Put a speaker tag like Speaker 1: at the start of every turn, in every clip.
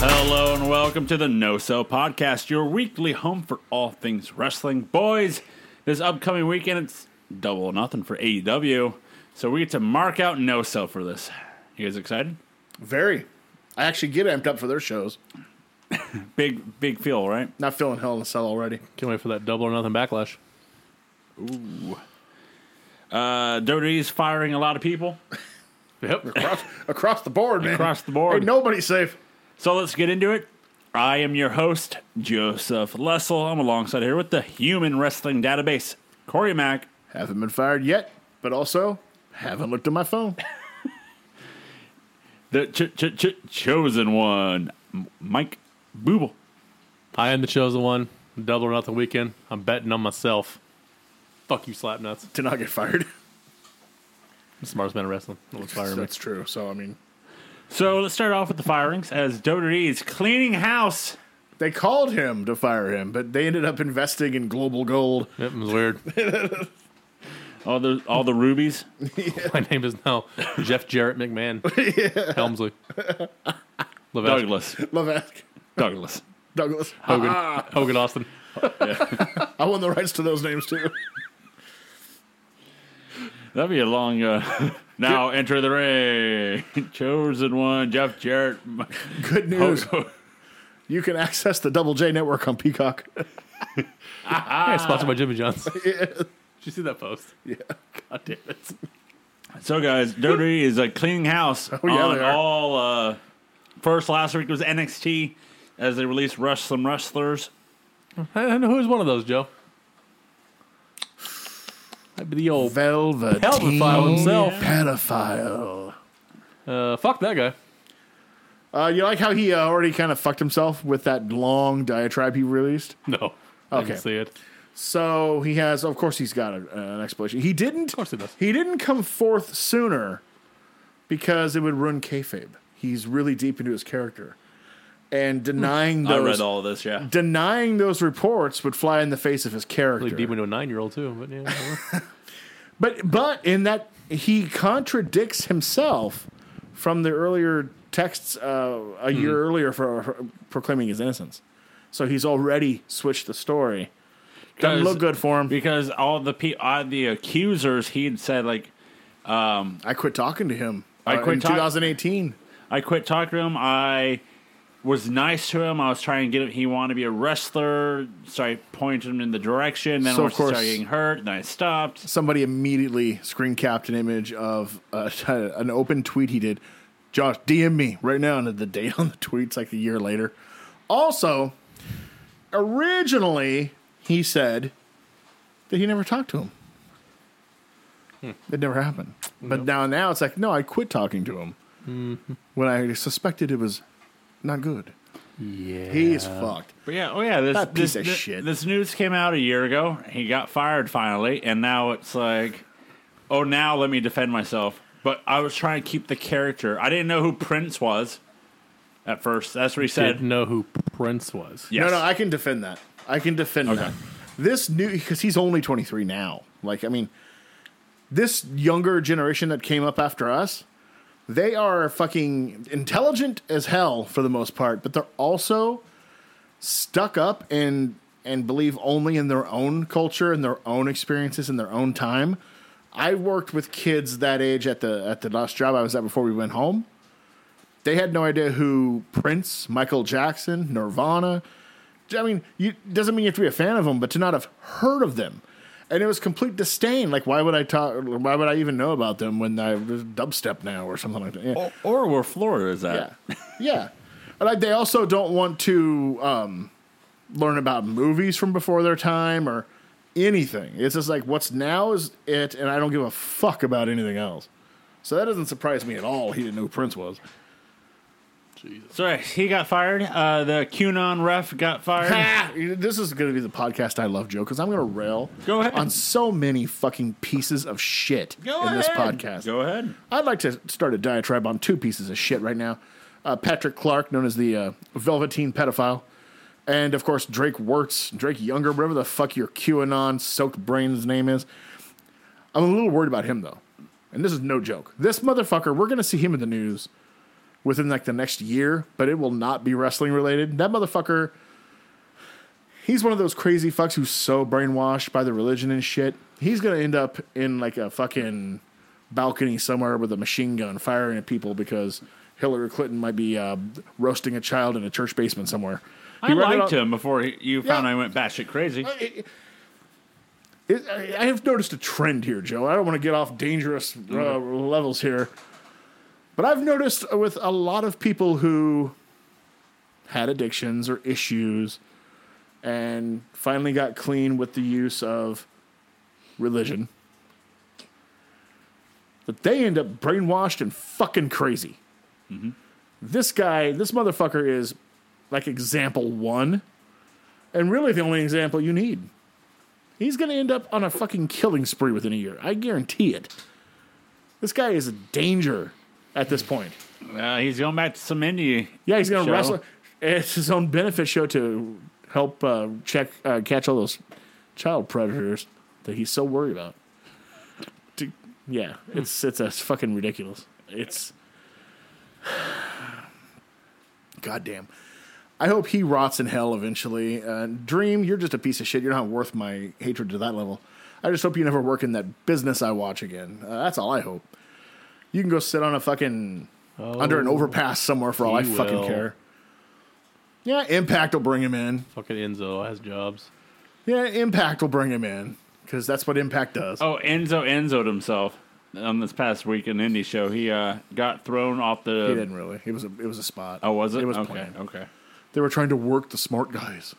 Speaker 1: and welcome to the No Sell Podcast, your weekly home for all things wrestling. Boys, this upcoming weekend, it's double or nothing for AEW. So we get to mark out No Sell for this. You guys excited?
Speaker 2: Very. I actually get amped up for their shows.
Speaker 1: Big, big feel, right?
Speaker 2: Not feeling Hell in a Cell already.
Speaker 3: Can't wait for that double or nothing backlash.
Speaker 1: Uh, WWE's firing a lot of people
Speaker 3: Yep.
Speaker 2: Across, across the board, man.
Speaker 1: across the board.
Speaker 2: Ain't nobody's safe.
Speaker 1: So let's get into it. I am your host, Joseph Lessel. I'm alongside here with the Human Wrestling Database, Corey Mack.
Speaker 2: Haven't been fired yet, but also haven't looked at my phone.
Speaker 1: the ch- ch- ch- chosen one, M- Mike Booble.
Speaker 3: I am the chosen one. Double or nothing weekend. I'm betting on myself. Fuck you, slap nuts.
Speaker 2: Did not get fired.
Speaker 3: I'm the smartest man in wrestling. No one's firing me.
Speaker 2: That's true. So I mean,
Speaker 1: So let's start off with the firings as WWE is cleaning house.
Speaker 2: they called him to fire him, but they ended up investing in global gold.
Speaker 3: Yep, it was weird.
Speaker 1: All the all the rubies.
Speaker 3: My name is now Jeff Jarrett McMahon. Helmsley. Levesque.
Speaker 1: Douglas.
Speaker 2: Levesque,
Speaker 1: Douglas.
Speaker 2: Douglas.
Speaker 3: Hogan. Hogan Austin.
Speaker 2: I won the rights to those names too.
Speaker 1: That'd be a long. Uh, now enter the ring. Chosen one, Jeff Jarrett.
Speaker 2: Good news. You can access the Double J network on Peacock.
Speaker 3: Hey, sponsored by Jimmy John's. Did you see that post?
Speaker 2: Ah. Yeah.
Speaker 3: God damn it.
Speaker 1: so guys, WWE is like cleaning house
Speaker 2: Oh, yeah,
Speaker 1: on
Speaker 2: they are.
Speaker 1: all. Uh, first last week was NXT as they released rush some wrestlers.
Speaker 3: And who's one of those, Joe? That'd be the old
Speaker 2: Velvet.
Speaker 3: Helvetify himself.
Speaker 2: Pedophile.
Speaker 3: Uh, fuck that guy.
Speaker 2: Uh, you like how he uh, already kind of fucked himself with that long diatribe he released?
Speaker 3: No. I
Speaker 2: Okay.
Speaker 3: can see it.
Speaker 2: So he has, of course, he's got a, an explanation. He didn't. Of
Speaker 3: course he does.
Speaker 2: He didn't come forth sooner because it would ruin kayfabe. He's really deep into his character,
Speaker 3: Hmm.
Speaker 2: and denying
Speaker 1: I
Speaker 2: those
Speaker 1: read all of this. Yeah,
Speaker 2: denying those reports would fly in the face of his character.
Speaker 3: Really deep into a nine year old, too. But yeah. whatever.
Speaker 2: But but in that he contradicts himself from the earlier texts uh, a year earlier for, for proclaiming his innocence. So he's already switched the story. Doesn't
Speaker 1: Guys,
Speaker 2: look good for him.
Speaker 1: because all the pe- uh, the accusers he had said like
Speaker 2: I quit talking to him.
Speaker 1: I
Speaker 2: uh,
Speaker 1: quit
Speaker 2: in
Speaker 1: talk-
Speaker 2: 2018.
Speaker 1: I quit talking to him. I was nice to him. I was trying to get him. He wanted to be a wrestler, so I pointed him in the direction. Then
Speaker 2: So,
Speaker 1: once he
Speaker 2: of
Speaker 1: started
Speaker 2: course-
Speaker 1: getting hurt, and I stopped.
Speaker 2: Somebody immediately screen capped an image of uh, an open tweet he did. Josh, DM me right now, and the date on the tweet's like a year later. Also, originally he said that he never talked to him. It never happened. But now, now it's like, no, I quit talking to him when I suspected it was not good. Yeah, he's fucked.
Speaker 1: But yeah, oh yeah, this
Speaker 2: That
Speaker 1: this,
Speaker 2: piece of
Speaker 1: thi-
Speaker 2: shit.
Speaker 1: This news came out a year ago. He got fired finally, and now it's like, oh, now let me defend myself. But I was trying to keep the character. I didn't know who Prince was at first. That's what he said.
Speaker 3: Didn't know who Prince was.
Speaker 1: Yes.
Speaker 2: No, no, I can defend that. I can defend that. This new because he's only 23 now. Like I mean, this younger generation that came up after us, they are fucking intelligent as hell for the most part, but they're also stuck up and and believe only in their own culture and their own experiences and their own time. I worked with kids that age at the at the last job I was at before we went home. They had no idea who Prince, Michael Jackson, Nirvana. I mean, you doesn't mean you have to be a fan of them, but to not have heard of them, and it was complete disdain. Like, why would I talk? Why would I even know about them when I was dubstep now or something like that? Yeah.
Speaker 1: Or, or where Florida is at.
Speaker 2: Yeah, Uh, yeah. And like, they also don't want to um, learn about movies from before their time or anything. It's just like what's now is it, and I don't give a fuck about anything else. So that doesn't surprise me at all. He didn't know who Prince was.
Speaker 1: So right, he got fired. Uh, the QAnon ref got fired.
Speaker 2: Ah, this is going to be the podcast I love, Joe, because I'm going to rail
Speaker 1: Go ahead.
Speaker 2: on so many fucking pieces of shit
Speaker 1: Go
Speaker 2: in
Speaker 1: ahead.
Speaker 2: this podcast.
Speaker 1: Go ahead.
Speaker 2: I'd like to start a diatribe on two pieces of shit right now. Uh, Patrick Clark, known as the uh, Velveteen Pedophile, and of course Drake Wirtz, Drake Younger, whatever the fuck your QAnon soaked brain's name is. I'm a little worried about him though, and this is no joke. This motherfucker, we're gonna see him in the news within like the next year, but it will not be wrestling related. That motherfucker, he's one of those crazy fucks who's so brainwashed by the religion and shit. He's gonna end up in like a fucking balcony somewhere with a machine gun firing at people because Hillary Clinton might be uh, roasting a child in a church basement somewhere.
Speaker 1: I
Speaker 2: read it
Speaker 1: liked
Speaker 2: on-
Speaker 1: him before he, you found
Speaker 2: Yeah. Uh,
Speaker 1: I went batshit crazy.
Speaker 2: it- it- I I have noticed a trend here, Joe. I don't want to get off dangerous uh, levels here, but I've noticed with a lot of people who had addictions or issues and finally got clean with the use of religion that they end up brainwashed and fucking crazy. This guy, this motherfucker is like example one and really the only example you need. He's going to end up on a fucking killing spree within a year. I guarantee it. This guy is a danger at this point.
Speaker 1: Uh, he's going back to some indie.
Speaker 2: Yeah, he's going to
Speaker 1: Show.
Speaker 2: wrestle. It's his own benefit show to help uh, check uh, catch all those child predators that he's so worried about. To- yeah, it's it's a fucking ridiculous. It's goddamn. I hope he rots in hell eventually. Uh, Dream, you're just a piece of shit. You're not worth my hatred to that level. I just hope you never work in that business I watch again. Uh, that's all I hope. You can go sit on a fucking
Speaker 1: Oh,
Speaker 2: under an overpass somewhere for all I
Speaker 3: he
Speaker 2: fucking
Speaker 3: will.
Speaker 2: care. Yeah, Impact will bring him in.
Speaker 3: Fucking Enzo has jobs.
Speaker 2: Yeah, Impact will bring him in because that's what Impact does.
Speaker 1: Oh, Enzo Enzo'd himself on this past weekend indie show. He uh, got thrown off
Speaker 2: He
Speaker 1: the.
Speaker 2: didn't really. It was a it was a spot.
Speaker 1: Oh, was it?
Speaker 2: It was
Speaker 1: okay.
Speaker 2: planned.
Speaker 1: Okay.
Speaker 2: They were trying to work the smart guys.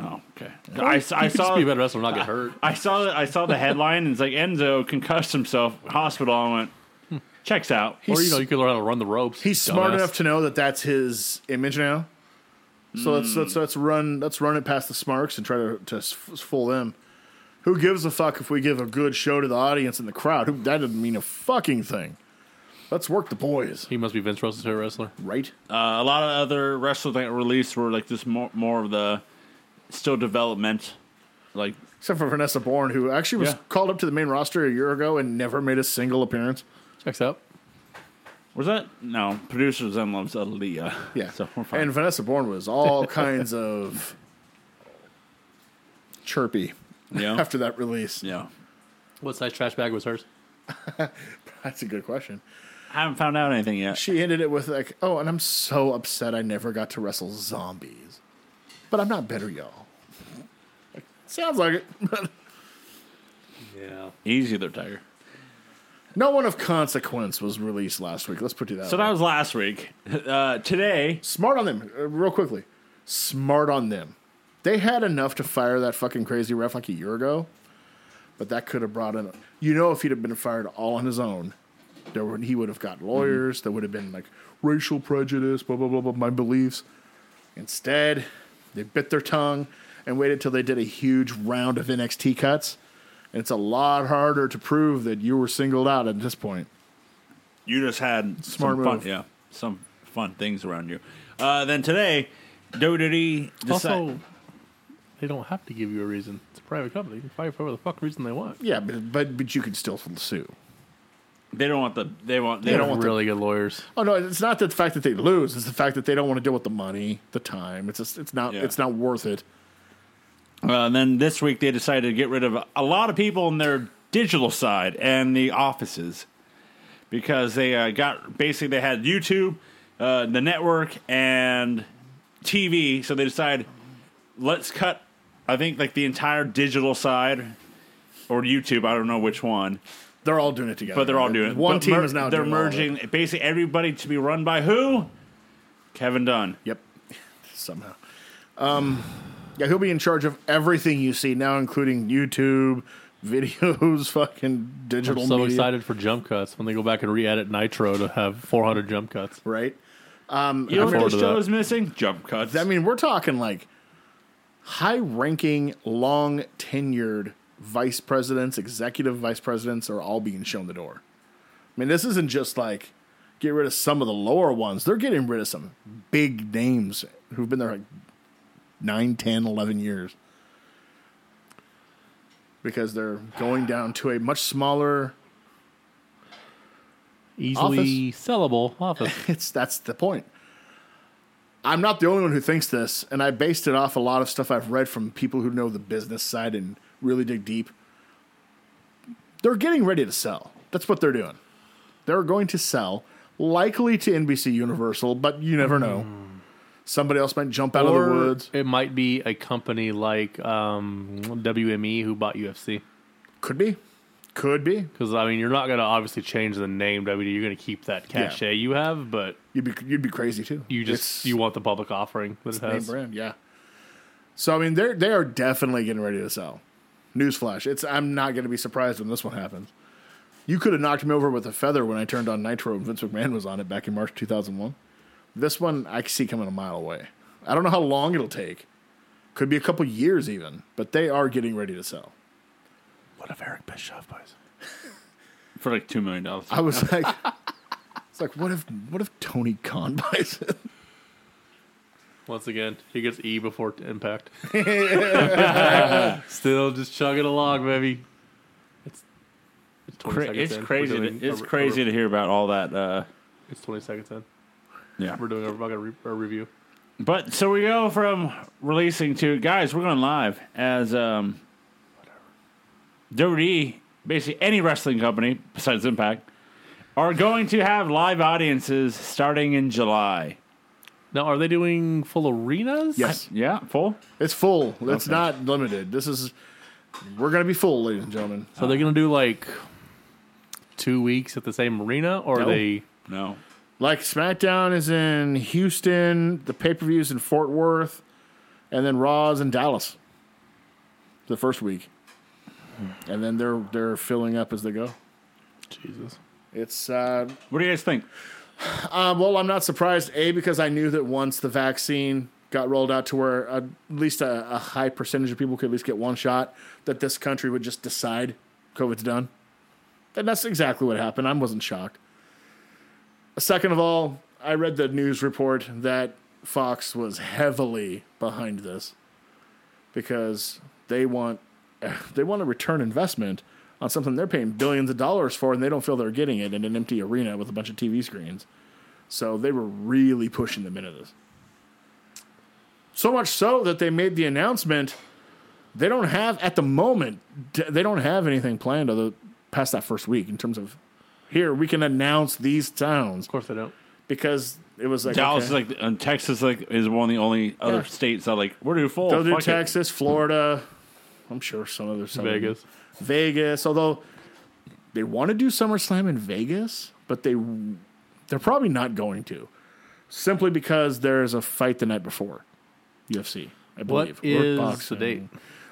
Speaker 1: Oh, okay. I, s- I
Speaker 3: He could just
Speaker 1: saw.
Speaker 3: be a better wrestler, and not get hurt.
Speaker 1: I saw. I saw the headline, and it's like Enzo concussed himself, hospital, and went. Checks out.
Speaker 3: Or you
Speaker 2: He's-
Speaker 3: know, you could learn how to run the ropes.
Speaker 2: He's smart
Speaker 3: dumbass.
Speaker 2: enough to know that that's his image now. So let's
Speaker 1: Hmm.
Speaker 2: let's let's run let's run it past the smarks and try to to s- fool them. Who gives a fuck if we give a good show to the audience and the crowd? Who, that doesn't mean a fucking thing. Let's work the boys,
Speaker 3: He must be Vince Russell's favorite wrestler.
Speaker 2: right?
Speaker 1: Uh, a lot of other wrestlers that released were like just more, more of the still development, like
Speaker 2: Except for Vanessa Bourne, who actually was
Speaker 1: Yeah.
Speaker 2: called up to the main roster a year ago and never made a single appearance.
Speaker 3: Checks out.
Speaker 1: was that no producers and loves Aaliyah.
Speaker 2: Yeah.
Speaker 1: so we're fine.
Speaker 2: and Vanessa Bourne was all kinds of chirpy
Speaker 1: yeah,
Speaker 2: after that release.
Speaker 1: yeah.
Speaker 3: What size trash bag was hers?
Speaker 2: That's a good question.
Speaker 1: Haven't found out anything yet.
Speaker 2: She ended it with like, "Oh, and I'm so upset I never got to wrestle zombies, but I'm not better, y'all." Sounds like it.
Speaker 3: Yeah.
Speaker 1: Easy there, Tiger.
Speaker 2: no one of consequence was released last week. Let's put it that.
Speaker 1: So
Speaker 2: way.
Speaker 1: that was last week. Uh, today,
Speaker 2: smart on them, uh, real quickly. Smart on them. They had enough to fire that fucking crazy ref like a year ago, but that could have brought in. You know, if he'd have been fired all on his own, there would he would have got lawyers. There would have been like racial prejudice, blah blah blah blah. My beliefs. Instead, they bit their tongue and waited till they did a huge round of NXT cuts. And it's a lot harder to prove that you were singled out at this point.
Speaker 1: you just had
Speaker 2: Smart
Speaker 1: some fun,
Speaker 2: move.
Speaker 1: yeah, some fun things around you. Uh, then today, Dodity
Speaker 3: Also, they don't have to give you a reason. It's a private company. They can fire for whatever the fuck reason they want.
Speaker 2: Yeah, but but, but you could still sue.
Speaker 1: they don't want the they want they
Speaker 2: They
Speaker 1: don't
Speaker 2: don't
Speaker 1: want
Speaker 2: want
Speaker 3: really good lawyers.
Speaker 2: Oh no, it's not the fact that they lose. It's the fact that they don't want to deal with the money, the time. It's just, it's not
Speaker 1: Yeah.
Speaker 2: it's not worth it.
Speaker 1: Uh, and then this week they decided to get rid of a lot of people in their digital side and the offices because they uh, got basically they had YouTube, uh, the network, and TV. So they decided let's cut. I think like the entire digital side or YouTube. I don't know which one,
Speaker 2: They're all doing it together.
Speaker 1: but they're all doing it.
Speaker 2: Uh, One
Speaker 1: But
Speaker 2: team
Speaker 1: mer-
Speaker 2: is now
Speaker 1: They're
Speaker 2: doing all of it.
Speaker 1: merging basically everybody to be run by who? Kevin Dunn.
Speaker 2: Yep. Somehow. Um, yeah, he'll be in charge of everything you see now, including YouTube, videos, fucking digital
Speaker 3: I'm so
Speaker 2: media.
Speaker 3: excited for jump cuts when they go back and re-edit Nitro to have 400 jump cuts.
Speaker 2: Right?
Speaker 1: You know what
Speaker 3: forward
Speaker 1: this
Speaker 3: to
Speaker 1: show
Speaker 3: that.
Speaker 1: is missing? Jump cuts.
Speaker 2: I mean, we're talking like high ranking, long tenured vice presidents, executive vice presidents are all being shown the door. I mean, this isn't just like get rid of some of the lower ones. They're getting rid of some big names who've been there like 9, 10, 11 years because they're going down to a much smaller
Speaker 3: easily sellable office.
Speaker 2: It's that's the point. I'm not the only one who thinks this, and I based it off a lot of stuff I've read from people who know the business side and really dig deep. They're getting ready to sell. That's what they're doing. They're going to sell, likely to NBC Universal, but you never know.
Speaker 3: Hmm.
Speaker 2: Somebody else might jump out of the woods.
Speaker 3: it might be a company like um, WME who bought UFC.
Speaker 2: Could be. Could be.
Speaker 3: Because I mean, you're not going to obviously change the name WWE. You're going to keep that cachet you have, but
Speaker 2: You'd be you'd be crazy too.
Speaker 3: you just
Speaker 2: It's-
Speaker 3: you want the public offering that it
Speaker 2: name
Speaker 3: has.
Speaker 2: brand, yeah. So I mean, they're they are definitely getting ready to sell. Newsflash: It's I'm not going to be surprised when this one happens. You could have knocked me over with a feather when I turned on Nitro and Vince McMahon was on it back in March 2001. This one I see coming a mile away. I don't know how long it'll take. Could be a couple years even, but they are getting ready to sell.
Speaker 3: What if Eric Bischoff buys?
Speaker 1: for like two million dollars.
Speaker 2: I was like, it's like what if what if Tony Khan buys it?
Speaker 3: Once again, he gets E before impact. Still just chugging along, baby. It's it's twenty
Speaker 1: Cra-
Speaker 3: seconds.
Speaker 1: it's
Speaker 3: in. We're
Speaker 1: crazy.
Speaker 3: doing
Speaker 1: To, it's
Speaker 3: a- a-
Speaker 1: crazy to hear about all that. Uh,
Speaker 3: It's twenty seconds in.
Speaker 1: yeah.
Speaker 3: We're doing a, we're gonna re- a review.
Speaker 1: But so we go from releasing to guys, we're going live as um, WWE, basically any wrestling company besides Impact, are going to have live audiences starting in July.
Speaker 3: Now, are they doing full arenas?
Speaker 2: Yes.
Speaker 1: Yeah, full.
Speaker 2: It's full. It's not limited. This is we're going to be full, ladies and gentlemen.
Speaker 3: So they're gonna do like two weeks at the same arena, or
Speaker 2: No.
Speaker 3: they?
Speaker 1: No,
Speaker 2: Like SmackDown is in Houston, the pay per views in Fort Worth, and then Raw's in Dallas. The first week, and then they're they're filling up as they go.
Speaker 3: Jesus.
Speaker 2: It's uh,
Speaker 1: What do you guys think?
Speaker 2: um, well, I'm not surprised. A because I knew that once the vaccine got rolled out to where at least a, a high percentage of people could at least get one shot, that this country would just decide COVID's done. And that's exactly what happened. I wasn't shocked. Second of all, I read the news report that Fox was heavily behind this because they want they want a return investment on something they're paying billions of dollars for and they don't feel they're getting it in an empty arena with a bunch of TV screens. So they were really pushing them into this. So much so that they made the announcement they don't have at the moment d- they don't have anything planned other past that first week in terms of here we can announce these towns
Speaker 3: Of course they don't.
Speaker 2: because it was like
Speaker 1: Dallas
Speaker 2: okay.
Speaker 1: is like, and Texas like is one of the only other
Speaker 2: Yeah.
Speaker 1: states that like we're doing full.
Speaker 2: They'll do
Speaker 1: oh, fuck it.
Speaker 2: Texas, Florida. I'm sure some other some
Speaker 3: Vegas.
Speaker 2: Vegas. Although they want to do SummerSlam in Vegas, but they they're probably not going to, simply because there's a fight the night before UFC. I believe
Speaker 3: What
Speaker 2: Or
Speaker 3: is the
Speaker 2: boxing.
Speaker 3: date?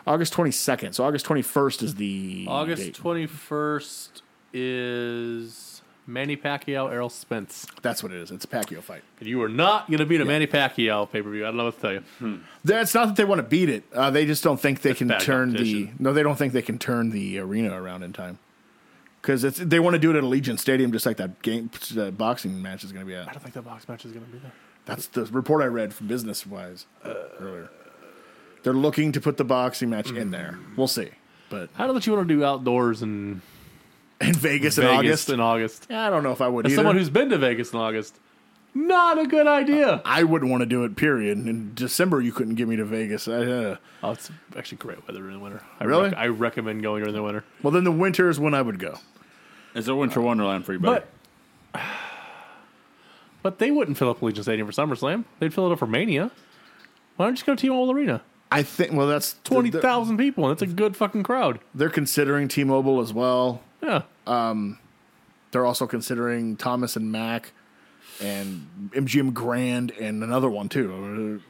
Speaker 2: August 22nd. So August 21st is the
Speaker 3: August
Speaker 2: date.
Speaker 3: twenty first is Manny Pacquiao, Errol Spence.
Speaker 2: That's what it is. It's a Pacquiao fight.
Speaker 3: And you are not gonna beat a Manny Pacquiao pay per view. I don't know what to tell you.
Speaker 2: That's not that they want to beat it. Uh, they just don't think they can
Speaker 3: bad
Speaker 2: turn the
Speaker 3: competition.
Speaker 2: no. They don't think they can turn the arena around in time because it's they want to do it at Allegiant Stadium, just like that game that boxing match is going to be
Speaker 3: I
Speaker 2: at.
Speaker 3: don't think that box match is gonna be there.
Speaker 2: That's the report I read from Business Wise earlier. They're looking to put the boxing match in there. We'll see, but
Speaker 3: I don't know that you want to do outdoors in
Speaker 2: in Vegas, in
Speaker 3: Vegas
Speaker 2: August,
Speaker 3: in August.
Speaker 2: I don't know if I would
Speaker 3: As
Speaker 2: either.
Speaker 3: someone who's been to Vegas in August, not a good idea.
Speaker 2: I wouldn't want to do it. Period. In December, you couldn't get me to Vegas. I, uh,
Speaker 3: Oh, it's actually great weather in the winter. I
Speaker 2: Really?
Speaker 3: I recommend going during the winter.
Speaker 2: well, then the winter is when I would go.
Speaker 1: It's a winter wonderland for you, buddy.
Speaker 3: But but they wouldn't fill up Allegiant Stadium for SummerSlam. They'd fill it up for Mania. Why don't you just go to T-Mobile Arena?
Speaker 2: I think. Well, that's
Speaker 3: Twenty
Speaker 2: they're-
Speaker 3: thousand people. and That's a good fucking crowd.
Speaker 2: They're considering T-Mobile as well.
Speaker 3: Yeah.
Speaker 2: They're also considering Thomas and Mack and MGM Grand and another one too.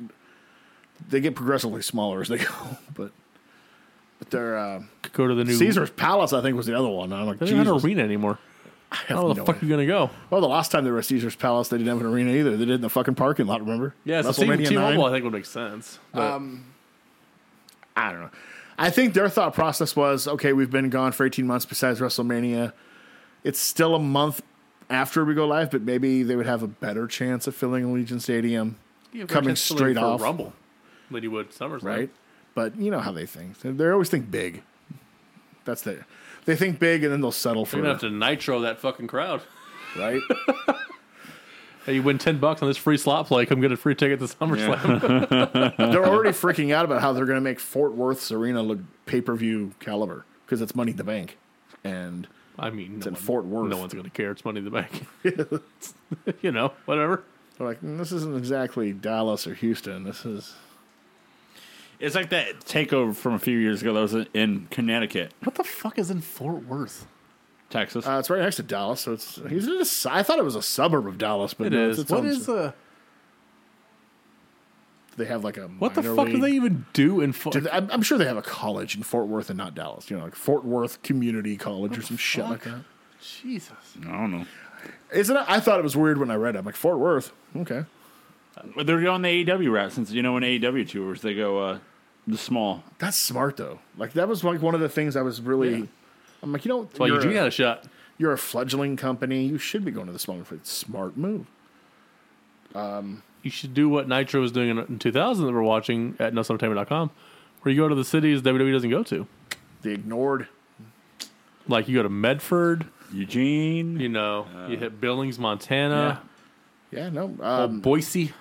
Speaker 2: They get progressively smaller as they go, but but they're uh,
Speaker 3: Could go to the new.
Speaker 2: Caesar's Palace. I think was the other one. I'm like,
Speaker 3: They don't have an
Speaker 2: Jesus.
Speaker 3: arena anymore.
Speaker 2: I have
Speaker 3: How the
Speaker 2: no
Speaker 3: fuck are
Speaker 2: idea.
Speaker 3: you gonna go?
Speaker 2: Well, the last time they were at Caesar's Palace, they didn't have an arena either. They did it in the fucking parking lot. Remember?
Speaker 3: Yeah, so
Speaker 2: WrestleMania Um,
Speaker 3: T-Mobile
Speaker 2: 9.
Speaker 3: I think would make sense. But
Speaker 2: I don't know. I think their thought process was okay, we've been gone for 18 months besides WrestleMania. It's still a month after we go live, but maybe they would have a better chance of filling Allegiant Stadium,
Speaker 3: you have a
Speaker 2: coming
Speaker 3: chance to leave
Speaker 2: straight
Speaker 3: for
Speaker 2: off.
Speaker 3: Rumble, Ladywood SummerSlam.
Speaker 2: right? But you know how they think. They- They always think big. That's their. They think big and then they'll settle
Speaker 3: They're
Speaker 2: for
Speaker 3: gonna
Speaker 2: it.
Speaker 3: have to nitro that fucking crowd.
Speaker 2: right?
Speaker 3: Hey, you win 10 bucks on this free slot play. Come get a free ticket to SummerSlam.
Speaker 2: they're already freaking out about how they're going to make Fort Worth's arena look pay per view caliber because it's Money in the Bank, and
Speaker 3: I mean, it's
Speaker 2: in Fort Worth.
Speaker 3: No one's going to care. It's money in the bank. you know, whatever.
Speaker 2: they're like, "Mm, "This isn't exactly Dallas or Houston. This is
Speaker 1: It's like that takeover from a few years ago that was in Connecticut,
Speaker 3: What the fuck is in Fort Worth?
Speaker 1: Texas.
Speaker 2: uh, it's right next to Dallas, so it's he's in a s- I thought it was a suburb of Dallas, but
Speaker 3: It
Speaker 2: no,
Speaker 3: is.
Speaker 2: It's its
Speaker 3: What
Speaker 2: own-
Speaker 3: is uh, the.
Speaker 2: they have like a
Speaker 3: What the
Speaker 2: minor
Speaker 3: fuck do
Speaker 2: league.
Speaker 3: they even do in Fort
Speaker 2: Do they- I'm, I'm sure they have a college in Fort Worth and not Dallas. You know, like Fort Worth Community College or some shit like
Speaker 3: fuck?
Speaker 2: that.
Speaker 3: Jesus.
Speaker 1: I don't know.
Speaker 2: Isn't it? I thought it was weird when I read it. I'm like Fort Worth. Okay.
Speaker 1: But they're going the AEW route since you know in AEW tours they go uh, the small.
Speaker 2: That's smart though. Like that was like one of the things I was really. I'm like, you know,
Speaker 3: Well,
Speaker 2: you're,
Speaker 3: Eugene
Speaker 2: a,
Speaker 3: had a shot.
Speaker 2: you're a fledgling company. You should be going to the smaller. It's a Smart move.
Speaker 3: You should do what Nitro was doing in, in 2000 that we're watching at NoSummerTamer.com, where you go to the cities WWE doesn't go to.
Speaker 2: They ignored.
Speaker 3: Like, you go to Medford,
Speaker 1: Eugene.
Speaker 3: you know, you hit Billings, Montana,
Speaker 2: Yeah, no. Um,
Speaker 3: Boise.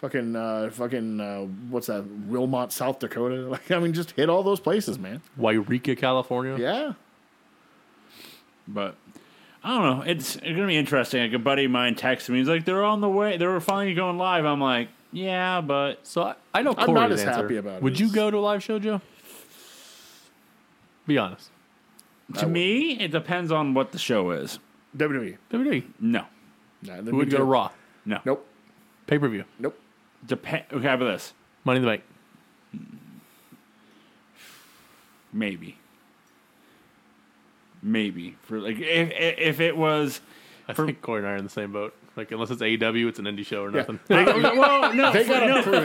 Speaker 2: fucking, uh, fucking, uh, what's that? Wilmot, South Dakota. Like, I mean, just hit all those places, man.
Speaker 3: Wairika, California.
Speaker 2: Yeah.
Speaker 1: But I don't know. It's, it's gonna be interesting. Like a buddy of mine texted me. He's like, "They're on the way. They were finally going live." I'm like, "Yeah, but
Speaker 3: So I, I know
Speaker 2: I'm
Speaker 3: Corey's
Speaker 2: not as
Speaker 3: answer.
Speaker 2: happy about it
Speaker 3: Would you
Speaker 2: as-
Speaker 3: go to a live show, Joe? Be honest.
Speaker 1: to me, it depends on what the show is."
Speaker 2: WWE.
Speaker 3: WWE.
Speaker 1: No,
Speaker 2: E. Nah,
Speaker 3: Who E. would go to Raw?
Speaker 1: no.
Speaker 2: Nope.
Speaker 3: Pay per view.
Speaker 2: Nope.
Speaker 1: Depend. Okay, how about this?
Speaker 3: Money in the Bank.
Speaker 1: Maybe. Maybe for like if if if it was
Speaker 3: I
Speaker 1: For-
Speaker 3: think Corey and I are in the same boat. Like unless it's AEW, it's an indie show or nothing.
Speaker 1: well no
Speaker 2: They
Speaker 1: for-
Speaker 2: gotta
Speaker 1: no,
Speaker 2: prove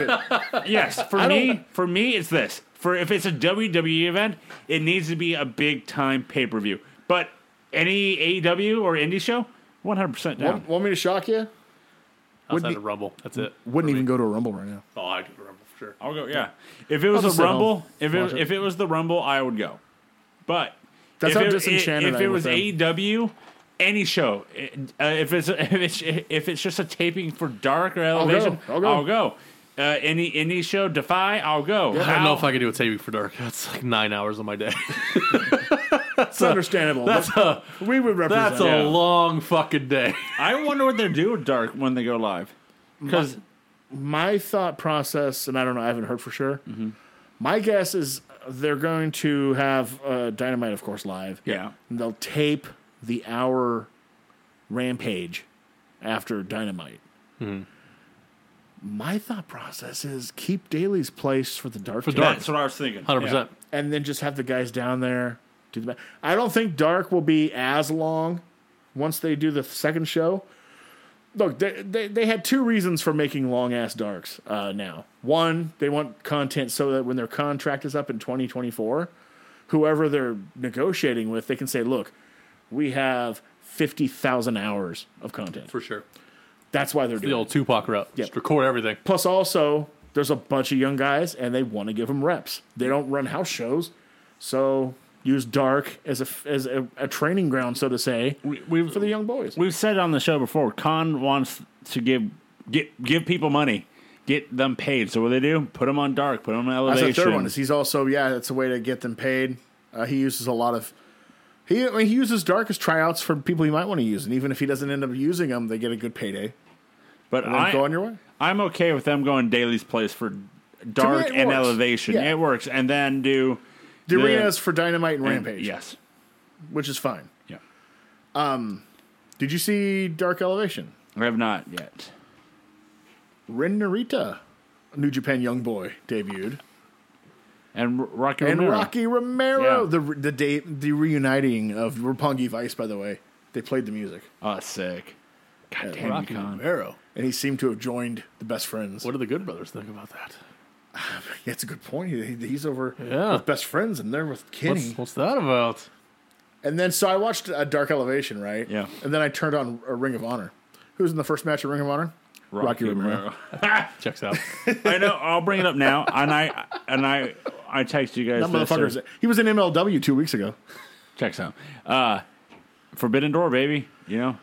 Speaker 2: it.
Speaker 1: yes for
Speaker 2: I don't-
Speaker 1: me for me it's this for if it's a WWE event it needs to be a big time pay per view but any AEW or indie show one hundred percent down
Speaker 2: Want, want me to shock you?
Speaker 3: Outside
Speaker 2: Wouldn't
Speaker 3: of Rumble, that's it.
Speaker 2: Wouldn't even go to a Rumble right now.
Speaker 3: Oh, I'd go to Rumble for sure.
Speaker 1: I'll go yeah if it was
Speaker 2: just
Speaker 1: a
Speaker 2: sit
Speaker 1: Rumble
Speaker 2: home,
Speaker 1: if it,
Speaker 2: watch it.
Speaker 1: if it was the Rumble I would go but
Speaker 2: That's
Speaker 1: if
Speaker 2: how
Speaker 1: it,
Speaker 2: disenchanted
Speaker 1: if
Speaker 2: I
Speaker 1: it
Speaker 2: am
Speaker 1: was
Speaker 2: with them.
Speaker 1: AEW any show it- uh, if it's if it's if it's just a taping for Dark or
Speaker 2: go.
Speaker 1: Elevation
Speaker 2: I'll go.
Speaker 1: Uh, any any show Defy I'll go
Speaker 3: I don't know if I could do a taping for Dark. That's like nine hours of my day.
Speaker 2: It's understandable.
Speaker 3: that's
Speaker 2: but
Speaker 3: a
Speaker 2: we would represent.
Speaker 3: that's a
Speaker 1: Yeah.
Speaker 3: long fucking day.
Speaker 1: I wonder what they do with Dark when they go live. Because
Speaker 2: my thought process, and I don't know, I haven't heard for sure. My guess is they're going to have uh, Dynamite, of course, live.
Speaker 1: yeah,
Speaker 2: And they'll tape the hour rampage after Dynamite. My thought process is keep Daly's place for the dark, for
Speaker 1: that's what I was thinking.
Speaker 3: Hundred percent.
Speaker 2: and then just have the guys down there do the. ba- I don't think dark will be as long once they do the second show. Look, they, they, they had two reasons for making long ass darks uh, now. One, they want content so that when their contract is up in 2024, whoever they're negotiating with, they can say, look, we have 50,000 hours of content.
Speaker 3: For sure.
Speaker 2: That's why they're
Speaker 3: The
Speaker 2: doing it.
Speaker 3: old Tupac route. Just record everything.
Speaker 2: Plus, also, there's a bunch of young guys and they want to give them reps. They don't run house shows. So use dark as a, as a, a training ground, so to say,
Speaker 1: We, we've
Speaker 2: for the young boys.
Speaker 1: we've said on the show before. Khan wants to give get give people money, get them paid. So what they do? Put them on Dark. Put them on
Speaker 2: That's
Speaker 1: Elevation.
Speaker 2: the third one. Is he's also yeah, that's a way to get them paid. Uh, he uses a lot of he I mean, he uses darkest tryouts for people he might want to use, and even if he doesn't end up using them, they get a good payday.
Speaker 1: but
Speaker 2: And
Speaker 1: I,
Speaker 2: go on your way.
Speaker 1: I'm okay with them going Daly's place for Dark
Speaker 2: it
Speaker 1: and
Speaker 2: works.
Speaker 1: Elevation.
Speaker 2: Yeah.
Speaker 1: It works, and then do
Speaker 2: The, arena is for Dynamite and
Speaker 1: and-
Speaker 2: Rampage,
Speaker 1: Yes.
Speaker 2: which is fine.
Speaker 1: Yeah.
Speaker 2: Did you see Dark Elevation?
Speaker 1: I have not yet.
Speaker 2: Ren Narita, New Japan Young Boy, debuted,
Speaker 1: And R- Rocky
Speaker 2: and
Speaker 1: Romero.
Speaker 2: Rocky Romero,
Speaker 1: Yeah.
Speaker 2: the re- the day the reuniting of Roppongi Vice. By the way, they played the music.
Speaker 1: Oh, sick. God damn you, Khan.
Speaker 3: Romero.
Speaker 2: And he seemed to have joined the best friends.
Speaker 3: What do the Good Brothers think about that?
Speaker 2: Yeah, That's a good point. He- He's over
Speaker 3: Yeah.
Speaker 2: with best friends, and they're with Kenny.
Speaker 3: What's, what's that about?
Speaker 2: And then, so I watched uh, Dark Elevation, right?
Speaker 1: Yeah.
Speaker 2: And then I turned on uh, Ring of Honor. Who's in the first match of Ring of Honor? Rocky Romero.
Speaker 3: Checks out.
Speaker 1: I know. I'll bring it up now, and I and I I text you guys.
Speaker 2: That
Speaker 1: this,
Speaker 2: motherfucker's.
Speaker 1: so-
Speaker 2: He was in MLW two weeks ago.
Speaker 1: Checks out. Uh, Forbidden Door, baby. You know,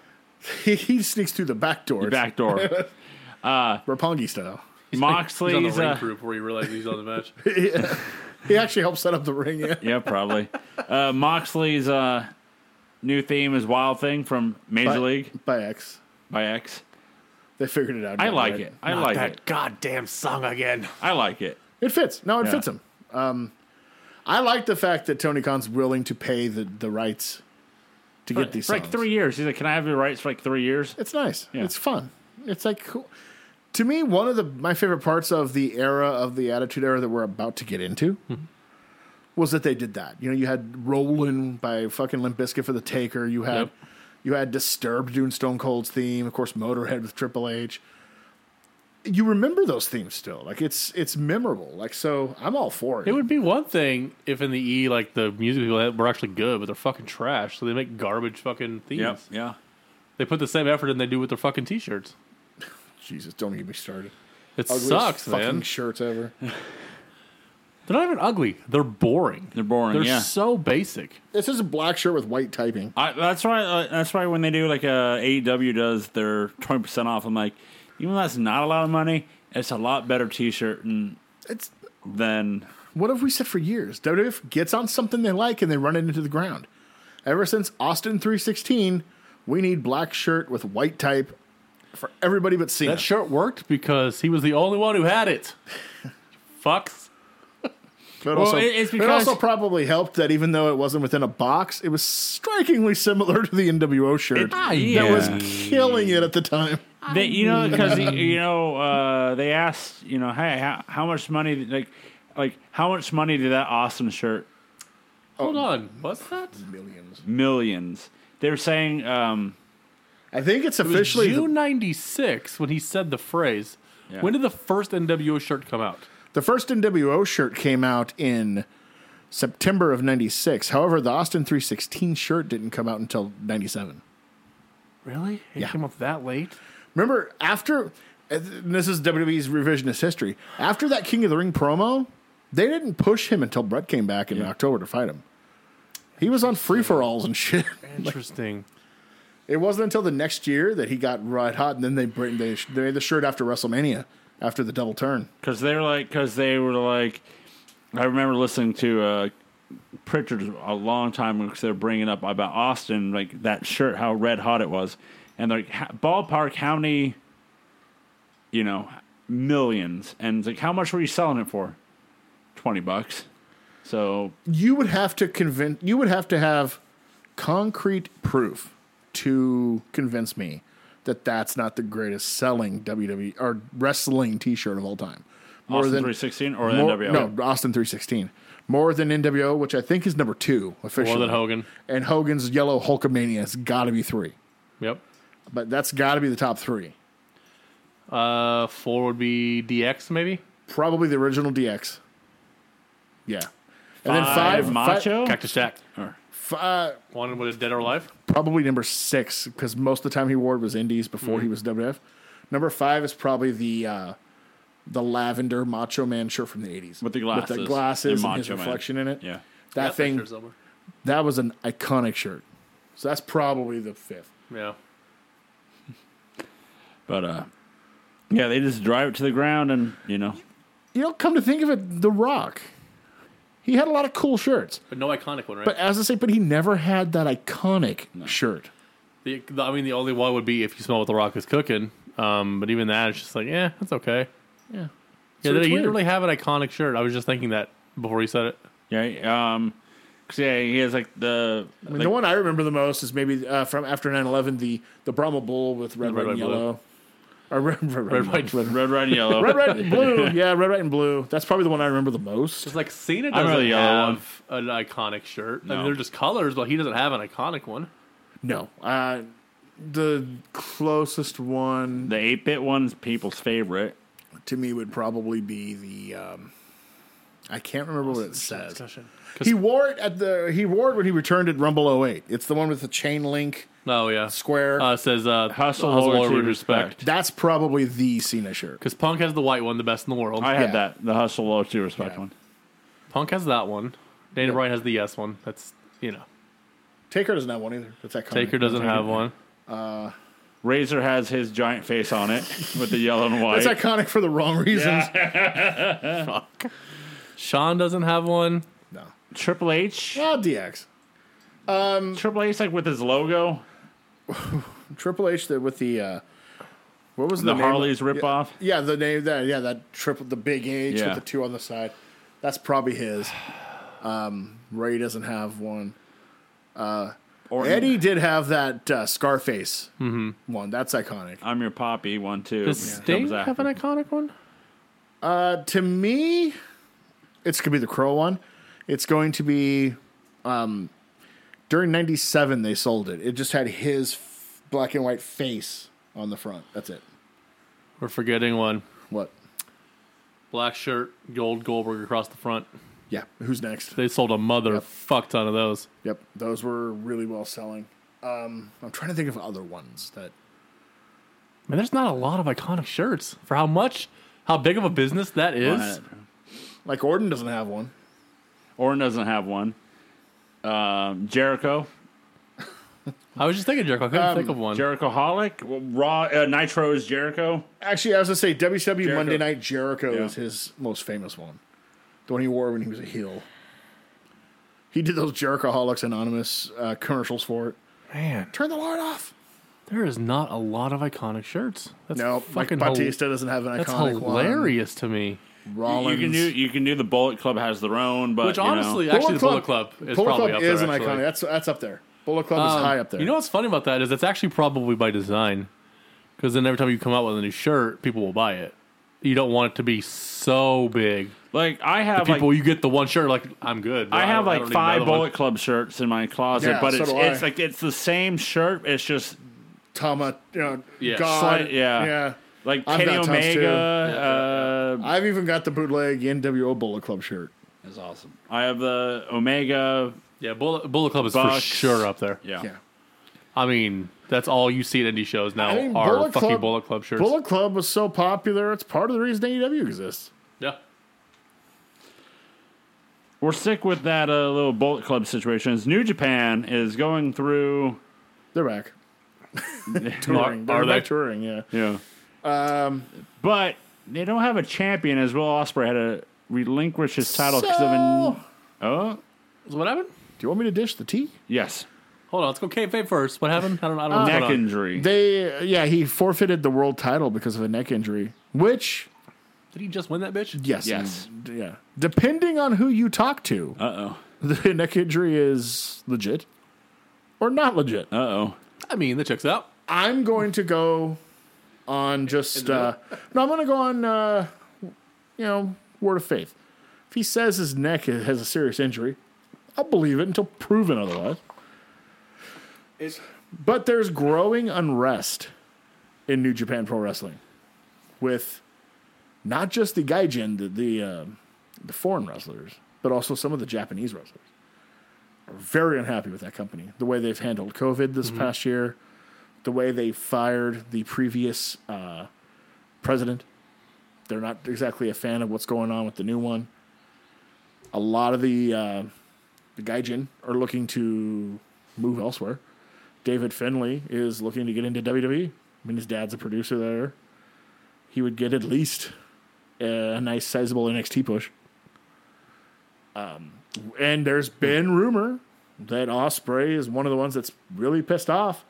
Speaker 2: he sneaks through the back door,
Speaker 1: Back door.
Speaker 2: Rapongi style.
Speaker 3: He's on the
Speaker 1: Moxley's.
Speaker 3: ring
Speaker 1: uh,
Speaker 3: crew before you realize he's on the match.
Speaker 2: He actually helps set up the ring. Yeah,
Speaker 1: yeah, probably. Uh, Moxley's uh, new theme is Wild Thing from Major
Speaker 2: By-
Speaker 1: League
Speaker 2: by X.
Speaker 1: by X.
Speaker 2: They figured it out.
Speaker 1: I
Speaker 2: Never
Speaker 1: like
Speaker 2: mind.
Speaker 1: it. I like
Speaker 3: that
Speaker 1: it.
Speaker 3: goddamn song again.
Speaker 1: I like it.
Speaker 2: It fits. No, it
Speaker 1: Yeah.
Speaker 2: fits him. Um, I like the fact that Tony Khan's willing to pay the, the rights to get these
Speaker 1: for
Speaker 2: songs.
Speaker 1: like three years. He's like, "Can I have the rights for like three years?"
Speaker 2: It's nice.
Speaker 1: Yeah.
Speaker 2: It's fun. It's like cool. To me, one of the my favorite parts of the era of the Attitude Era that we're about to get into
Speaker 1: Mm-hmm.
Speaker 2: was that they did that. You know, you had Rollin' by fucking Limp Bizkit for the Taker. You had
Speaker 3: Yep.
Speaker 2: you had Disturbed doing Stone Cold's theme, of course, Motorhead with Triple H. You remember those themes still. Like it's it's memorable. Like so I'm all for it.
Speaker 3: It would be one thing if in the E, like the music people were actually good, but they're fucking trash. So they make garbage fucking themes.
Speaker 1: Yep. Yeah.
Speaker 3: They put the same effort in they do with their fucking t-shirts.
Speaker 2: Jesus, don't get me started.
Speaker 3: It
Speaker 2: Ugliest
Speaker 3: sucks,
Speaker 2: fucking
Speaker 3: man.
Speaker 2: shirts ever.
Speaker 3: They're not even ugly. They're boring.
Speaker 1: They're boring.
Speaker 3: They're
Speaker 1: yeah.
Speaker 3: so basic.
Speaker 2: this is a black shirt with white typing.
Speaker 1: I, that's why. Uh, that's why when they do like uh, AEW does their twenty percent off, I'm like, even though that's not a lot of money, it's a lot better T-shirt and
Speaker 2: It's
Speaker 1: than
Speaker 2: what have we said for years? WWF gets on something they like and they run it into the ground. Ever since Austin 316, we need black shirt with white type for everybody but Cena.
Speaker 3: That shirt worked because he was the only one who had it. Fucks.
Speaker 2: but
Speaker 1: Well,
Speaker 2: also,
Speaker 1: it- it's
Speaker 2: it
Speaker 1: because-
Speaker 2: also probably helped that even though it wasn't within a box, it was strikingly similar to the NWO shirt.
Speaker 3: Ah,
Speaker 1: yeah.
Speaker 2: It was killing it at the time.
Speaker 1: They, you know, because you know, uh, they asked, you know, hey, how, how much money, like, like how much money did that Austin shirt?
Speaker 2: Oh.
Speaker 3: Hold on. What's that?
Speaker 2: Millions.
Speaker 1: Millions. They were saying, um,
Speaker 2: I think it's
Speaker 3: It was
Speaker 2: officially the,
Speaker 3: June 96 when he said the phrase.
Speaker 1: Yeah.
Speaker 3: When did the first NWO shirt come out?
Speaker 2: the first NWO shirt came out in September of 96. However, the Austin 316 shirt didn't come out until 97.
Speaker 3: Really? It
Speaker 2: Yeah.
Speaker 3: came out that late?
Speaker 2: Remember after and this is WWE's revisionist history. After that King of the Ring promo, they didn't push him until Brett came back in October to fight him. He was on free for alls and shit.
Speaker 3: Interesting.
Speaker 2: It wasn't until the next year that he got right hot, and then they bring they, they made the shirt after WrestleMania, after the double turn.
Speaker 1: because they were like, because they were like, I remember listening to uh, Pritchard a long time because they were bringing up about Austin, like that shirt, how red hot it was, and they're like "Ha- ballpark, how many, you know, millions, and it's like how much were you selling it for? Twenty bucks. So
Speaker 2: You would have to convince. You would have to have concrete proof to convince me that that's not the greatest selling WWE or wrestling T-shirt of all time. More
Speaker 1: Austin
Speaker 2: than-
Speaker 1: three sixteen or
Speaker 2: More-
Speaker 1: NWO.
Speaker 2: No, Austin 316. More than NWO, which I think is number two officially.
Speaker 3: More than Hogan.
Speaker 2: And Hogan's Yellow Hulkamania has got to be three.
Speaker 3: Yep.
Speaker 2: But that's got to be the top three.
Speaker 3: Uh, four would be DX, maybe?
Speaker 2: Probably the original DX. Yeah. And then
Speaker 1: Five,
Speaker 2: five. fi-
Speaker 1: Macho.
Speaker 3: Cactus Jack.
Speaker 2: fi- uh,
Speaker 3: One with a dead or alive?
Speaker 2: probably number six, because most of the time he wore it was Indies before
Speaker 1: Mm.
Speaker 2: he was WF. Number five is probably the uh, the lavender Macho Man shirt from the 80s.
Speaker 1: With the
Speaker 2: With the
Speaker 1: glasses
Speaker 2: glasses and,
Speaker 1: and
Speaker 2: his
Speaker 1: Macho Man.
Speaker 2: reflection in it.
Speaker 1: yeah.
Speaker 2: That
Speaker 3: Got
Speaker 2: thing,
Speaker 3: picture somewhere.
Speaker 2: that was an iconic shirt. So that's probably the fifth.
Speaker 3: Yeah.
Speaker 1: But uh, yeah, they just drive it to the ground, and you know,
Speaker 2: you know, come to think of it, The Rock. He had a lot of cool shirts,
Speaker 3: But no iconic one, right?
Speaker 2: but as I say, but he never had that iconic shirt.
Speaker 3: The, the, I mean, the only one would be if you smell what The Rock is cooking. Um, but even that, it's just like, yeah, that's okay.
Speaker 2: Yeah,
Speaker 3: Yeah,
Speaker 2: So
Speaker 3: they,
Speaker 2: it's
Speaker 3: he
Speaker 2: weird.
Speaker 3: didn't really have an iconic shirt. I was just thinking that before he said it.
Speaker 1: yeah, um, 'cause, yeah, he has like the
Speaker 2: I mean, the one I remember the most is maybe uh, from after 9-11, the the Brahma Bull with red,
Speaker 3: Red,
Speaker 2: white, and
Speaker 3: white, blue.
Speaker 2: yellow, or red, red, red,
Speaker 3: Red, white,
Speaker 2: red,
Speaker 1: red, red, and yellow.
Speaker 2: red, red, and blue. Yeah, red, white, and blue. That's probably the one I remember the most.
Speaker 3: It's like Cena
Speaker 1: I
Speaker 3: doesn't
Speaker 1: remember the yellow
Speaker 3: have an iconic shirt. I
Speaker 1: No.
Speaker 3: mean, they're just colors, but he doesn't have an iconic one.
Speaker 2: No, uh, the closest one
Speaker 1: The eight bit one's people's favorite.
Speaker 2: to me would probably be the. Um, I can't remember what it says.
Speaker 3: Cause,
Speaker 2: He wore it at the he wore it when he returned at Rumble 08. It's the one with the chain link
Speaker 3: oh yeah,
Speaker 2: square.
Speaker 3: uh, it says uh,
Speaker 1: Hustle,
Speaker 3: hustle
Speaker 1: Lord,
Speaker 3: Lord,
Speaker 1: with respect.
Speaker 2: That's probably the Cena shirt.
Speaker 3: Because Punk has the white one, the best in the world.
Speaker 1: I had
Speaker 2: Yeah.
Speaker 1: that the hustle, love, to respect one.
Speaker 3: Punk has that one. Dana Bryan has the yes one. That's you know,
Speaker 2: Taker doesn't have one either. That's that
Speaker 3: Taker doesn't have one.
Speaker 1: Razor has his giant face on it with the yellow and white.
Speaker 2: It's iconic for the wrong reasons.
Speaker 3: Sean doesn't have one.
Speaker 2: No.
Speaker 1: Triple H.
Speaker 2: Well, DX.
Speaker 1: Triple H like with his logo,
Speaker 2: Triple H the, with the uh, what was
Speaker 1: the,
Speaker 2: the, name?
Speaker 1: Harley's ripoff.
Speaker 2: Yeah, the name that yeah that triple the big H
Speaker 1: Yeah.
Speaker 2: with the two on the side. That's probably his. Um, Ray doesn't have one.
Speaker 1: Or
Speaker 2: Eddie did have that uh, Scarface
Speaker 1: Mm-hmm.
Speaker 2: one. That's iconic.
Speaker 1: I'm your poppy one too.
Speaker 3: Does
Speaker 1: comes
Speaker 3: Sting
Speaker 1: after.
Speaker 3: have an iconic one?
Speaker 2: Uh, to me, it's gonna be the Crow one. It's going to be um, during '97 they sold it. It just had his f- black and white face on the front. That's it.
Speaker 3: We're forgetting one.
Speaker 2: What?
Speaker 3: Black shirt, gold Goldberg across the front.
Speaker 2: Yeah. Who's next?
Speaker 3: They sold a mother fuck ton of those.
Speaker 2: Yep, those were really well selling. Um, I'm trying to think of other ones that.
Speaker 3: Man, there's not a lot of iconic shirts for how much, how big of a business that is.
Speaker 1: Uh,
Speaker 2: Like Orton doesn't have one.
Speaker 1: Orton doesn't have one. Um, Jericho,
Speaker 3: I was just thinking, Jericho. I couldn't
Speaker 2: Um,
Speaker 3: think of one.
Speaker 1: Jericho Holic, Raw uh, Nitro's Jericho.
Speaker 2: Actually, I was gonna say WCW Monday Night Jericho
Speaker 1: Yeah.
Speaker 2: is his most famous one, the one he wore when he was a heel. He did those Jerichoholics Anonymous uh, commercials for it.
Speaker 3: Man,
Speaker 2: Turn the light off.
Speaker 3: there is not a lot of iconic shirts. That's
Speaker 2: No, Mike
Speaker 3: fucking hil-
Speaker 2: Batista doesn't have an
Speaker 3: That's
Speaker 2: iconic
Speaker 3: hilarious to
Speaker 2: one.
Speaker 3: me.
Speaker 1: You
Speaker 2: Rollins.
Speaker 1: can do you can do the Bullet Club has their own, but
Speaker 3: Which
Speaker 1: you know.
Speaker 3: honestly,
Speaker 2: Bullet
Speaker 3: actually, the Bullet Club is
Speaker 2: Bullet
Speaker 3: probably
Speaker 2: Club
Speaker 3: up
Speaker 2: is
Speaker 3: there.
Speaker 2: an
Speaker 3: actually.
Speaker 2: iconic. That's that's up there. Bullet Club is
Speaker 3: Um,
Speaker 2: high up there.
Speaker 3: You know what's funny about that is it's actually probably by design, because then every time you come out with a new shirt, people will buy it. You don't want it to be so big.
Speaker 1: like I have like
Speaker 3: People, you get the one shirt, like I'm good.
Speaker 1: I
Speaker 3: don't-
Speaker 1: have
Speaker 3: don't
Speaker 1: like
Speaker 3: need
Speaker 1: five
Speaker 3: another one.
Speaker 1: Bullet Club shirts in my closet,
Speaker 2: Yeah,
Speaker 1: but
Speaker 2: so
Speaker 1: it's
Speaker 2: do
Speaker 1: it's
Speaker 2: I.
Speaker 1: like it's the same shirt. It's just
Speaker 2: Tama, you know,
Speaker 3: Yeah.
Speaker 2: God,
Speaker 1: Slight- yeah.
Speaker 2: yeah.
Speaker 1: like
Speaker 2: I've
Speaker 1: Kenny uh,
Speaker 2: got tons, too.
Speaker 1: Omega. Uh,
Speaker 2: I've even got the bootleg NWO Bullet Club shirt.
Speaker 1: is awesome. I have the Omega.
Speaker 3: Yeah, Bullet, Bullet Club is for
Speaker 1: Bucks.
Speaker 3: sure up there.
Speaker 1: Yeah.
Speaker 2: Yeah.
Speaker 3: I mean, that's all you see at indie shows now
Speaker 2: I mean,
Speaker 3: are
Speaker 2: Bullet
Speaker 3: fucking
Speaker 2: Club-
Speaker 3: Bullet Club shirts.
Speaker 2: Bullet Club was so popular, it's part of the reason AEW exists.
Speaker 3: yeah.
Speaker 1: We're sick with that uh, little Bullet Club situation. Is New Japan is going through.
Speaker 2: They're back.
Speaker 3: Are,
Speaker 2: They're
Speaker 3: are
Speaker 2: back
Speaker 3: they?
Speaker 2: touring, yeah.
Speaker 1: Yeah. Um, but they don't have a champion, as Will Osprey had to relinquish his title because of an.
Speaker 2: So-
Speaker 1: Oh,
Speaker 3: So what happened?
Speaker 2: Do you want me to dish the tea?
Speaker 1: yes.
Speaker 3: Hold on, let's go kayfabe first. What happened? I don't, I don't know. what's
Speaker 1: Neck
Speaker 3: going on.
Speaker 1: injury.
Speaker 2: They, yeah, he forfeited the world title because of a neck injury, which,
Speaker 3: Did he just win that bitch?
Speaker 2: yes.
Speaker 1: Yes.
Speaker 2: d- Yeah. Depending on who you talk to,
Speaker 1: Uh oh.
Speaker 2: the neck injury is legit or not legit.
Speaker 1: Uh oh.
Speaker 3: I mean, that checks out.
Speaker 2: I'm going to go on just uh, no. I'm going to go on uh, you know word of faith. If he says his neck has a serious injury, I'll believe it until proven otherwise. but there's growing unrest in New Japan Pro Wrestling with not just the gaijin, the the, uh, the foreign wrestlers, but also some of the Japanese wrestlers are very unhappy with that company. The way they've handled COVID this past year, the way they fired the previous uh, president. They're not exactly a fan of what's going on with the new one. A lot of the uh, the gaijin are looking to move elsewhere. David Finley is looking to get into WWE. I mean, his dad's a producer there. He would get at least a nice, sizable NXT push. Um, and there's been rumor that Osprey is one of the ones that's really pissed off.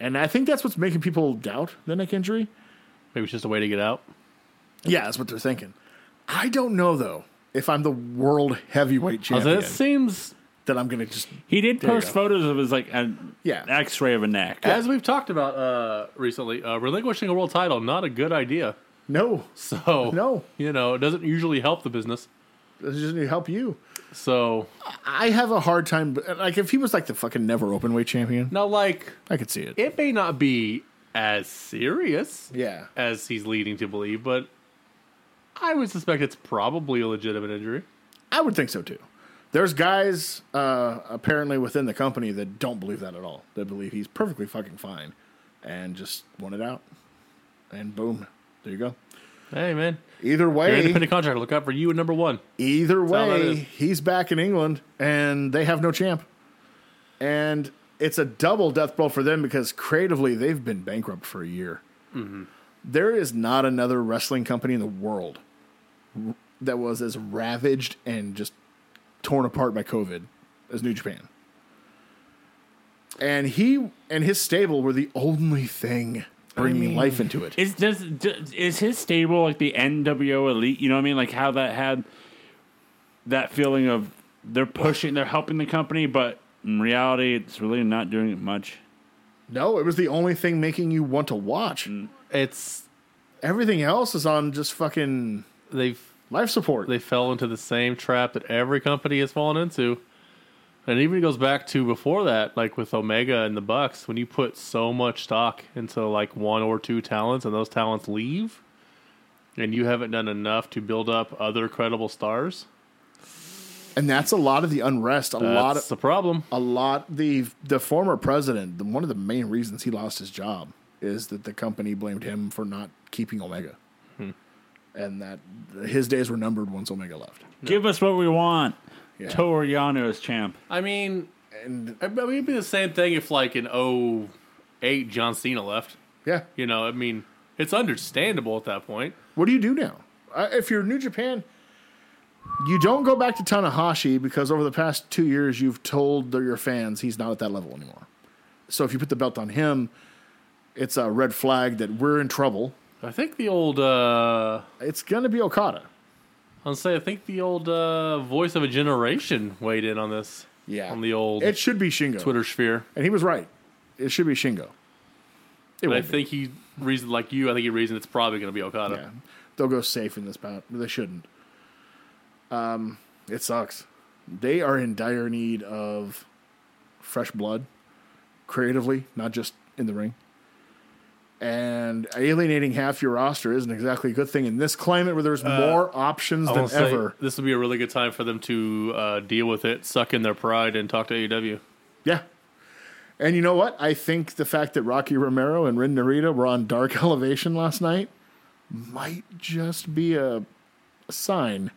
Speaker 2: And I think that's what's making people doubt the neck injury.
Speaker 3: Maybe it's just a way to get out.
Speaker 2: Yeah, that's what they're thinking. I don't know though if I'm the world heavyweight
Speaker 3: I said,
Speaker 2: champion
Speaker 3: it seems,
Speaker 2: that I'm gonna just
Speaker 1: He did
Speaker 2: you
Speaker 1: post
Speaker 2: go.
Speaker 1: photos of his like an
Speaker 2: Yeah.
Speaker 1: X-ray of a neck.
Speaker 3: as we've talked about uh, recently, uh, relinquishing a world title not a good idea.
Speaker 2: no,
Speaker 3: So
Speaker 2: No.
Speaker 3: you know, it doesn't usually help the business.
Speaker 2: this is to help you.
Speaker 3: So
Speaker 2: I have a hard time like if he was like the fucking never open weight champion,
Speaker 3: now, like,
Speaker 2: I could see it.
Speaker 3: it may not be as serious
Speaker 2: Yeah,
Speaker 3: as he's leading to believe, but I would suspect it's probably a legitimate injury.
Speaker 2: I would think so too. There's guys uh, apparently within the company that don't believe that at all. They believe he's perfectly fucking fine and just want it out. And boom, there you go.
Speaker 3: Hey, man,
Speaker 2: Either
Speaker 3: you're an
Speaker 2: way,
Speaker 3: independent contractor. Look out for you at number one.
Speaker 2: Either
Speaker 3: all that
Speaker 2: way,
Speaker 3: is.
Speaker 2: he's back in England and they have no champ. And it's a double death blow for them because creatively they've been bankrupt for a year.
Speaker 3: Mm-hmm.
Speaker 2: There is not another wrestling company in the world r- that was as ravaged and just torn apart by COVID as New Japan. And he and his stable were the only thing bringing life into it.
Speaker 1: Is does d- is his stable like the NWO elite? You know what I mean? Like how that had that feeling of they're pushing, they're helping the company, but in reality, it's really not doing much.
Speaker 2: No, it was the only thing making you want to watch.
Speaker 3: Mm-hmm. It's
Speaker 2: Everything else is on just fucking
Speaker 3: they've
Speaker 2: life support.
Speaker 3: they fell into the same trap that every company has fallen into. And it even goes back to before that, like with Omega and the Bucks, when you put so much stock into like one or two talents and those talents leave and you haven't done enough to build up other credible stars,
Speaker 2: and that's a lot of the unrest. A
Speaker 3: that's
Speaker 2: lot of
Speaker 3: the problem.
Speaker 2: a lot the the former president. the- One of the main reasons he lost his job is that the company blamed him for not keeping Omega,
Speaker 3: Hmm.
Speaker 2: and that his days were numbered once Omega left.
Speaker 1: Give us what we want.
Speaker 2: Yeah.
Speaker 1: Toru Yano is champ.
Speaker 3: I mean,
Speaker 2: And
Speaker 3: I mean, it'd be the same thing if like in 08 John Cena left.
Speaker 2: yeah,
Speaker 3: You know, I mean, it's understandable at that point.
Speaker 2: what do you do now? I, if you're New Japan, you don't go back to Tanahashi because over the past two years you've told the- your fans he's not at that level anymore. So if you put the belt on him, it's a red flag that we're in trouble.
Speaker 3: I think the old uh
Speaker 2: It's gonna be Okada.
Speaker 3: I'll say I think the old uh, voice of a generation weighed in on this.
Speaker 2: Yeah.
Speaker 3: on the old
Speaker 2: It should be Shingo.
Speaker 3: Twitter sphere.
Speaker 2: And he was right. It should be Shingo. It
Speaker 3: But I
Speaker 2: won't be.
Speaker 3: think he reasoned like you. I think he reasoned it's probably going to be Okada.
Speaker 2: Yeah. They'll go safe in this bout. but They shouldn't. Um, it sucks. They are in dire need of fresh blood, creatively, not just in the ring. And alienating half your roster isn't exactly a good thing in this climate where there's more options
Speaker 3: I'll
Speaker 2: than
Speaker 3: say
Speaker 2: ever.
Speaker 3: This would be a really good time for them to uh, deal with it, suck in their pride, and talk to E AEW.
Speaker 2: Yeah. And you know what? I think the fact that Rocky Romero and Rin Narita were on Dark Elevation last night might just be a, a sign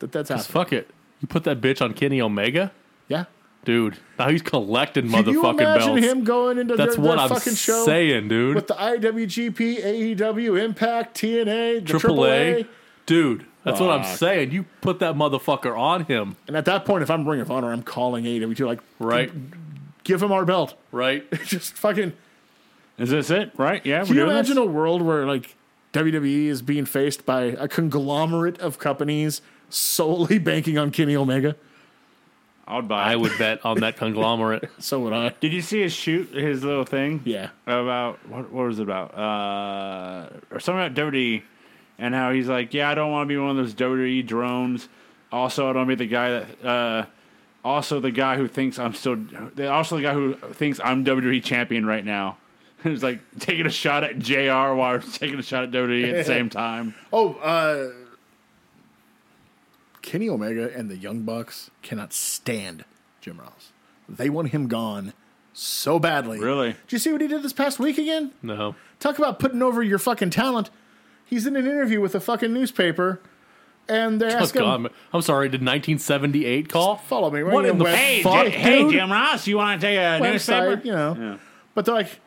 Speaker 2: that that's happening.
Speaker 3: Fuck it. You put that bitch on Kenny Omega,
Speaker 2: yeah.
Speaker 3: dude. Now he's collecting
Speaker 2: Can you
Speaker 3: motherfucking
Speaker 2: imagine
Speaker 3: belts.
Speaker 2: him going into
Speaker 3: That's
Speaker 2: their,
Speaker 3: what
Speaker 2: their
Speaker 3: I'm
Speaker 2: fucking show
Speaker 3: saying, dude.
Speaker 2: with the IWGP, AEW, E Impact, TNA, the AAA.
Speaker 3: AAA, dude. That's what I'm saying. You put that motherfucker on him,
Speaker 2: And at that point, if I'm Ring of Honor, I'm calling E AEW too. Like,
Speaker 3: right?
Speaker 2: give him our belt.
Speaker 3: Right.
Speaker 2: just fucking.
Speaker 1: Is this it? Right? Yeah.
Speaker 2: Can you imagine a world where like WWE is being faced by a conglomerate of companies solely banking on Kenny Omega?
Speaker 1: I would buy.
Speaker 3: I
Speaker 1: it.
Speaker 3: would bet on that conglomerate.
Speaker 2: So would I.
Speaker 1: Did you see his shoot? His little thing.
Speaker 2: Yeah.
Speaker 1: about what, what was it about? Uh, or something about WWE and how he's like, yeah, I don't want to be one of those WWE drones. Also, I don't want to be the guy that. Uh, also, the guy who thinks I'm still. Also, the guy who thinks I'm WWE champion right now. It's like taking a shot at JR while taking a shot at WWE at the same time.
Speaker 2: Oh, uh Kenny Omega and the Young Bucks cannot stand Jim Ross. They want him gone so badly.
Speaker 1: Really?
Speaker 2: Did you see what he did this past week again?
Speaker 3: No.
Speaker 2: Talk about putting over your fucking talent. He's in an interview with a fucking newspaper and they're
Speaker 3: Oh,
Speaker 2: asking
Speaker 3: God, I'm- I'm sorry. Did 1978 call?
Speaker 2: follow me.
Speaker 3: What in the
Speaker 2: web-
Speaker 1: Hey,
Speaker 3: Fuck,
Speaker 1: J- hey,
Speaker 3: dude.
Speaker 1: Jim Ross, you want to take a newspaper?
Speaker 2: website, you know. But they're like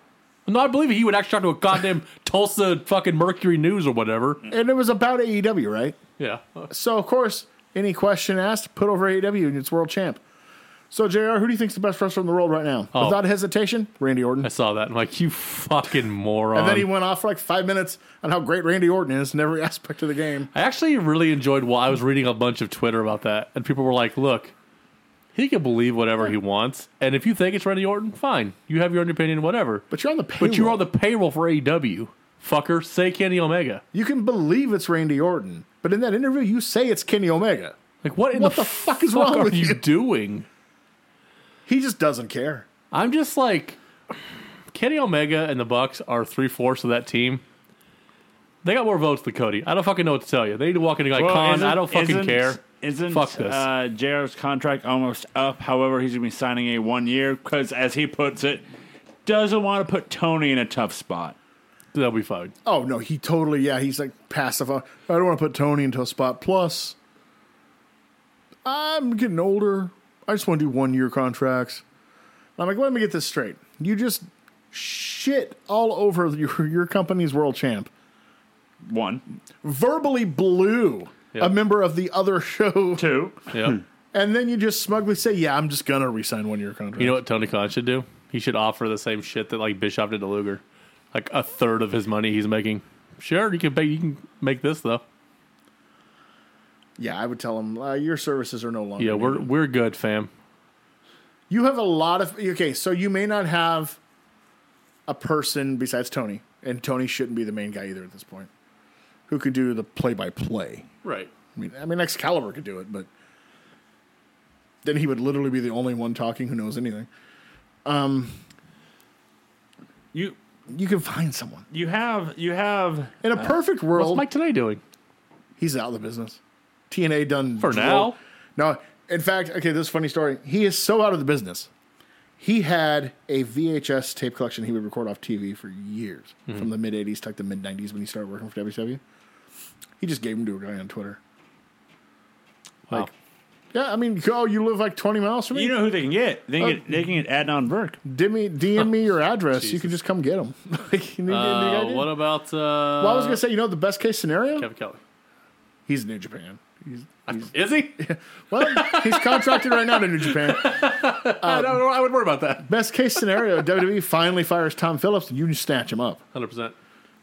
Speaker 3: No, I believe he would actually talk to a goddamn Tulsa fucking Mercury News or whatever.
Speaker 2: and it was about AEW, right?
Speaker 3: Yeah.
Speaker 2: So of course, any question asked, put over AEW and it's world champ. So Jr., who do you think's the best wrestler in the world right now?
Speaker 3: Oh.
Speaker 2: Without hesitation, Randy Orton.
Speaker 3: I saw that. I'm like, you fucking moron.
Speaker 2: And then he went off for like five minutes on how great Randy Orton is in every aspect of the game.
Speaker 3: I actually really enjoyed while I was reading a bunch of Twitter about that, and people were like, look, he can believe whatever he wants. And if you think it's Randy Orton, fine. You have your own opinion, whatever.
Speaker 2: But you're on the payroll.
Speaker 3: But you're on the payroll for AEW. Fucker, say Kenny Omega.
Speaker 2: You can believe it's Randy Orton, but in that interview, you say it's Kenny Omega.
Speaker 3: Like, what in
Speaker 2: What
Speaker 3: the,
Speaker 2: the fuck is wrong
Speaker 3: are
Speaker 2: with you?
Speaker 3: you doing?
Speaker 2: He just doesn't care.
Speaker 3: I'm just like Kenny Omega and the Bucks are three fourths of that team. They got more votes than Cody. I don't fucking know what to tell you. They need to walk into like
Speaker 1: Well,
Speaker 3: con.
Speaker 1: isn't-
Speaker 3: I don't fucking
Speaker 1: isn't-
Speaker 3: care.
Speaker 1: Isn't
Speaker 3: Fuck this.
Speaker 1: Uh, JR's contract almost up? However, he's going to be signing a one year because, as he puts it, doesn't want to put Tony in a tough spot.
Speaker 3: They'll be fine.
Speaker 2: Oh no, he totally yeah. He's like passive. I don't want to put Tony into a spot. Plus, I'm getting older. I just want to do one year contracts. I'm like, let me get this straight. You just shit all over your, your company's world champ.
Speaker 1: One,
Speaker 2: Verbally blew a
Speaker 3: Yep.
Speaker 2: member of the other show,
Speaker 1: two.
Speaker 3: Yeah.
Speaker 2: and then you just smugly say, "Yeah, I'm just gonna resign one year contract."
Speaker 3: You know what Tony Khan should do? He should offer the same shit that like Bischoff did to Luger, like a third of his money he's making. Sure, you can pay, you can make this though.
Speaker 2: yeah, I would tell him uh, your services are no longer.
Speaker 3: Yeah, we're we're good, fam.
Speaker 2: You have a lot of okay, so you may not have a person besides Tony, and Tony shouldn't be the main guy either at this point, who could do the play by play.
Speaker 3: Right.
Speaker 2: I mean, I mean Excalibur could do it, but then he would literally be the only one talking who knows anything.
Speaker 1: You
Speaker 2: You can find someone
Speaker 1: you have you have
Speaker 2: in a perfect
Speaker 3: Uh, What's
Speaker 2: world.
Speaker 3: Mike today doing?
Speaker 2: he's out of the business. TNA done
Speaker 3: For
Speaker 2: drove-
Speaker 3: now.
Speaker 2: No, in fact, okay, this is a funny story. He is so out of the business. He had a VHS tape collection he would record off TV for years,
Speaker 3: Mm-hmm.
Speaker 2: from the mid '80s to like the mid '90s when he started working for WCW. He just gave them to a guy on Twitter.
Speaker 3: Wow.
Speaker 2: Yeah, I mean, oh, you live like 20 miles from me.
Speaker 1: you know who they can get. They can
Speaker 3: Oh.
Speaker 1: get they can get Adnan Burke.
Speaker 2: DM me, DM me your address. You can just come get them. like, you need, you need
Speaker 3: Uh,
Speaker 2: idea?
Speaker 3: what about? Uh,
Speaker 2: well, I was gonna say, you know, the best case scenario,
Speaker 3: Kevin Kelly.
Speaker 2: he's New Japan. He's,
Speaker 3: Is he?
Speaker 2: well, he's contracted right now to New Japan.
Speaker 3: I don't know. I would worry about that.
Speaker 2: Best case scenario, WWE finally fires Tom Phillips and you just snatch him up.
Speaker 3: Hundred percent.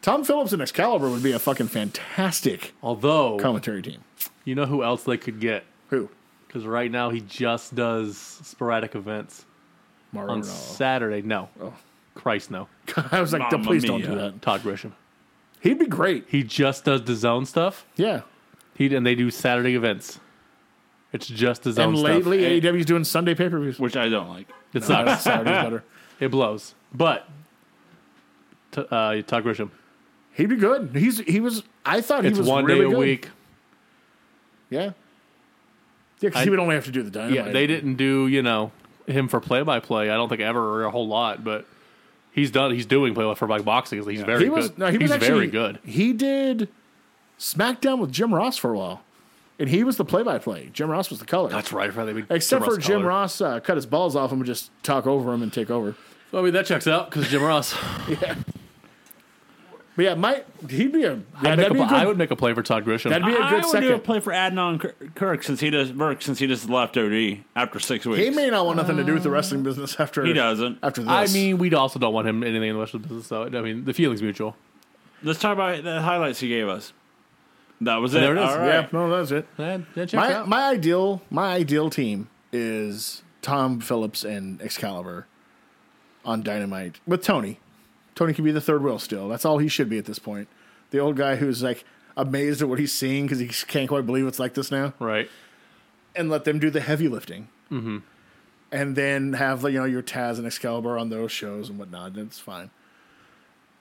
Speaker 2: Tom Phillips and Excalibur would be a fucking fantastic
Speaker 3: Although
Speaker 2: commentary team.
Speaker 3: you know who else they could get
Speaker 2: Who?
Speaker 3: because right now he just does sporadic events
Speaker 2: Mauro.
Speaker 3: on Saturday. No, Christ, no.
Speaker 2: I was like,
Speaker 1: Mamma
Speaker 2: please don't do
Speaker 1: mia.
Speaker 2: that.
Speaker 3: Todd Grisham.
Speaker 2: He'd be great.
Speaker 3: He just does the zone stuff.
Speaker 2: Yeah.
Speaker 3: He and they do Saturday events. It's just his own
Speaker 2: and
Speaker 3: stuff.
Speaker 2: lately, AEW's doing Sunday pay per views.
Speaker 1: which I don't like.
Speaker 3: it sucks.
Speaker 2: Saturday's better.
Speaker 3: it blows. But t- uh, Todd Grisham.
Speaker 2: He'd be good. He's he was. I thought he
Speaker 3: It's
Speaker 2: was
Speaker 3: one
Speaker 2: really
Speaker 3: day a
Speaker 2: good.
Speaker 3: week.
Speaker 2: Yeah. Yeah, because he
Speaker 3: I-
Speaker 2: would only have to do the dynamite.
Speaker 3: Yeah, they didn't do you know him for play by play. I don't think ever or a whole lot, but he's done. He's doing play for like boxing. He's very
Speaker 2: He was
Speaker 3: good.
Speaker 2: no, he was
Speaker 3: he's
Speaker 2: actually,
Speaker 3: very good.
Speaker 2: He did SmackDown with Jim Ross for a while, and he was the play-by-play. Jim Ross was the color.
Speaker 3: That's right. Right. They made
Speaker 2: Except for Jim
Speaker 3: Collar.
Speaker 2: Ross uh, cut his balls off and would just talk over him and take over.
Speaker 3: Well, I mean that checks out because Jim Ross.
Speaker 2: But yeah, Mike, he'd be a.
Speaker 3: I'd
Speaker 2: that'd
Speaker 3: make a,
Speaker 2: be a good-
Speaker 3: I would make a play for Todd Grisham.
Speaker 2: That'd be a
Speaker 1: I
Speaker 2: good
Speaker 1: would
Speaker 2: second.
Speaker 1: do a play for Adnan Kir- Kirk since he does Burke since he just left OD after six weeks.
Speaker 2: he may not want nothing to do with the wrestling business after
Speaker 1: He doesn't.
Speaker 2: After this,
Speaker 3: Um, I mean, we also don't want him anything in the wrestling business. So I mean, the feeling's mutual.
Speaker 1: Let's talk about the highlights he gave us. That was it.
Speaker 3: There it is.
Speaker 1: All
Speaker 2: yeah,
Speaker 1: right.
Speaker 2: no, that's it.
Speaker 3: That, that checks
Speaker 2: My
Speaker 3: out.
Speaker 2: my ideal my ideal team is Tom Phillips and Excalibur on Dynamite with Tony. Tony can be the third wheel still. That's all he should be at this point. The old guy who's like amazed at what he's seeing because he can't quite believe it's like this now.
Speaker 3: right.
Speaker 2: and let them do the heavy lifting. Mm-hmm. And then have you know your Taz and Excalibur on those shows and whatnot. And it's fine.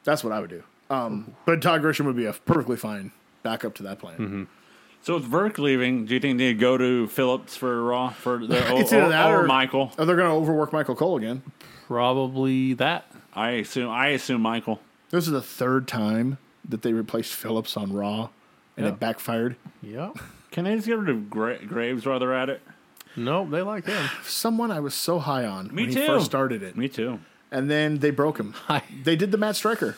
Speaker 2: That's what I would do. Um, but Todd Grisham would be a perfectly fine backup to that plan.
Speaker 1: Mm-hmm. So with Burke leaving, do you think they go to Phillips for Raw for the or,
Speaker 2: It's either
Speaker 1: or-
Speaker 2: that
Speaker 1: or
Speaker 2: or-
Speaker 1: Michael?
Speaker 2: Oh, they're going to overwork Michael Cole again.
Speaker 3: Probably that.
Speaker 1: I assume. I assume Michael.
Speaker 2: This is the third time that they replaced Phillips on Raw, and it backfired.
Speaker 3: Yeah.
Speaker 1: Can they just get rid of Gra- Graves while they're at it?
Speaker 3: no, they like him.
Speaker 2: Someone I was so high on
Speaker 1: Me
Speaker 2: when
Speaker 1: too.
Speaker 2: he first started it,
Speaker 1: Me too.
Speaker 2: and then they broke him.
Speaker 3: I,
Speaker 2: They did the Matt Striker.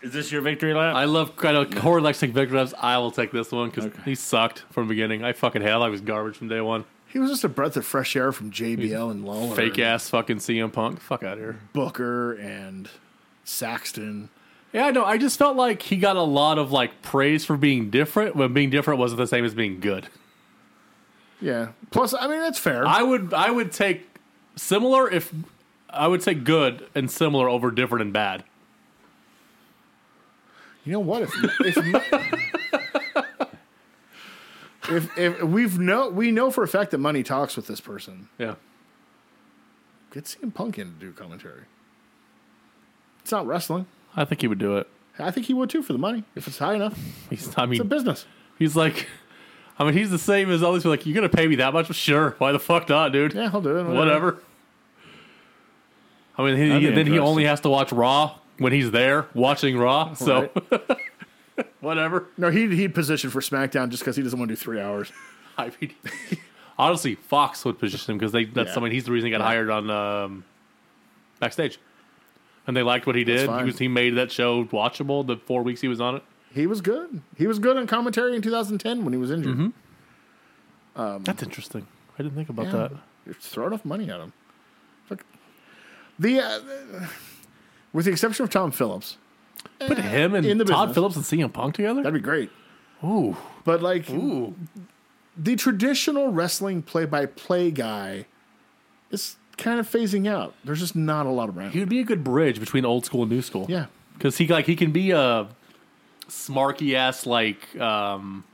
Speaker 1: Is this your victory lap?
Speaker 3: I love I know horror likes to take victory laps. I will take this one because
Speaker 1: Okay.
Speaker 3: he sucked from the beginning. I fucking hell, I was garbage from day one.
Speaker 2: He was just a breath of fresh air from JBL and Lawler,
Speaker 3: Fake ass fucking CM Punk. Fuck out here.
Speaker 2: Booker and Saxton.
Speaker 3: Yeah, I know. I just felt like he got a lot of like praise for being different when being different wasn't the same as being good.
Speaker 2: Yeah. Plus, I mean, that's fair.
Speaker 3: I would I would take similar if I would say good and similar over different and bad.
Speaker 2: you know what? If if, if if we've know we know for a fact that money talks with this person,
Speaker 3: Yeah.
Speaker 2: get CM Punk in to do commentary. It's not wrestling.
Speaker 3: I think he would do it.
Speaker 2: I think he would too for the money if it's high enough.
Speaker 3: He's I
Speaker 2: It's a
Speaker 3: mean
Speaker 2: business.
Speaker 3: he's like I mean he's the same as all these people like, you're gonna pay me that much? Sure. Why the fuck not, dude?
Speaker 2: Yeah, he'll do it.
Speaker 3: Whatever. I mean he,
Speaker 1: That'd be
Speaker 3: then he only
Speaker 1: interesting.
Speaker 3: has to watch Raw when he's there watching Raw. So whatever.
Speaker 2: No, he he'd position for SmackDown just because he doesn't want to do three hours.
Speaker 3: I mean Honestly, Fox would position him because they that's
Speaker 2: Yeah.
Speaker 3: something he's the reason he got
Speaker 2: Yeah.
Speaker 3: hired on um, backstage, and they liked what he did. He,
Speaker 2: fine.
Speaker 3: was, he made that show watchable the four weeks he was on it.
Speaker 2: He was good. He was good on commentary in 2010 when he was
Speaker 3: Mm-hmm.
Speaker 2: injured.
Speaker 3: That's interesting. I didn't think about
Speaker 2: Um, Yeah.
Speaker 3: that.
Speaker 2: You're throwing off money at him. Fuck. The uh, with the exception of Tom Phillips,
Speaker 3: Put him and
Speaker 2: Eh, in the
Speaker 3: Todd
Speaker 2: business.
Speaker 3: Phillips and CM Punk together.
Speaker 2: that'd be great.
Speaker 3: Ooh,
Speaker 2: But like the traditional wrestling play-by-play guy is kind of phasing out. There's just not a lot around.
Speaker 3: he'd be a good bridge between old school and new school.
Speaker 2: yeah,
Speaker 3: because he like he can be a smarky ass like um,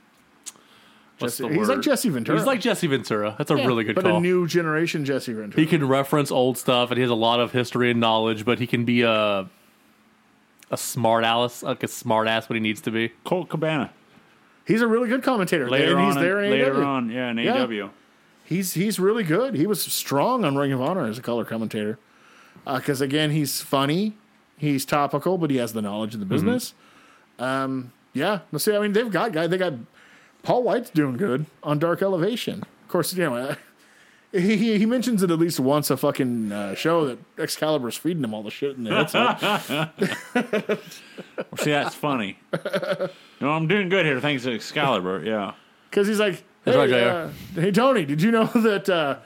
Speaker 3: what's
Speaker 2: Jesse-
Speaker 3: the
Speaker 2: he's like
Speaker 3: word?
Speaker 2: Jesse Ventura.
Speaker 3: He's like Jesse Ventura. That's a really good
Speaker 2: but
Speaker 3: call.
Speaker 2: a new generation Jesse Ventura.
Speaker 3: he can reference old stuff, and he has a lot of history and knowledge. But he can be a a smart Alice, like a smart ass when he needs to be.
Speaker 1: Colt Cabana.
Speaker 2: he's a really good commentator.
Speaker 1: Later
Speaker 2: and
Speaker 1: on,
Speaker 2: he's
Speaker 1: in-
Speaker 2: there in
Speaker 1: later
Speaker 2: AEW.
Speaker 1: on, yeah, in
Speaker 2: Yeah.
Speaker 1: AEW.
Speaker 2: He's he's really good. He was strong on Ring of Honor as a color commentator. Because again, he's funny, he's topical, but he has the knowledge of the business. Um, yeah, let's see. I mean, they've got guy. They got Paul White's doing good on Dark Elevation. Of course, you know uh, he he, he mentions it at least once a fucking uh, show that Excalibur's feeding him all the shit in the headset.
Speaker 1: Well, see, that's funny. no, I'm doing good here, thanks to Excalibur. Yeah,
Speaker 2: Because he's like, hey,
Speaker 3: That's right, JR.
Speaker 2: uh, hey, Tony, did you know that uh,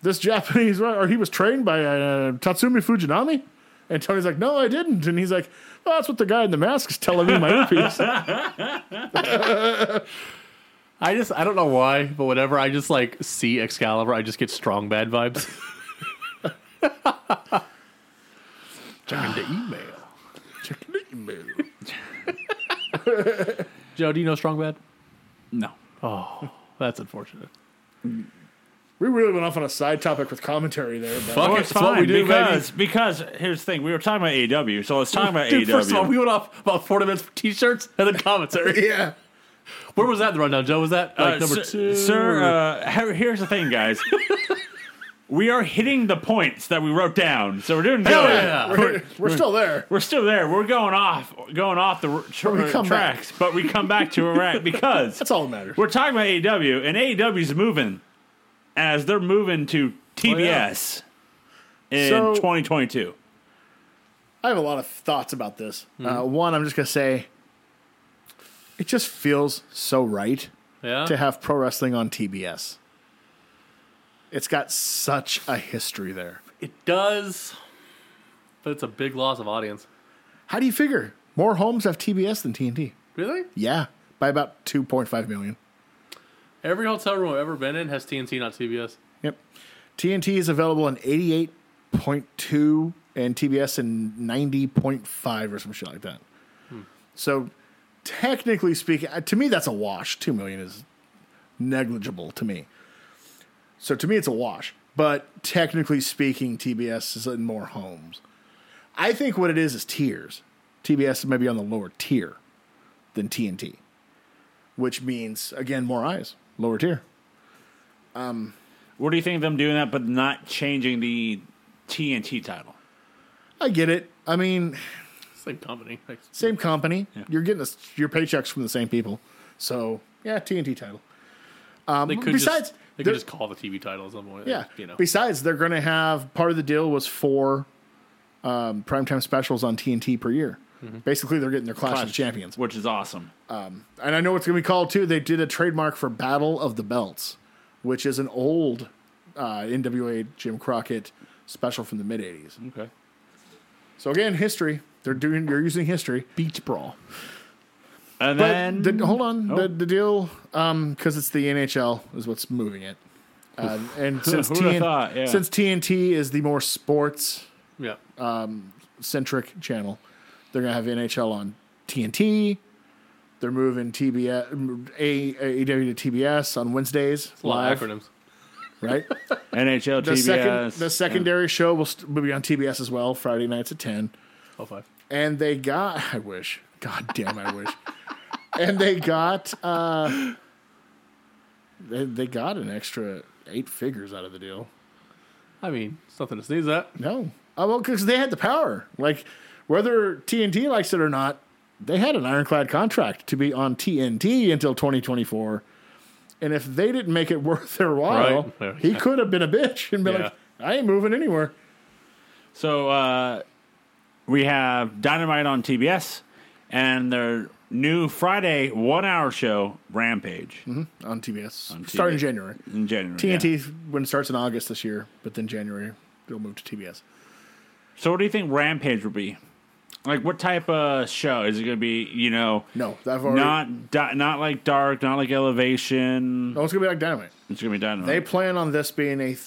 Speaker 2: this Japanese wri- or he was trained by uh, Tatsumi Fujinami? And Tony's like, no, I didn't. And he's like, well, that's what the guy in the mask is telling me in my earpiece.
Speaker 3: I just I don't know why, but whenever I just like see Excalibur, I just get strong bad vibes. Checking the email. Joe, do you know strong bad?
Speaker 1: no,
Speaker 3: That's unfortunate.
Speaker 2: we really went off on a side topic with commentary there. But
Speaker 3: Fuck
Speaker 1: Well,
Speaker 3: it,
Speaker 1: it's
Speaker 3: it's what
Speaker 1: fine
Speaker 3: we do,
Speaker 1: because because here's the thing: we were talking about AEW, so let's talk about
Speaker 3: Dude,
Speaker 1: AEW.
Speaker 3: first of all, we went off about forty minutes for t-shirts and then commentary.
Speaker 2: Yeah.
Speaker 3: Where was that in the rundown, Joe? Was that like
Speaker 1: Uh,
Speaker 3: number
Speaker 1: sir,
Speaker 3: two?
Speaker 1: Sir, uh, he- here's the thing, guys. we are hitting the points that we wrote down, so we're doing good.
Speaker 3: Hell Oh, yeah.
Speaker 2: We're, we're still there.
Speaker 1: We're still there. We're going off, going off the r- tr-
Speaker 2: we come back.
Speaker 1: tracks, but we come back to Iraq because
Speaker 2: That's all that matters.
Speaker 1: we're talking about AEW, and AEW's moving as they're moving to
Speaker 3: Oh,
Speaker 1: TBS in
Speaker 2: So-
Speaker 1: 2022.
Speaker 2: I have a lot of thoughts about this.
Speaker 3: Hmm.
Speaker 2: Uh, one, I'm just going to say it just feels so right
Speaker 3: yeah.
Speaker 2: to have pro wrestling on TBS. It's got such a history there.
Speaker 3: It does, but it's a big loss of audience.
Speaker 2: How do you figure? More homes have TBS than TNT.
Speaker 3: Really?
Speaker 2: Yeah, by about 2.5 million.
Speaker 3: Every hotel room I've ever been in has TNT, not CBS.
Speaker 2: Yep. TNT is available in 88.2 and TBS in 90.5 or some shit like that. So, technically speaking, uh, to me, that's a wash. 2 million is negligible to me. So, to me, it's a wash. But technically speaking, TBS is in more homes. I think what it is is tiers. TBS is maybe on the lower tier than TNT, which means, again, more eyes, lower tier.
Speaker 1: What do you think of them doing that, but not changing the TNT title?
Speaker 2: I get it. I mean,
Speaker 3: Same company. Like,
Speaker 2: same company. You're getting a, your paychecks from the same people. So yeah, TNT title.
Speaker 3: they could
Speaker 2: besides,
Speaker 3: just, they could
Speaker 2: there-
Speaker 3: just call the TV title at some point.
Speaker 2: Yeah.
Speaker 3: you know.
Speaker 2: Besides, they're going to have part of the deal was four um, primetime specials on TNT per year.
Speaker 3: Mm-hmm.
Speaker 2: Basically, they're getting their Clash, of Champions,
Speaker 1: which is awesome.
Speaker 2: and I know it's going to be called too. They did a trademark for Battle of the Belts, which is an old uh, NWA Jim Crockett special from the mid '80s.
Speaker 1: Okay.
Speaker 2: So again, history. They're doing. They're using history.
Speaker 3: Beach brawl.
Speaker 1: And
Speaker 2: But
Speaker 1: then
Speaker 2: the, hold on,
Speaker 1: Oh.
Speaker 2: the, the deal, because it's the NHL is what's moving it, uh, and since,
Speaker 1: Who would've
Speaker 2: TN-
Speaker 1: thought, yeah.
Speaker 2: since TNT is the more sports
Speaker 3: Yeah.
Speaker 2: Uh, centric channel, they're gonna have NHL on TNT. They're moving TBS, A- AEW to TBS on Wednesdays
Speaker 3: a lot
Speaker 2: live,
Speaker 3: of acronyms.
Speaker 2: right?
Speaker 1: NHL,
Speaker 2: The
Speaker 1: TBS,
Speaker 2: second, the secondary show will, st- will be on TBS as well, Friday nights at ten.
Speaker 3: Oh five.
Speaker 2: and they got I wish. God damn I wish. and they got uh they, they got an extra eight figures out of the deal.
Speaker 3: I mean, it's nothing to sneeze at.
Speaker 2: No. Oh well because they had the power. Like whether TNT likes it or not, they had an ironclad contract to be on TNT until twenty twenty four. And if they didn't make it worth their while,
Speaker 3: Right.
Speaker 2: he could have been a bitch and been like, I ain't moving anywhere.
Speaker 1: So uh, we have Dynamite on TBS and their new Friday one hour show, Rampage,
Speaker 2: On TBS.
Speaker 1: TV.
Speaker 2: Starting January.
Speaker 1: in January. yeah.
Speaker 2: TNT when it starts in August this year, but then January it'll move to TBS.
Speaker 1: So what do you think Rampage will be? Like what type of show is it going to be? You know,
Speaker 2: No, I've already.
Speaker 1: not di- not like Dark, not like Elevation.
Speaker 2: no, it's gonna be like Dynamite.
Speaker 1: It's going to be Dynamite.
Speaker 2: They plan on this being a th-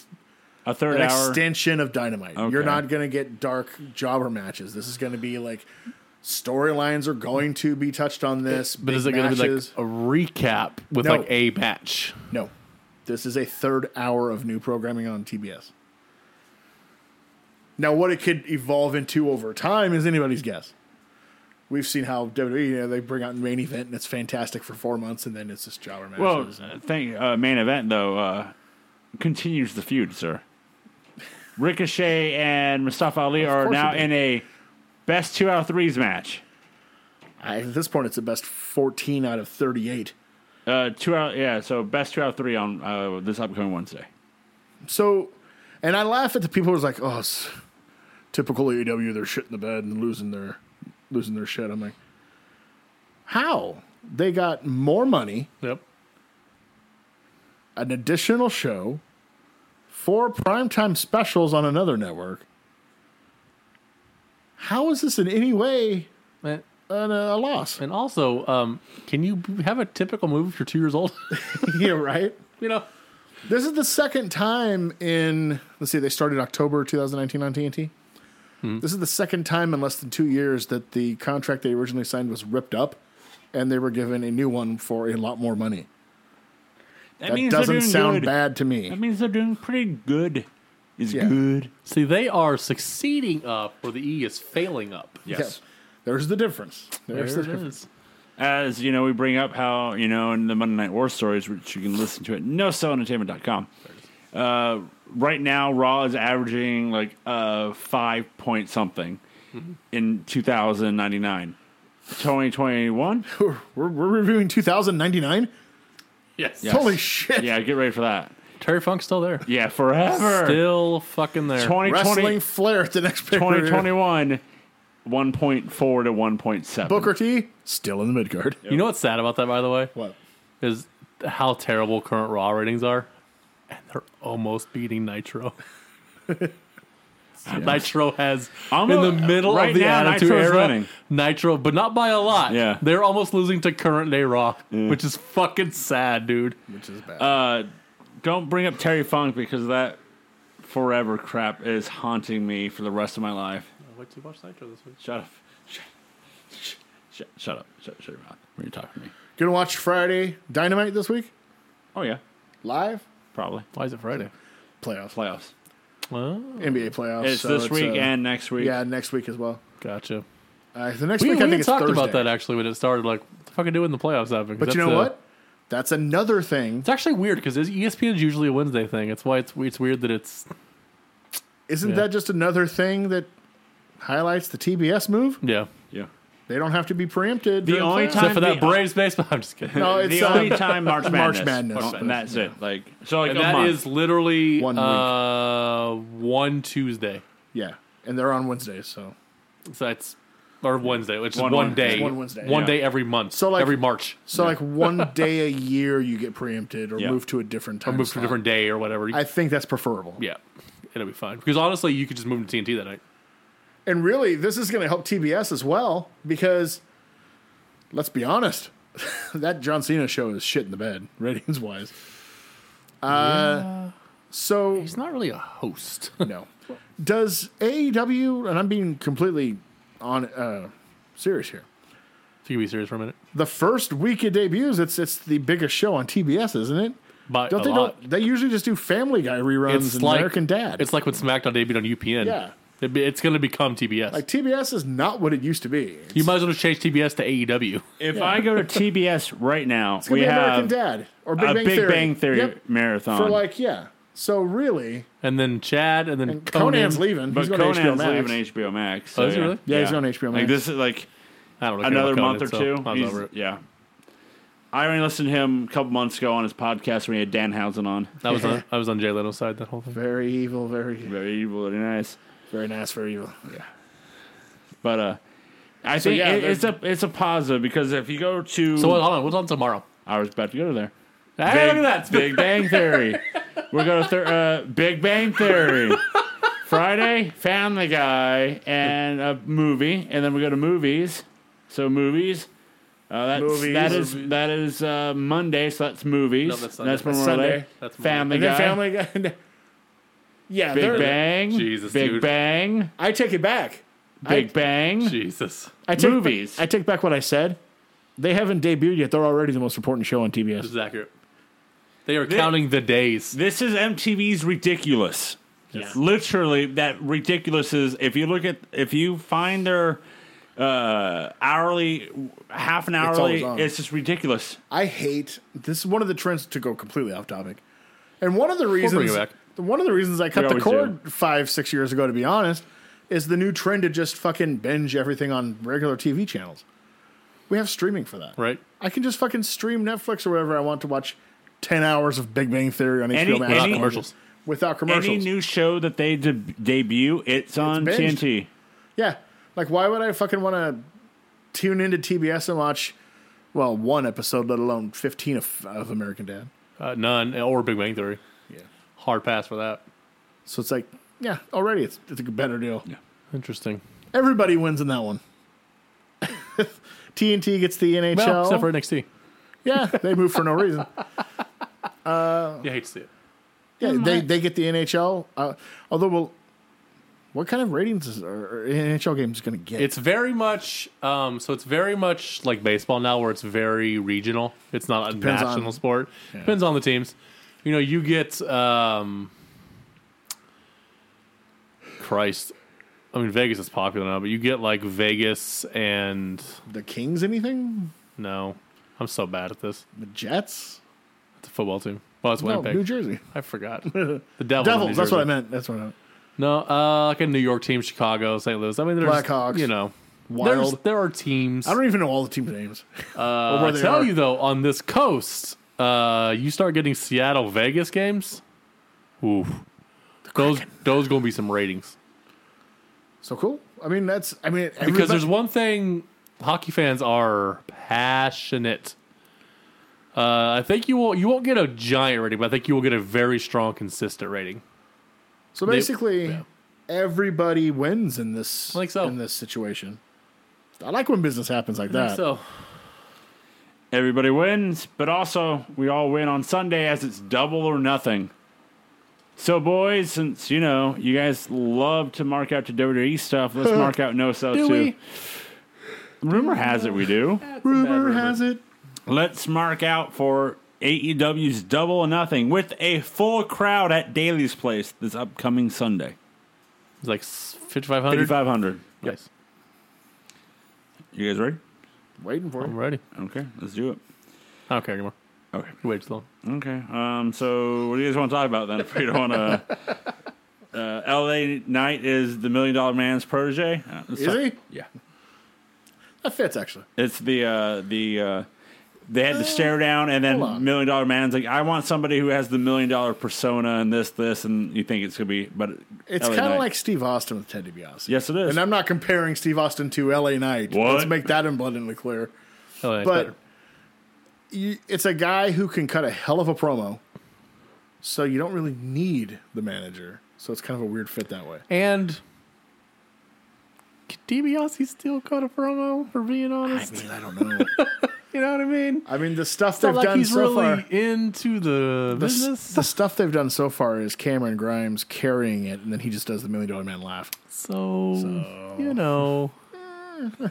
Speaker 1: a third
Speaker 2: an
Speaker 1: hour.
Speaker 2: extension of Dynamite. You're
Speaker 1: Okay.
Speaker 2: not gonna get dark jobber matches. This is gonna be like storylines are going to be touched on this.
Speaker 3: But is it going to be like a recap with
Speaker 2: No.
Speaker 3: like a match?
Speaker 2: No, this is a third hour of new programming on TBS. Now, what it could evolve into over time is anybody's guess. We've seen how WWE you know, they bring out main event and it's fantastic for four months, and then it's just jobber matches.
Speaker 1: well, uh, thank uh, main event though uh, continues the feud, sir. Ricochet and Mustafa Ali are
Speaker 2: course
Speaker 1: now
Speaker 2: it did.
Speaker 1: in a best two out of threes match.
Speaker 2: I- at this point, it's the best fourteen out of thirty-eight.
Speaker 1: Uh, two out, yeah. So best two out of three on uh, this upcoming Wednesday.
Speaker 2: So, and I laugh at the people who's like, "Oh, it's typical AEW, they're shit in the bed and losing their losing their shit." I'm like, how they got more money
Speaker 3: Yep.
Speaker 2: an additional show, four primetime specials on another network. How is this in any way
Speaker 3: And,
Speaker 2: an, uh, a loss?
Speaker 3: and also, um, can you have a typical move if you're two years old?
Speaker 2: yeah, right.
Speaker 3: you know,
Speaker 2: This is the second time in let's see, they started October 2019 on TNT.
Speaker 1: Hmm.
Speaker 2: This is the second time in less than two years that the contract they originally signed was ripped up, and they were given a new one for a lot more money.
Speaker 1: That,
Speaker 2: That
Speaker 1: means they're
Speaker 2: doesn't
Speaker 1: doing
Speaker 2: sound
Speaker 1: good.
Speaker 2: bad to me.
Speaker 1: That means they're doing pretty good. Is
Speaker 2: Yeah.
Speaker 1: good.
Speaker 3: see, they are succeeding up, or the E is failing up.
Speaker 1: Yes.
Speaker 2: Yeah. There's the difference.
Speaker 3: There
Speaker 2: There's
Speaker 3: it
Speaker 2: the difference.
Speaker 3: is.
Speaker 1: As you know, we bring up how you know in the Monday Night War stories, which you can listen to at nocellentertainment.com. Uh, right now, Raw is averaging like uh, five point something
Speaker 2: Mm-hmm.
Speaker 1: in 2099. 2021?
Speaker 2: We're, we're reviewing 2099.
Speaker 3: Yes.
Speaker 1: Yes.
Speaker 2: Holy shit!
Speaker 1: yeah, get ready for that.
Speaker 3: Terry Funk's still there.
Speaker 1: Yeah, forever.
Speaker 3: Still fucking there.
Speaker 1: 2020,
Speaker 2: Wrestling Flair at the next pay
Speaker 1: 2021, 1.4 to 1.7.
Speaker 2: Booker T still in the mid card.
Speaker 3: You know what's sad about that, by the way,
Speaker 2: What?
Speaker 3: is how terrible current Raw ratings are, and they're almost beating Nitro. Nitro has
Speaker 1: I'm
Speaker 3: in
Speaker 1: a-
Speaker 3: the middle
Speaker 1: right
Speaker 3: of the
Speaker 1: now,
Speaker 3: Attitude
Speaker 1: Nitro's
Speaker 3: Era.
Speaker 1: winning.
Speaker 3: Nitro, but not by a lot.
Speaker 1: Yeah.
Speaker 3: they're almost losing to current day Raw, which is fucking sad, dude.
Speaker 2: Which is bad.
Speaker 1: Uh, don't bring up Terry Funk because that forever crap is haunting me for the rest of my life.
Speaker 3: Wait till you watch Nitro this week.
Speaker 1: Shut up. Shut, shut, shut, shut up. Shut, shut your mouth when you're talking to me.
Speaker 2: Gonna watch Friday Dynamite this week
Speaker 1: Oh, yeah.
Speaker 2: live
Speaker 1: Probably.
Speaker 3: Why is it Friday?
Speaker 2: playoffs,
Speaker 1: Playoffs.
Speaker 3: Oh,
Speaker 2: NBA playoffs.
Speaker 1: It's
Speaker 2: so
Speaker 1: this week
Speaker 2: uh,
Speaker 1: and next week.
Speaker 2: yeah, next week as well.
Speaker 3: gotcha.
Speaker 2: Uh, the next
Speaker 3: We,
Speaker 2: week I
Speaker 3: we
Speaker 2: think
Speaker 3: had
Speaker 2: it's
Speaker 3: talked
Speaker 2: Thursday.
Speaker 3: about that actually when it started. Like, what the fuck are doing the playoffs happening? 'Cause
Speaker 2: But you
Speaker 3: that's,
Speaker 2: know
Speaker 3: uh,
Speaker 2: what? That's another thing.
Speaker 3: It's actually weird E because ESPN is usually a Wednesday thing. It's why it's it's weird that it's
Speaker 2: Isn't
Speaker 3: yeah.
Speaker 2: that just another thing that highlights the TBS move?
Speaker 3: yeah.
Speaker 1: Yeah.
Speaker 2: They don't have to be preempted. during
Speaker 1: only
Speaker 2: playoffs.
Speaker 1: time-
Speaker 3: Except for that
Speaker 1: the-
Speaker 3: Braves baseball. I'm just kidding.
Speaker 2: No, it's
Speaker 1: the only
Speaker 2: uh,
Speaker 1: time March
Speaker 2: March
Speaker 1: Madness.
Speaker 2: Madness.
Speaker 1: Oh, and that's it. Like, so like
Speaker 3: And
Speaker 1: a
Speaker 3: that
Speaker 1: month.
Speaker 3: is literally
Speaker 2: One
Speaker 3: one,
Speaker 2: week.
Speaker 3: uh, one Tuesday.
Speaker 2: yeah, and they're on Wednesdays, so
Speaker 3: So that's or Wednesday, which is
Speaker 1: One
Speaker 3: one,
Speaker 1: Wednesday.
Speaker 3: day.
Speaker 2: One Wednesday.
Speaker 3: One
Speaker 1: Yeah.
Speaker 3: day every month.
Speaker 2: So, like-
Speaker 3: every March.
Speaker 2: so like one day a year you get preempted or
Speaker 1: Yeah.
Speaker 2: moved to a different time.
Speaker 3: Move to a
Speaker 2: slot.
Speaker 3: different day or whatever.
Speaker 2: I think that's preferable.
Speaker 3: yeah. It'll be fine. Because honestly you could just move to TNT that night.
Speaker 2: And really, this is going to help TBS as well because let's be honest, that John Cena show is shit in the bed, ratings wise. Uh, So,
Speaker 3: He's not really a host.
Speaker 2: no. Does AEW, and I'm being completely on uh, serious here,
Speaker 3: if you can be serious for a minute.
Speaker 2: the first week it debuts, it's it's the biggest show on TBS, isn't it?
Speaker 3: By
Speaker 2: Don't
Speaker 3: a
Speaker 2: they
Speaker 3: lot.
Speaker 2: don't they usually just do Family Guy reruns
Speaker 3: It's
Speaker 2: and
Speaker 3: like-
Speaker 2: American Dad?
Speaker 3: It's like when SmackDown debuted on UPN.
Speaker 2: Yeah.
Speaker 3: It'd be- it's gonna become TBS.
Speaker 2: like TBS is not what it used to be. It's
Speaker 3: you might as well just change TBS to E AEW.
Speaker 1: if I go to TBS right now,
Speaker 2: gonna
Speaker 1: we
Speaker 2: be
Speaker 1: have
Speaker 2: American Dad or Big
Speaker 1: a
Speaker 2: Bang
Speaker 1: Big
Speaker 2: Theory.
Speaker 1: Bang Theory
Speaker 2: Yep.
Speaker 1: marathon.
Speaker 2: for like yeah. So really,
Speaker 3: And then Chad and then Conan.
Speaker 2: Conan's leaving.
Speaker 1: But
Speaker 2: he's going
Speaker 1: Conan's
Speaker 2: to HBO Max.
Speaker 1: leaving HBO Max.
Speaker 3: Oh,
Speaker 1: so
Speaker 3: is he
Speaker 1: yeah.
Speaker 3: really?
Speaker 2: Yeah, he's on HBO Max.
Speaker 1: Like this is like
Speaker 3: I don't know.
Speaker 1: another month or two.
Speaker 3: I was
Speaker 1: he's-
Speaker 3: over it.
Speaker 1: Yeah. I only listened to him a couple months ago on his podcast when he had Dan Housen on.
Speaker 3: I was on, I was on Jay Leno's side that whole thing.
Speaker 2: Very evil, very
Speaker 1: Very evil, very nice.
Speaker 2: very nice, very evil. Yeah.
Speaker 1: But uh, I think
Speaker 2: yeah,
Speaker 1: it, it's a it's a positive because if you go to
Speaker 3: So what, hold on, what's on tomorrow?
Speaker 1: I was about to go there.
Speaker 3: Hey, look at that.
Speaker 1: Big Bang Theory. We're going to thir- uh, Big Bang Theory. Friday, Family Guy, and a movie, and then we go to movies. So movies. Uh, that's,
Speaker 2: Movies.
Speaker 1: That is that is uh, Monday, so that's movies.
Speaker 3: No, that's Sunday.
Speaker 1: Memorial
Speaker 2: That's
Speaker 1: Day.
Speaker 2: Sunday.
Speaker 3: That's Monday.
Speaker 1: Family
Speaker 2: And
Speaker 1: Guy.
Speaker 2: then Family Guy. yeah,
Speaker 1: Big
Speaker 2: they're-
Speaker 1: Bang.
Speaker 3: Jesus,
Speaker 1: Big
Speaker 3: dude.
Speaker 1: Bang.
Speaker 2: I take it back.
Speaker 1: Big Bang.
Speaker 3: Jesus.
Speaker 2: I take
Speaker 1: Movies.
Speaker 2: I take back what I said. They haven't debuted yet. They're already the most important show on
Speaker 3: This
Speaker 2: TBS.
Speaker 3: is accurate. They are counting the days.
Speaker 1: This is MTV's ridiculous. Literally, that ridiculous is if you look at if you find their uh, hourly half an
Speaker 2: always
Speaker 1: hourly,
Speaker 2: on.
Speaker 1: it's, just ridiculous.
Speaker 2: I hate this is one of the trends to go completely off topic. And one of the
Speaker 3: bring
Speaker 2: reasons
Speaker 3: it back.
Speaker 2: one of the reasons I cut the
Speaker 1: always do.
Speaker 2: cord five, six years ago, to be honest, is the new trend to just fucking binge everything on regular TV channels. We have streaming for that.
Speaker 3: Right.
Speaker 2: I can just fucking stream Netflix or whatever I want to watch ten hours of Big Bang Theory on
Speaker 1: Any-
Speaker 2: HBO Max.
Speaker 1: any-
Speaker 3: Without commercials.
Speaker 2: Without
Speaker 1: Any
Speaker 2: commercials.
Speaker 1: new show that they de- debut, it's on
Speaker 2: binged.
Speaker 1: TNT.
Speaker 2: Yeah. Like, why would I fucking want to tune into TBS and watch, well, one episode, let alone 15 of, of American Dad?
Speaker 3: Uh, none or Big Bang Theory.
Speaker 2: Yeah.
Speaker 3: Hard pass for that.
Speaker 2: So it's like, yeah, already it's, it's a better deal.
Speaker 3: Interesting.
Speaker 2: Everybody wins in that one. TNT gets the NHL.
Speaker 3: Well, except for NXT.
Speaker 2: yeah, they move for no reason.
Speaker 3: Yeah, I hate to see it.
Speaker 2: Yeah, they, they get the NHL. Uh, although, well, what kind of ratings is, are, are NHL games going to get?
Speaker 3: It's very much um, so. It's very much like baseball now, where it's very regional. It's not a
Speaker 2: Depends on-
Speaker 3: national sport. Depends on the teams. You know, you get um, Christ. I mean, Vegas is popular now, but you get like Vegas and
Speaker 2: the Kings, anything?
Speaker 3: no, I'm so bad at this.
Speaker 2: The Jets?
Speaker 3: It's a football team. Well, it's
Speaker 2: No,
Speaker 3: Winnipeg.
Speaker 2: New Jersey.
Speaker 3: I forgot the Devils.
Speaker 2: Devils, that's what I
Speaker 3: meant.
Speaker 2: meant. That's what I meant.
Speaker 3: No, uh, like a New York team, Chicago, St. Louis. I mean, there's
Speaker 2: Blackhawks.
Speaker 3: You know, there's,
Speaker 2: Wild.
Speaker 3: there are teams.
Speaker 2: I don't even know all the team names.
Speaker 3: Uh,
Speaker 2: where
Speaker 3: I
Speaker 2: they
Speaker 3: tell
Speaker 2: are.
Speaker 3: you though, on this coast, uh, you start getting Seattle Vegas games. Ooh, those those gonna be some ratings
Speaker 2: So cool. I mean, that's. I mean,
Speaker 3: because
Speaker 2: everybody-
Speaker 3: there's one thing hockey fans are passionate. Uh, I think you will you won't get a giant rating, but I think you will get a very strong, consistent rating.
Speaker 2: so
Speaker 3: they-
Speaker 2: basically
Speaker 3: yeah.
Speaker 2: everybody wins in this.
Speaker 3: I think so.
Speaker 2: In this situation, I like when business happens like that.
Speaker 3: So
Speaker 1: Everybody wins, but also we all win on Sunday as it's double or nothing. So, boys, since you know you guys love to mark out to WWE stuff, let's mark out no so
Speaker 3: do
Speaker 1: too.
Speaker 3: we?
Speaker 1: Rumor has it we do.
Speaker 2: Rumor has it.
Speaker 1: Let's mark out for AEW's Double or Nothing with a full crowd at Daly's Place this upcoming Sunday.
Speaker 3: It's like fifty five hundred.
Speaker 1: 5,500.
Speaker 3: Yes,
Speaker 1: You guys ready?
Speaker 2: Waiting for it.
Speaker 1: Oh,
Speaker 3: I'm ready.
Speaker 1: Okay, let's do it.
Speaker 3: I don't care anymore.
Speaker 1: Okay.
Speaker 3: You waited too long.
Speaker 1: Okay. Um, so, what do you guys want to talk about then? If we don't want to. Uh, LA Knight is the Million Dollar Man's protege. Uh, let's
Speaker 2: Is
Speaker 1: talk-
Speaker 2: he?
Speaker 1: Yeah.
Speaker 2: That fits actually.
Speaker 1: It's the uh, the uh, they had the stare down, and then
Speaker 2: Uh, hold on.
Speaker 1: million dollar man's like, I want somebody who has the million dollar persona and this this, and you think it's gonna be, but
Speaker 2: It's
Speaker 1: LA
Speaker 2: kind
Speaker 1: Knight.
Speaker 2: of like Steve Austin with Ted DiBiase.
Speaker 1: Yes, it is.
Speaker 2: And I'm not comparing Steve Austin to L.A. Knight.
Speaker 1: What?
Speaker 2: Let's make that abundantly clear.
Speaker 3: Oh, yeah, it's
Speaker 2: But
Speaker 3: better.
Speaker 2: you, it's a guy who can cut a hell of a promo, so you don't really need the manager. So it's kind of a weird fit that way.
Speaker 3: And can DiBiase still cut a promo for being
Speaker 2: I
Speaker 3: honest?
Speaker 2: mean, I don't know.
Speaker 3: you know what I mean?
Speaker 2: I mean, the stuff
Speaker 3: It's not
Speaker 2: they've
Speaker 3: like
Speaker 2: done
Speaker 3: he's
Speaker 2: so
Speaker 3: really
Speaker 2: far.
Speaker 3: into the
Speaker 2: The, s-
Speaker 3: business.
Speaker 2: the stuff they've done so far is Cameron Grimes carrying it, and then he just does the million dollar man laugh.
Speaker 3: So, you know.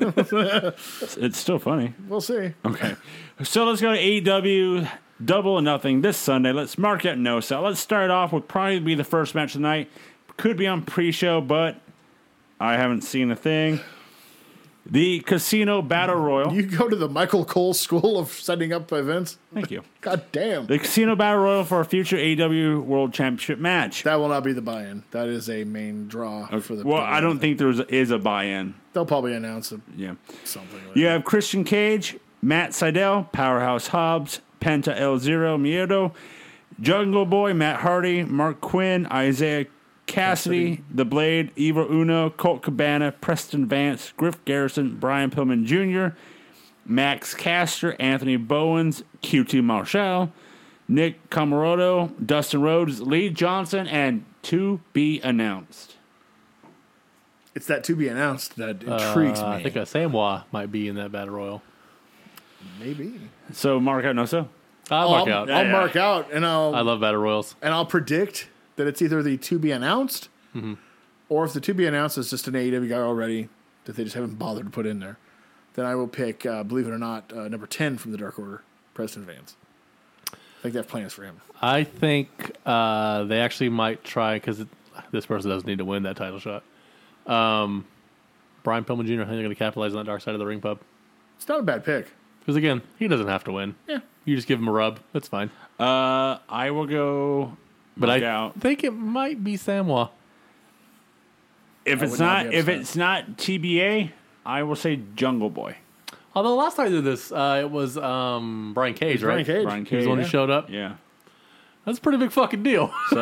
Speaker 1: it's still funny.
Speaker 2: We'll see.
Speaker 1: Okay, so let's go to AEW Double or Nothing this Sunday. Let's mark out no sell. Let's start off with probably be the first match of the night. Could be on pre-show, but I haven't seen a thing. The Casino Battle Royal.
Speaker 2: You go to the Michael Cole School of setting up events.
Speaker 1: Thank you.
Speaker 2: God damn.
Speaker 1: The Casino Battle Royal for a future AEW World Championship match.
Speaker 2: That will not be the buy-in. That is a main draw for the.
Speaker 1: Well, I don't think there is a buy-in.
Speaker 2: They'll probably announce it,
Speaker 1: Yeah,
Speaker 2: something.
Speaker 1: you have Christian Cage Matt Seidel, Powerhouse Hobbs, Penta El Zero Miedo, Jungle Boy, Matt Hardy, Mark Quinn, Isaiah Cassidy, The Blade, Evil Uno, Colt Cabana, Preston Vance, Griff Garrison, Brian Pillman Jr., Max Caster, Anthony Bowens, QT Marshall, Nick Camaroto, Dustin Rhodes, Lee Johnson, and to be announced.
Speaker 2: It's that to be announced that intrigues
Speaker 3: Uh,
Speaker 2: me.
Speaker 3: I think a Samwa might be in that battle royal.
Speaker 2: Maybe.
Speaker 1: So, Mark Noso?
Speaker 3: I'll
Speaker 2: I'll,
Speaker 3: mark out.
Speaker 2: I'll
Speaker 1: yeah.
Speaker 2: mark out and I'll
Speaker 3: I love battle royals.
Speaker 2: and I'll predict that it's either the to be announced or if the to be announced is just an AEW guy already that they just haven't bothered to put in there. Then I will pick, uh, believe it or not, uh, number 10 from the Dark Order, Preston Vance. I think they have plans for him.
Speaker 3: I think uh, they actually might try because this person doesn't need to win that title shot. Um, Brian Pillman Jr. I think they're going to capitalize on that dark side of the ring pub
Speaker 2: It's not a bad pick.
Speaker 3: because again, he doesn't have to win.
Speaker 2: Yeah.
Speaker 3: You just give him a rub. That's fine.
Speaker 1: Uh, I will go.
Speaker 3: But I
Speaker 1: out.
Speaker 3: think it might be Samwa.
Speaker 1: If it's
Speaker 2: would not
Speaker 1: not,
Speaker 2: be
Speaker 1: if
Speaker 2: upset.
Speaker 1: it's not TBA, I will say Jungle Boy.
Speaker 3: Although last time I did this, uh, it was um, Brian Cage,
Speaker 2: Brian
Speaker 3: right?
Speaker 2: Cage.
Speaker 1: Brian
Speaker 3: He was the one
Speaker 1: Cage.
Speaker 3: who showed up.
Speaker 1: Yeah.
Speaker 3: That's a pretty big fucking deal.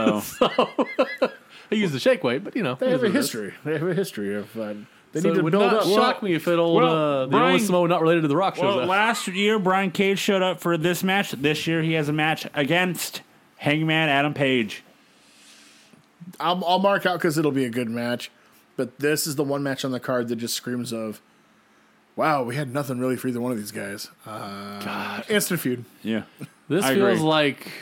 Speaker 1: So
Speaker 3: he used the shake weight, but you know
Speaker 2: They
Speaker 3: it
Speaker 2: have a
Speaker 3: is what it is.
Speaker 2: history. They have a history of. Uh, they
Speaker 3: So
Speaker 2: need
Speaker 3: it
Speaker 2: to
Speaker 3: would
Speaker 2: build
Speaker 3: not
Speaker 2: up.
Speaker 3: shock me if it old
Speaker 1: well,
Speaker 3: uh, the
Speaker 1: Brian-
Speaker 3: only Samoa not related to the Rock shows
Speaker 1: well,
Speaker 3: up.
Speaker 1: last year Brian Cage showed up for this match. This year he has a match against Hangman Adam Page.
Speaker 2: I'll, I'll mark out because it'll be a good match. But this is the one match on the card that just screams of, "Wow, we had nothing really for either one of these guys." Uh, instant feud.
Speaker 1: Yeah.
Speaker 3: This
Speaker 1: I
Speaker 3: feels
Speaker 1: agree.
Speaker 3: like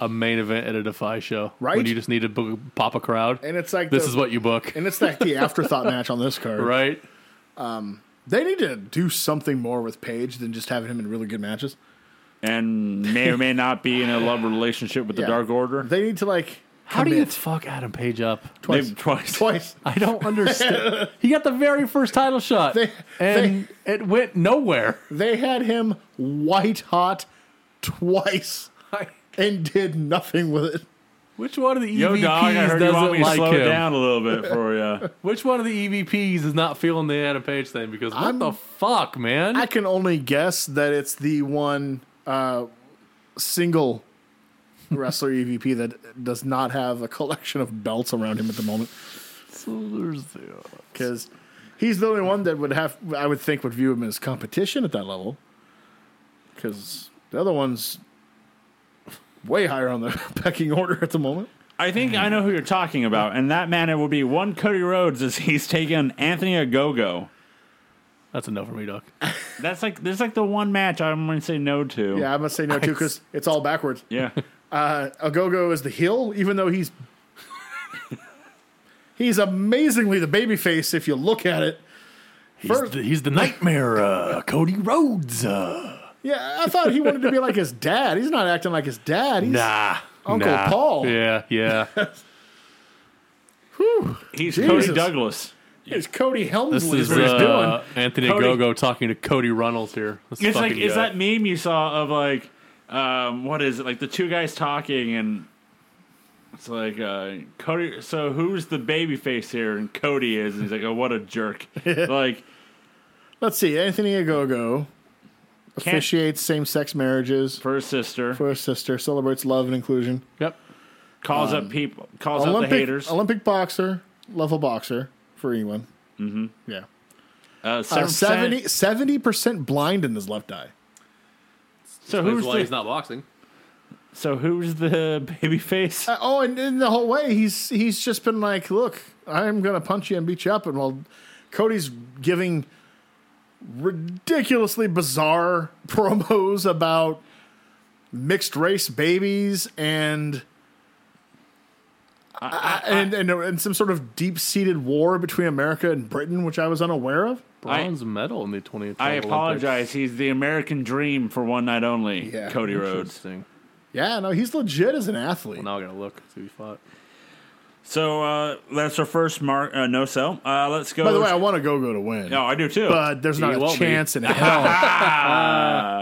Speaker 3: a main event at a Defy show,
Speaker 2: Right?
Speaker 3: When you just need to book, pop a crowd,
Speaker 2: And it's like
Speaker 3: this
Speaker 2: the-
Speaker 3: is what you book,
Speaker 2: And it's like the afterthought match on this card.
Speaker 3: right?
Speaker 2: They need to do something more with Paige than just having him in really good matches.
Speaker 1: And may or may not be in a love relationship with the
Speaker 2: Yeah.
Speaker 1: Dark Order.
Speaker 2: They need to like
Speaker 3: How do you
Speaker 2: commit
Speaker 3: fuck Adam Page up?
Speaker 2: twice,
Speaker 1: They've twice.
Speaker 2: twice?
Speaker 3: I don't understand. he got the very first title shot,
Speaker 2: They-
Speaker 3: and it went nowhere.
Speaker 2: They had him white hot twice and did nothing with it.
Speaker 3: Which one of the EVPs
Speaker 1: Yo, dog, I heard you want
Speaker 3: doesn't
Speaker 1: me to
Speaker 3: like
Speaker 1: slow
Speaker 3: him?
Speaker 1: down a little bit for you.
Speaker 3: Which one of the EVPs is not feeling the Adam Page thing? Because what
Speaker 2: I'm-
Speaker 3: the fuck, man?
Speaker 2: I can only guess that it's the one uh, single wrestler EVP that does not have a collection of belts around him at the moment
Speaker 3: So there's the-
Speaker 2: because he's the only one that would have I would think would view him as competition at that level because the other one's way higher on the pecking order at the moment.
Speaker 1: I think I know who you're talking about, and that man it will be one Cody Rhodes as he's taking Anthony Agogo.
Speaker 3: That's a no for me, Doc.
Speaker 1: That's like there's like the one match I'm going to say no to.
Speaker 2: Yeah, I must say no too because it's all backwards.
Speaker 1: Yeah.
Speaker 2: Uh, Agogo is the heel, even though he's he's amazingly the babyface if you look at it.
Speaker 3: He's the, he's the nightmare, uh, Cody Rhodes. Uh.
Speaker 2: Yeah, I thought he wanted to be like his dad. He's not acting like his dad. He's,
Speaker 3: Nah.
Speaker 2: Uncle Paul.
Speaker 3: Yeah, yeah.
Speaker 1: He's
Speaker 2: Jesus.
Speaker 1: Cody Douglas.
Speaker 2: It's Cody
Speaker 3: This
Speaker 2: Helmsley is
Speaker 3: is
Speaker 2: what he's
Speaker 3: uh,
Speaker 2: doing.
Speaker 3: Anthony
Speaker 1: Cody-
Speaker 3: Gogo talking to Cody Runnels here. This
Speaker 1: It's like
Speaker 3: fucking
Speaker 1: it's
Speaker 3: guy.
Speaker 1: that meme you saw of like um, what is it like the two guys talking and it's like uh, Cody. So who's the baby face here? And Cody is. And he's like, oh, what a jerk. like
Speaker 2: Let's see. Anthony Agogo
Speaker 1: Can't-
Speaker 2: officiates same sex marriages
Speaker 1: for his sister
Speaker 2: for his sister, celebrates love and inclusion.
Speaker 3: Yep.
Speaker 1: calls up people, calls up the
Speaker 2: Um, Olympic,
Speaker 1: haters.
Speaker 2: Olympic boxer, level boxer for England. Mm-hmm. Yeah.
Speaker 1: Uh,
Speaker 2: Uh,
Speaker 1: 70,
Speaker 2: 70 percent blind in his left eye.
Speaker 1: so who's the,
Speaker 3: not boxing.
Speaker 1: so who's the baby face?
Speaker 2: Uh, oh, and, and the whole way he's he's just been like, "Look, I'm gonna punch you and beat you up." And while Cody's giving ridiculously bizarre promos about mixed race babies and I- and, and and some sort of deep seated war between America and Britain, which I was unaware of.
Speaker 3: Bronze medal in the 20th.
Speaker 1: I
Speaker 3: Olympics.
Speaker 1: apologize. He's the American dream for one night only.
Speaker 2: Yeah.
Speaker 1: Cody Rhodes.
Speaker 3: Interesting.
Speaker 2: Yeah, no, he's legit as an athlete.
Speaker 3: Now I gotta look see who he fought.
Speaker 1: So uh, that's our first mark. Uh, no sell. Uh, let's go.
Speaker 2: By the way, I want to go go to win,
Speaker 1: no, I do too.
Speaker 2: but there's not
Speaker 3: He
Speaker 2: a
Speaker 3: won't be.
Speaker 2: chance in hell.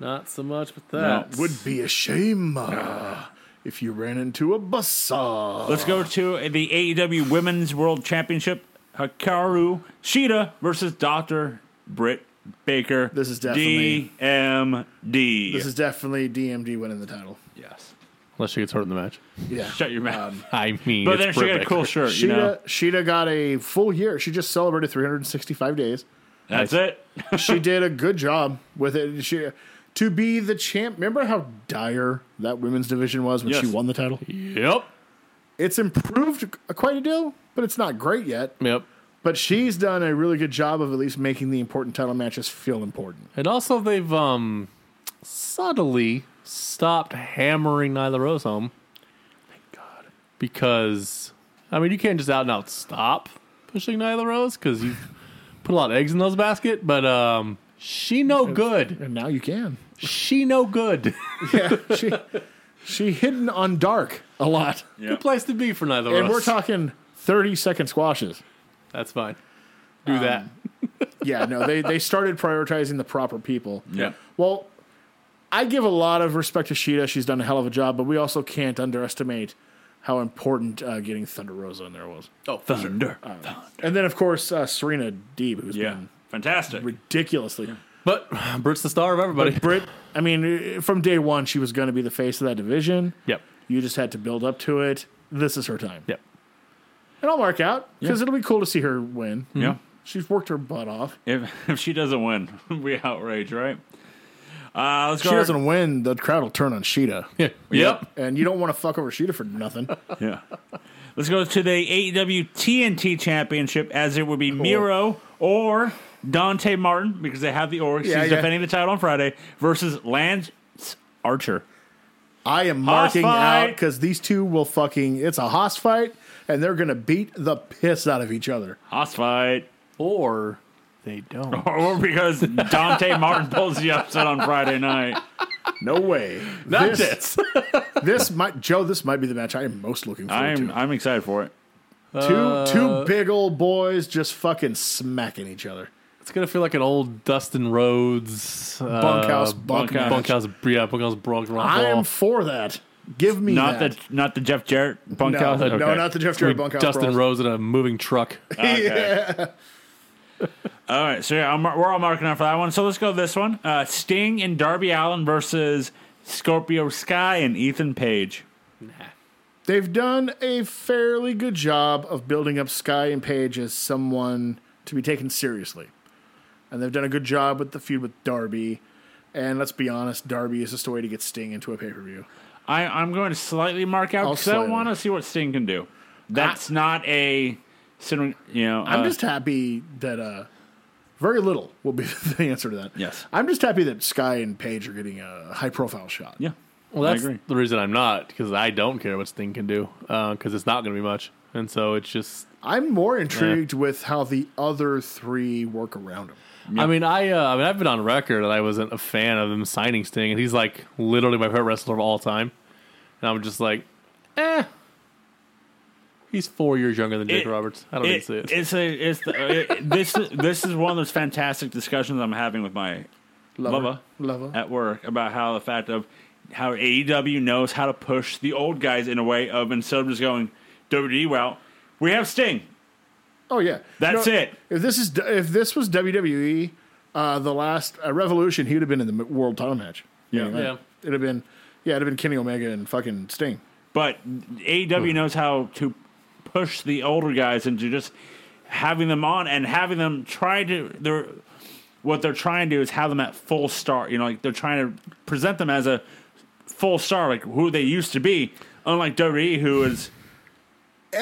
Speaker 3: Not so much with that.
Speaker 2: Would be a shame uh, if you ran into a bus. uh.
Speaker 1: Let's go to the E AEW Women's World Championship. Hikaru Shida versus Dr. Britt Baker.
Speaker 2: This is definitely-
Speaker 1: DMD.
Speaker 2: This is definitely DMD winning the title.
Speaker 1: yes.
Speaker 3: Unless she gets hurt in the match.
Speaker 2: Yeah.
Speaker 1: Shut your mouth.
Speaker 2: Um,
Speaker 3: I mean,
Speaker 1: but
Speaker 3: it's
Speaker 1: then she
Speaker 3: Britt
Speaker 1: got a
Speaker 3: Baker.
Speaker 1: cool shirt.
Speaker 2: Sheeta,
Speaker 1: You know,
Speaker 2: Sheeta got a full year. She just celebrated 365 days.
Speaker 1: that's it.
Speaker 2: she did a good job with it. She to be the champ. Remember how dire that women's division was when she
Speaker 1: Yes.
Speaker 2: won the title.
Speaker 3: Yep.
Speaker 2: It's improved quite a deal, but it's not great yet.
Speaker 3: Yep.
Speaker 2: But she's done a really good job of at least making the important title matches feel important.
Speaker 3: And also, they've um, subtly stopped hammering Nyla Rose home. Thank God. Because, I mean, you can't just out and out stop pushing Nyla Rose because you put a lot of eggs in those basket, but um, she no good.
Speaker 2: And now you can.
Speaker 3: She no good.
Speaker 2: Yeah, she she hidden on dark a lot,
Speaker 1: Yeah.
Speaker 3: Good place to be for Nyla Rose.
Speaker 2: and we're talking 30 second squashes.
Speaker 3: That's fine. Do that.
Speaker 2: Yeah, no, they they started prioritizing the proper people.
Speaker 1: Yeah.
Speaker 2: Well, I give a lot of respect to Sheeta. She's done a hell of a job, but we also can't underestimate how important uh, getting Thunder Rosa in there was.
Speaker 1: Oh, thunder.
Speaker 2: And then, of course, uh, Serena Deeb, who's
Speaker 1: yeah.
Speaker 2: been
Speaker 1: Fantastic.
Speaker 2: ridiculously.
Speaker 3: But Britt's the star of everybody.
Speaker 2: Britt, I mean, from day one, she was going to be the face of that division.
Speaker 3: yep.
Speaker 2: You just had to build up to it. This is her time.
Speaker 3: Yep.
Speaker 2: And I'll mark out because it'll be cool to see her win.
Speaker 1: Yeah.
Speaker 2: She's worked her butt off.
Speaker 1: If, if she doesn't win, we outrage, right? Uh, let's
Speaker 2: If
Speaker 1: go.
Speaker 2: she
Speaker 1: our-
Speaker 2: doesn't win, the crowd will turn on Sheeta.
Speaker 3: Yeah.
Speaker 1: Yep.
Speaker 2: And you don't want to fuck over Sheeta for nothing.
Speaker 1: Yeah. Let's go to the E AEW TNT Championship, as it would be Miro or Dante Martin, because they have the Oryx.
Speaker 2: Yeah,
Speaker 1: He's
Speaker 2: yeah.
Speaker 1: defending the title on Friday versus Lance Archer.
Speaker 2: I am
Speaker 1: Hoss
Speaker 2: marking out
Speaker 1: fight.
Speaker 2: because these two will fucking. It's a hoss fight, and they're gonna beat the piss out of each other.
Speaker 1: Hoss fight.
Speaker 3: Or they don't.
Speaker 1: Or because Dante Martin pulls the upset on Friday night.
Speaker 2: No way.
Speaker 3: That's
Speaker 2: this,
Speaker 3: it.
Speaker 2: this might, Joe. This might be the match I am most looking forward
Speaker 1: I'm uh, I'm excited for it.
Speaker 2: to. Two two big old boys just fucking smacking each other.
Speaker 3: It's gonna feel like an old Dustin Rhodes uh,
Speaker 2: Bunkhouse
Speaker 1: bunkhouse.
Speaker 2: bunk match.
Speaker 3: bunkhouse, yeah, bunkhouse bronk rock.
Speaker 2: I am
Speaker 3: brawl.
Speaker 2: for that. Give me
Speaker 1: Not
Speaker 2: that.
Speaker 1: the not the Jeff Jarrett
Speaker 2: no,
Speaker 1: bunkhouse.
Speaker 2: no,
Speaker 1: Okay.
Speaker 2: not the Jeff
Speaker 3: With
Speaker 2: Jarrett bunkhouse.
Speaker 3: Dustin
Speaker 2: brawls.
Speaker 3: Rhodes in a moving truck.
Speaker 1: Okay. all right, so yeah, I'm, we're all marking out for that one. So let's go to this one: uh, Sting and Darby Allen versus Scorpio Sky and Ethan Page.
Speaker 2: They've done a fairly good job of building up Sky and Paige as someone to be taken seriously. And they've done a good job with the feud with Darby. And let's be honest, Darby is just a way to get Sting into a pay per view.
Speaker 1: I, I'm going to slightly mark out
Speaker 2: I'll
Speaker 1: because I
Speaker 2: slightly. Ah.
Speaker 1: want to see what Sting can do. That's not a, syn- you know,
Speaker 2: I'm
Speaker 1: uh,
Speaker 2: just happy that uh, very little will be the answer to that.
Speaker 1: Yes.
Speaker 2: I'm just happy that Sky and Paige are getting a high profile shot.
Speaker 1: yeah.
Speaker 3: Well, that's
Speaker 1: agree.
Speaker 3: the reason I'm not because I don't care what Sting can do because it's not gonna be much, and so it's just.
Speaker 2: I'm more intrigued with how the other three work around him.
Speaker 3: I mean, I uh, I mean, I've been on record that I wasn't a fan of him signing Sting, and he's like literally my favorite wrestler of all time, and I'm just like, eh. He's four years younger than Jake
Speaker 1: It-
Speaker 3: Roberts. I don't need
Speaker 1: It-
Speaker 3: to see it.
Speaker 1: It's a it's the, it, this this is one of those fantastic discussions I'm having with my Lover.
Speaker 2: Lover.
Speaker 1: at work about how the fact of how AEW knows how to push the old guys in a way of instead of just going WWE route, we have Sting.
Speaker 2: Oh yeah,
Speaker 1: That's it.
Speaker 2: If this is if this was WWE, uh, the last uh, Revolution, he would have been in the m- world title match. Yeah,
Speaker 3: Yeah.
Speaker 2: It'd have been, yeah, it'd have been Kenny Omega and fucking Sting.
Speaker 1: But AEW knows how to push the older guys into just having them on and having them try to they're what they're trying to do is have them at full star. You know, like they're trying to present them as a full star, like who they used to be. Unlike WWE, who is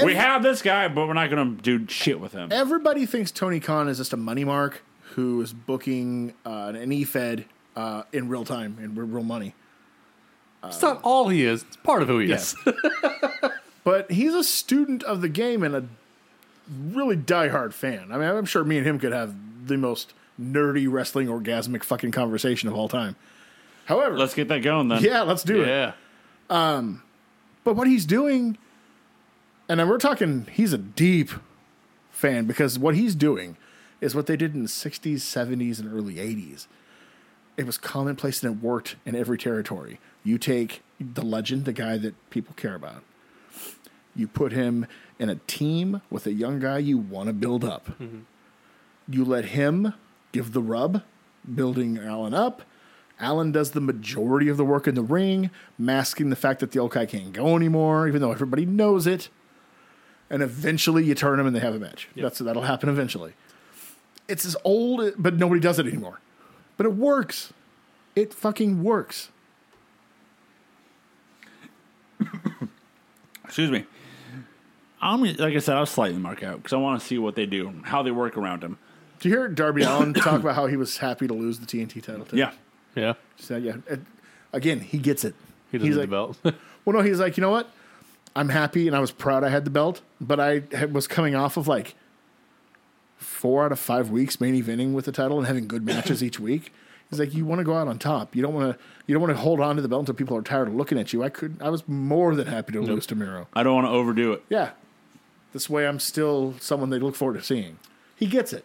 Speaker 1: we have this guy, but we're not going to do shit with him.
Speaker 2: Everybody thinks Tony Khan is just a money mark who is booking uh, an e-fed uh, in real time and with real money.
Speaker 3: It's not all he is. It's part of who he is.
Speaker 2: But he's a student of the game and a really diehard fan. I mean, I'm sure me and him could have the most nerdy wrestling orgasmic fucking conversation of all time. However,
Speaker 1: Let's get that going then.
Speaker 2: yeah, let's do it.
Speaker 3: yeah.
Speaker 2: But what he's doing, and then we're talking, he's a deep fan because what he's doing is what they did in the 60s, 70s, and early 80s. It was commonplace and it worked in every territory. You take the legend, the guy that people care about, you put him in a team with a young guy you want to build up. You let him give the rub, building Allen up. Allen does the majority of the work in the ring, masking the fact that the old guy can't go anymore, even though everybody knows it. And eventually, you turn him and they have a match. That's that'll happen eventually. It's as old, but nobody does it anymore. But it works. It fucking works.
Speaker 1: Excuse me. I'm like I said, I was slightly mark out because I want to see what they do, how they work around him.
Speaker 2: Do you hear Darby Allen talk about how he was happy to lose the TNT title? To
Speaker 1: Yeah,
Speaker 3: Yeah.
Speaker 2: So, yeah. It- again, he gets it.
Speaker 3: He doesn't
Speaker 2: He's
Speaker 3: need
Speaker 2: like,
Speaker 3: the belt.
Speaker 2: Well, no, he's like, you know what? I'm happy and I was proud I had the belt, but I had, was coming off of like four out of five weeks main eventing with the title and having good matches each week. He's like, you want to go out on top. You don't want to. You don't want to hold on to the belt until people are tired of looking at you. I could. I was more than happy to lose to Miro.
Speaker 1: I don't want to overdo it.
Speaker 2: Yeah, this way I'm still someone they look forward to seeing. He gets it.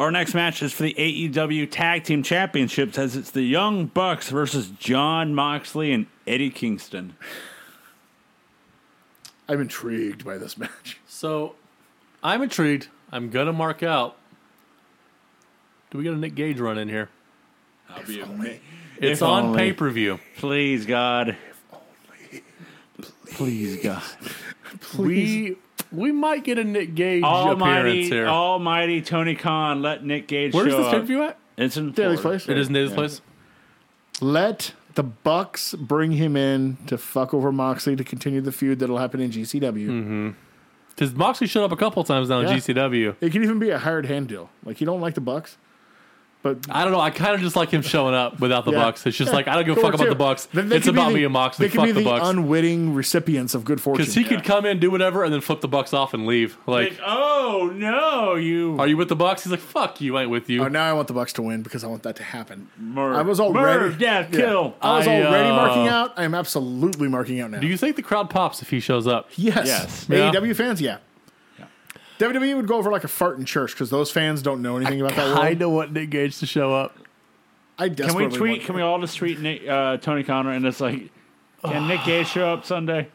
Speaker 1: Our next match is for the AEW Tag Team Championships, as it's the Young Bucks versus John Moxley and Eddie Kingston.
Speaker 2: I'm intrigued by this match.
Speaker 3: so I'm intrigued. I'm going to mark out. Do we get a Nick Gage run in here?
Speaker 1: I'll be amazed.
Speaker 3: It's
Speaker 1: If
Speaker 3: on
Speaker 1: only.
Speaker 3: pay per view.
Speaker 1: Please, God. Please, God.
Speaker 3: We we might get a Nick Gage appearance
Speaker 1: Almighty,
Speaker 3: here.
Speaker 1: Almighty Tony Khan, let Nick Gage
Speaker 3: Where's
Speaker 1: show
Speaker 3: this pay per
Speaker 1: up.
Speaker 3: view at?
Speaker 1: It's in
Speaker 2: Daly's
Speaker 1: Florida.
Speaker 2: place.
Speaker 3: It is Nita's place.
Speaker 2: Let the Bucks bring him in to fuck over Moxley to continue the feud that'll happen in GCW.
Speaker 3: Mm-hmm. Because Moxley showed up a couple times now in
Speaker 2: Yeah.
Speaker 3: GCW.
Speaker 2: It could even be a hired hand deal. Like you don't like the Bucks, but
Speaker 3: I don't know. I kind of just like him showing up without the
Speaker 2: Yeah.
Speaker 3: Bucks. It's just like I don't give a
Speaker 2: Go
Speaker 3: fuck
Speaker 2: work
Speaker 3: about
Speaker 2: too.
Speaker 3: the Bucks.
Speaker 2: Then they
Speaker 3: it's
Speaker 2: could be
Speaker 3: about
Speaker 2: the-
Speaker 3: me and Moxley.
Speaker 2: They could
Speaker 3: Fuck
Speaker 2: be
Speaker 3: the,
Speaker 2: the,
Speaker 3: Bucks.
Speaker 2: unwitting recipients of good fortune.
Speaker 3: Because he could come in, do whatever, and then flip the Bucks off and leave. Like,
Speaker 1: Like, oh, no, you.
Speaker 3: are you with the Bucks? He's like, fuck you, I ain't with you.
Speaker 2: Oh, now I want the Bucks to win because I want that to happen.
Speaker 1: Murder.
Speaker 2: I was already
Speaker 1: Murder, death, kill.
Speaker 2: I was
Speaker 3: I,
Speaker 2: already
Speaker 3: uh,
Speaker 2: marking out. I am absolutely marking out now.
Speaker 3: do you think the crowd pops if he shows up?
Speaker 2: yes,
Speaker 1: Yes.
Speaker 2: AEW fans, yeah. WWE would go over like a fart in church because those fans don't know anything about that.
Speaker 3: I
Speaker 2: World.
Speaker 3: don't want Nick Gage to show up.
Speaker 2: I
Speaker 1: Can
Speaker 2: desperately
Speaker 1: we tweet?
Speaker 2: want-
Speaker 1: Can we all just tweet Nick, uh, Tony Connor and it's like, can Nick Gage show up Sunday?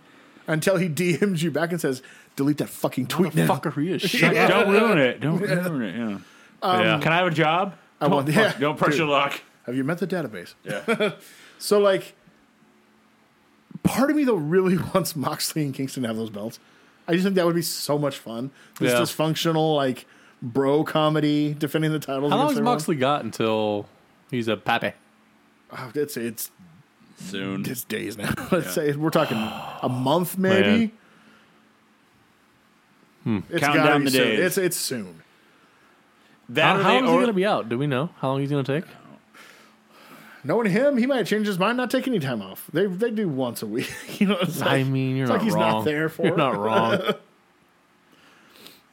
Speaker 2: until he DMs you back and says, "Delete that fucking tweet now."
Speaker 3: Fucker, he is shut up.
Speaker 1: Don't ruin it. Don't ruin it. Yeah.
Speaker 2: Um,
Speaker 1: Um,
Speaker 3: Yeah.
Speaker 1: Can I have a job?
Speaker 2: I want.
Speaker 1: Fuck,
Speaker 2: Yeah.
Speaker 1: Don't press
Speaker 2: Dude,
Speaker 1: your luck.
Speaker 2: Have you met the database?
Speaker 1: Yeah.
Speaker 2: So like, part of me though really wants Moxley and Kingston to have those belts. I just think that would be so much fun. This
Speaker 3: Yeah.
Speaker 2: dysfunctional like bro comedy defending the titles.
Speaker 3: How long
Speaker 2: against
Speaker 3: has
Speaker 2: everyone.
Speaker 3: Moxley got until he's a pappy?
Speaker 2: Oh, it's it's
Speaker 1: Soon.
Speaker 2: it's days now. Let's say we're talking a month maybe. It's
Speaker 1: Hmm. Count
Speaker 2: gotta
Speaker 1: down
Speaker 2: be
Speaker 1: the
Speaker 2: soon.
Speaker 1: days.
Speaker 2: It's it's soon.
Speaker 1: That
Speaker 3: How,
Speaker 1: or
Speaker 3: how
Speaker 1: they-
Speaker 3: long is he
Speaker 1: or-
Speaker 3: going to be out? Do we know how long he's going to take?
Speaker 2: Knowing him, he might change his mind, not take any time off. They they do once a week. you know, it's
Speaker 3: I
Speaker 2: like,
Speaker 3: mean, you're
Speaker 2: it's
Speaker 3: not
Speaker 2: like he's
Speaker 3: wrong.
Speaker 2: not there for
Speaker 3: You're
Speaker 2: it.
Speaker 3: not wrong.
Speaker 2: It's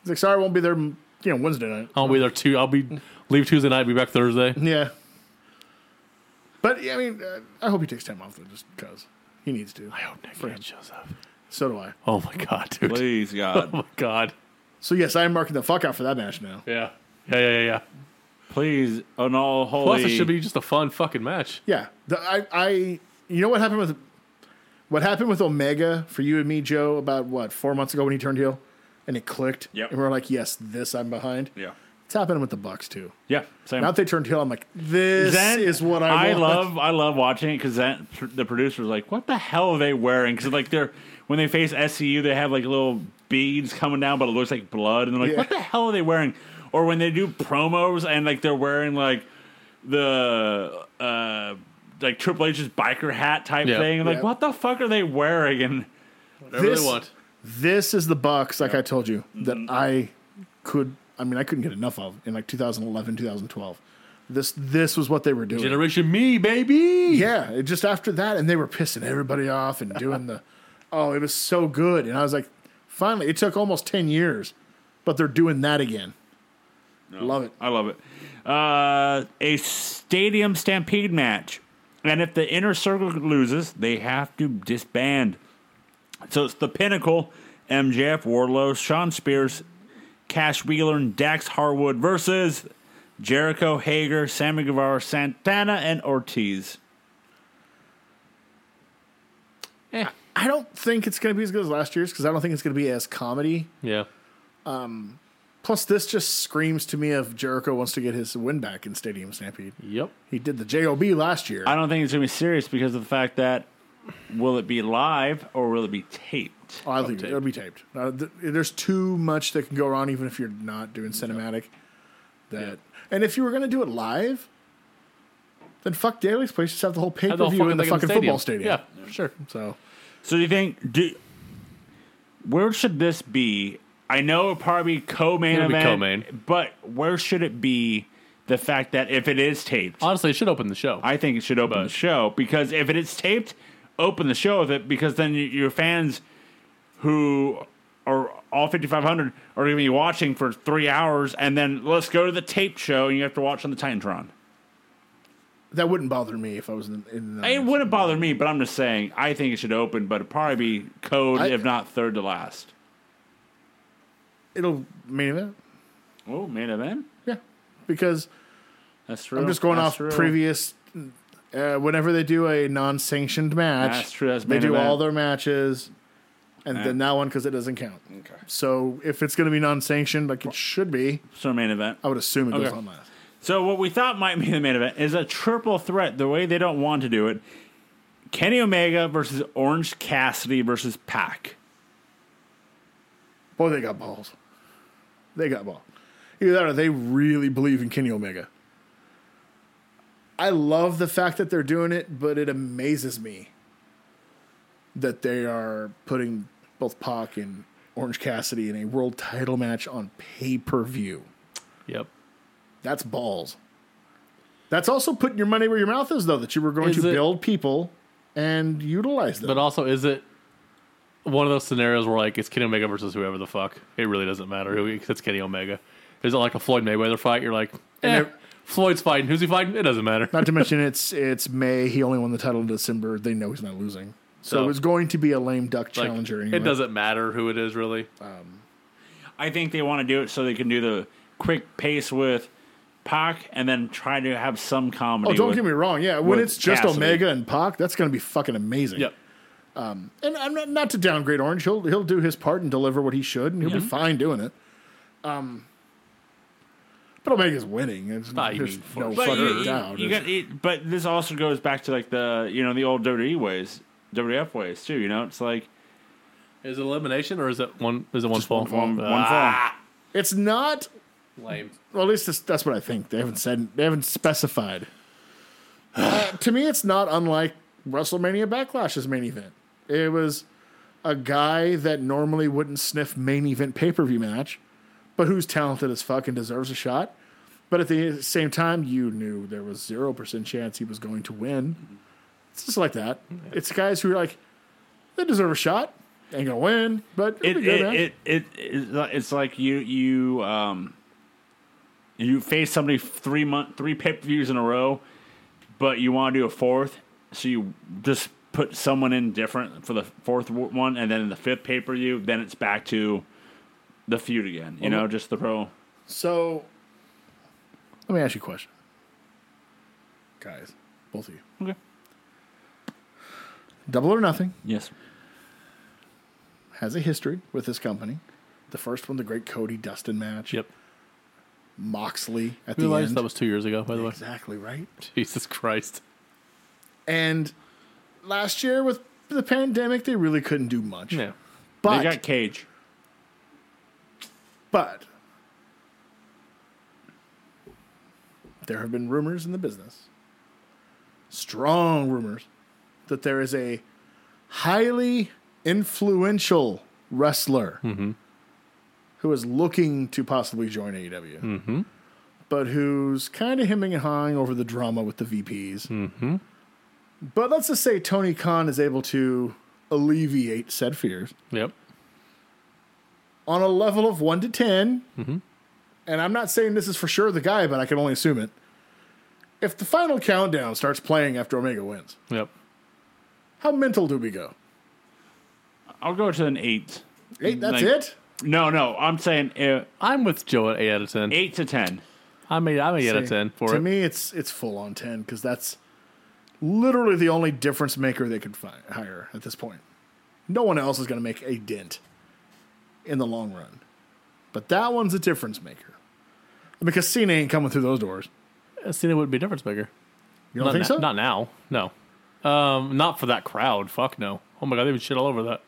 Speaker 2: like sorry, I won't be there. You know, Wednesday night.
Speaker 3: I'll be there too. I'll be leave Tuesday night, be back Thursday.
Speaker 2: Yeah. But yeah, I mean, uh, I hope he takes time off though, just because he needs to. I hope
Speaker 3: Nick Gage shows up.
Speaker 2: So do I.
Speaker 3: Oh my god, dude.
Speaker 1: Please, God.
Speaker 3: Oh my god.
Speaker 2: So yes, I am marking the fuck out for that match now.
Speaker 3: Yeah. Yeah, yeah, yeah. yeah.
Speaker 1: Please, on all holy.
Speaker 3: Plus, it should be just a fun fucking match.
Speaker 2: Yeah, the, I, I, you know what happened with, what happened with Omega for you and me, Joe, about what four months ago when he turned heel, and it clicked.
Speaker 1: Yep.
Speaker 2: And we were like, yes, this I'm behind.
Speaker 1: Yeah.
Speaker 2: It's happening with the Bucks too.
Speaker 1: Yeah. Same.
Speaker 2: Now that they turned heel, I'm like, this
Speaker 1: Then
Speaker 2: is what I,
Speaker 1: I
Speaker 2: want.
Speaker 1: love. I love watching it because that the producer's like, "What the hell are they wearing?" Because like they're when they face SCU, they have like little beads coming down, but it looks like blood, and they're like,
Speaker 2: Yeah.
Speaker 1: "What the hell are they wearing?" Or when they do promos and like they're wearing like the uh like Triple H's biker hat type
Speaker 3: Yeah.
Speaker 1: thing, and like,
Speaker 2: Yeah.
Speaker 1: what the fuck are they wearing? And
Speaker 3: Whatever
Speaker 2: This-
Speaker 3: they want.
Speaker 2: this is the Bucks, like I told you, that
Speaker 1: Mm-hmm.
Speaker 2: I could. I mean, I couldn't get enough of in like 2011, 2012. This this was what they were doing.
Speaker 3: Generation Me, baby.
Speaker 2: yeah, it- just after that, and they were pissing everybody off and doing the. Oh, it was so good, and I was like, finally, it took almost ten years, but they're doing that again. Love it.
Speaker 1: I love it. Uh, a stadium stampede match. And if the inner circle loses, they have to disband. So it's the Pinnacle, MJF, Wardlow, Sean Spears, Cash Wheeler, and Dax Harwood versus Jericho, Hager, Sammy Guevara, Santana, and Ortiz.
Speaker 2: I don't think it's going to be as good as last year's because I don't think it's going to be as comedy.
Speaker 3: Yeah.
Speaker 2: Plus, this just screams to me if Jericho wants to get his win back in Stadium Stampede.
Speaker 3: Yep.
Speaker 2: He did the JOB last year.
Speaker 1: I don't think it's going to be serious because of the fact that will it be live or will it be taped?
Speaker 2: Oh, I think it'll be taped. Uh, th- there's too much that can go wrong, even if you're not doing cinematic. That and if you were going to do it live, then fuck Daly's place. Just have the whole pay
Speaker 3: Have
Speaker 2: per
Speaker 3: whole
Speaker 2: view in the
Speaker 3: thing in
Speaker 2: fucking football stadium.
Speaker 3: Yeah, sure.
Speaker 2: So
Speaker 1: So do you think do where should this be? I know it'll probably be co-main
Speaker 3: It'll be
Speaker 1: event,
Speaker 3: co-main.
Speaker 1: but where should it be? The fact that if it is taped,
Speaker 3: Honestly, it should open the show.
Speaker 1: I think it should open the show because if it is taped, open the show with it because then y- your fans who are all 5,500 are going to be watching for three hours and then let's go to the taped show and you have to watch on the Titantron.
Speaker 2: that wouldn't bother me if I was in. in the,
Speaker 1: It wouldn't bother me, but I'm just saying I think it should open, but it'd probably be code,
Speaker 2: I-
Speaker 1: if not third to last.
Speaker 2: it'll main event.
Speaker 1: Oh, main event?
Speaker 2: Yeah, because
Speaker 1: That's true.
Speaker 2: I'm just going
Speaker 1: That's
Speaker 2: off
Speaker 1: true.
Speaker 2: previous. Uh, whenever they do a non-sanctioned match,
Speaker 1: That's true. That's
Speaker 2: they
Speaker 1: main
Speaker 2: do
Speaker 1: event.
Speaker 2: all their matches, and then that one because it doesn't count. Okay. So if it's going to be non-sanctioned, like it should be,
Speaker 1: So, main event.
Speaker 2: I would assume it goes
Speaker 1: Okay.
Speaker 2: on last.
Speaker 1: So what we thought might be the main event is a triple threat. The way they don't want to do it, Kenny Omega versus Orange Cassidy versus Pac.
Speaker 2: Boy, they got balls. They got ball. Either that or they really believe in Kenny Omega. I love the fact that they're doing it, but it amazes me that they are putting both Pac and Orange Cassidy in a world title match on pay per view.
Speaker 3: yep.
Speaker 2: That's balls. That's also putting your money where your mouth is, though, that you were going
Speaker 3: Is
Speaker 2: to
Speaker 3: it-
Speaker 2: build people and utilize them.
Speaker 3: But also, is it one of those scenarios where like it's Kenny Omega versus whoever the fuck? It really doesn't matter who because it's Kenny Omega. Is it like a Floyd Mayweather fight? You're like, eh,
Speaker 2: they're-
Speaker 3: Floyd's fighting. Who's he fighting? It doesn't matter.
Speaker 2: Not to mention it's it's May. He only won the title in December. They know he's not losing, so,
Speaker 3: So-
Speaker 2: it's going to be a lame duck
Speaker 3: Like,
Speaker 2: challenger. anyway.
Speaker 3: It doesn't matter who it is really.
Speaker 1: I think they want to do it so they can do the quick pace with Pac and then try to have some comedy.
Speaker 2: Oh, don't
Speaker 1: with-
Speaker 2: get me wrong. Yeah, when
Speaker 1: with
Speaker 2: it's just
Speaker 1: Cassidy.
Speaker 2: Omega and Pac, that's going to be fucking amazing. Um,
Speaker 3: Yep.
Speaker 2: And I'm not not to downgrade Orange. He'll he'll do his part and deliver what he should, and he'll be fine doing it. Um, but Omega's winning. It's,
Speaker 3: Ah, you
Speaker 2: there's
Speaker 3: mean for
Speaker 2: no
Speaker 1: But, you-
Speaker 2: fucking
Speaker 1: you-
Speaker 2: doubt.
Speaker 1: you
Speaker 2: It's-
Speaker 1: got- it- but this also goes back to like the you know the old WWE ways, WWF ways too. You know, it's like
Speaker 3: Is it elimination or is it one? Is it one fall?
Speaker 1: one one, one
Speaker 3: Ah,
Speaker 1: fall.
Speaker 2: it's not.
Speaker 3: Lame.
Speaker 2: Well, at least that's, that's what I think. They haven't said. They haven't specified. Uh, to me, it's not unlike WrestleMania Backlash's main event. It was a guy that normally wouldn't sniff main event pay per view match, but who's talented as fuck and deserves a shot. But at the same time, you knew there was zero percent chance he was going to win. It's just like that. It's guys who are like, they deserve a shot. Ain't gonna win, but
Speaker 1: It
Speaker 2: it'll be good, man.
Speaker 1: it, it it it's like- it's like you you um you face somebody three month three pay per views in a row, but you want to do a fourth, so you just put someone in different for the fourth w- one, and then in the fifth pay per view, then it's back to the feud again. You know, just the pro.
Speaker 2: So, let me ask you a question, guys, both of you.
Speaker 1: Okay.
Speaker 2: Double or Nothing
Speaker 1: Yes.
Speaker 2: has a history with this company. The first one, the Great Cody Dustin match.
Speaker 3: Yep.
Speaker 2: Moxley at the
Speaker 3: Realized
Speaker 2: end.
Speaker 3: that was two years ago. By the way,
Speaker 2: exactly right.
Speaker 3: Jesus Christ.
Speaker 2: And last year with the pandemic, they really couldn't do much.
Speaker 3: Yeah.
Speaker 2: But
Speaker 1: They got Cage.
Speaker 2: But there have been rumors in the business, strong rumors, that there is a highly influential wrestler who is looking to possibly join AEW, but who's kind of hemming and hawing over the drama with the VPs. But let's just say Tony Khan is able to alleviate said fears
Speaker 3: Yep.
Speaker 2: on a level of one to 10
Speaker 3: Mm-hmm.
Speaker 2: and I'm not saying this is for sure the guy, but I can only assume it. If the final countdown starts playing after Omega wins,
Speaker 3: Yep.
Speaker 2: how mental do we go?
Speaker 1: I'll go to an eight.
Speaker 2: Eight, that's
Speaker 1: Like-
Speaker 2: it.
Speaker 1: No, no, I'm saying uh,
Speaker 3: I'm with Joe at eight out of ten.
Speaker 1: eight to ten.
Speaker 3: I'm eight. I'm eight out of ten for
Speaker 2: to
Speaker 3: it.
Speaker 2: me, it's it's full on ten because that's literally the only difference maker they could fi- hire at this point. No one else is going to make a dent in the long run. But that one's a difference maker. Because Cena ain't coming through those doors.
Speaker 3: Uh, Cena wouldn't be a difference maker.
Speaker 2: You don't
Speaker 3: not
Speaker 2: think
Speaker 3: na-
Speaker 2: so?
Speaker 3: Not now. No. Um, not for that crowd. Fuck no. Oh my god, they would shit all over that.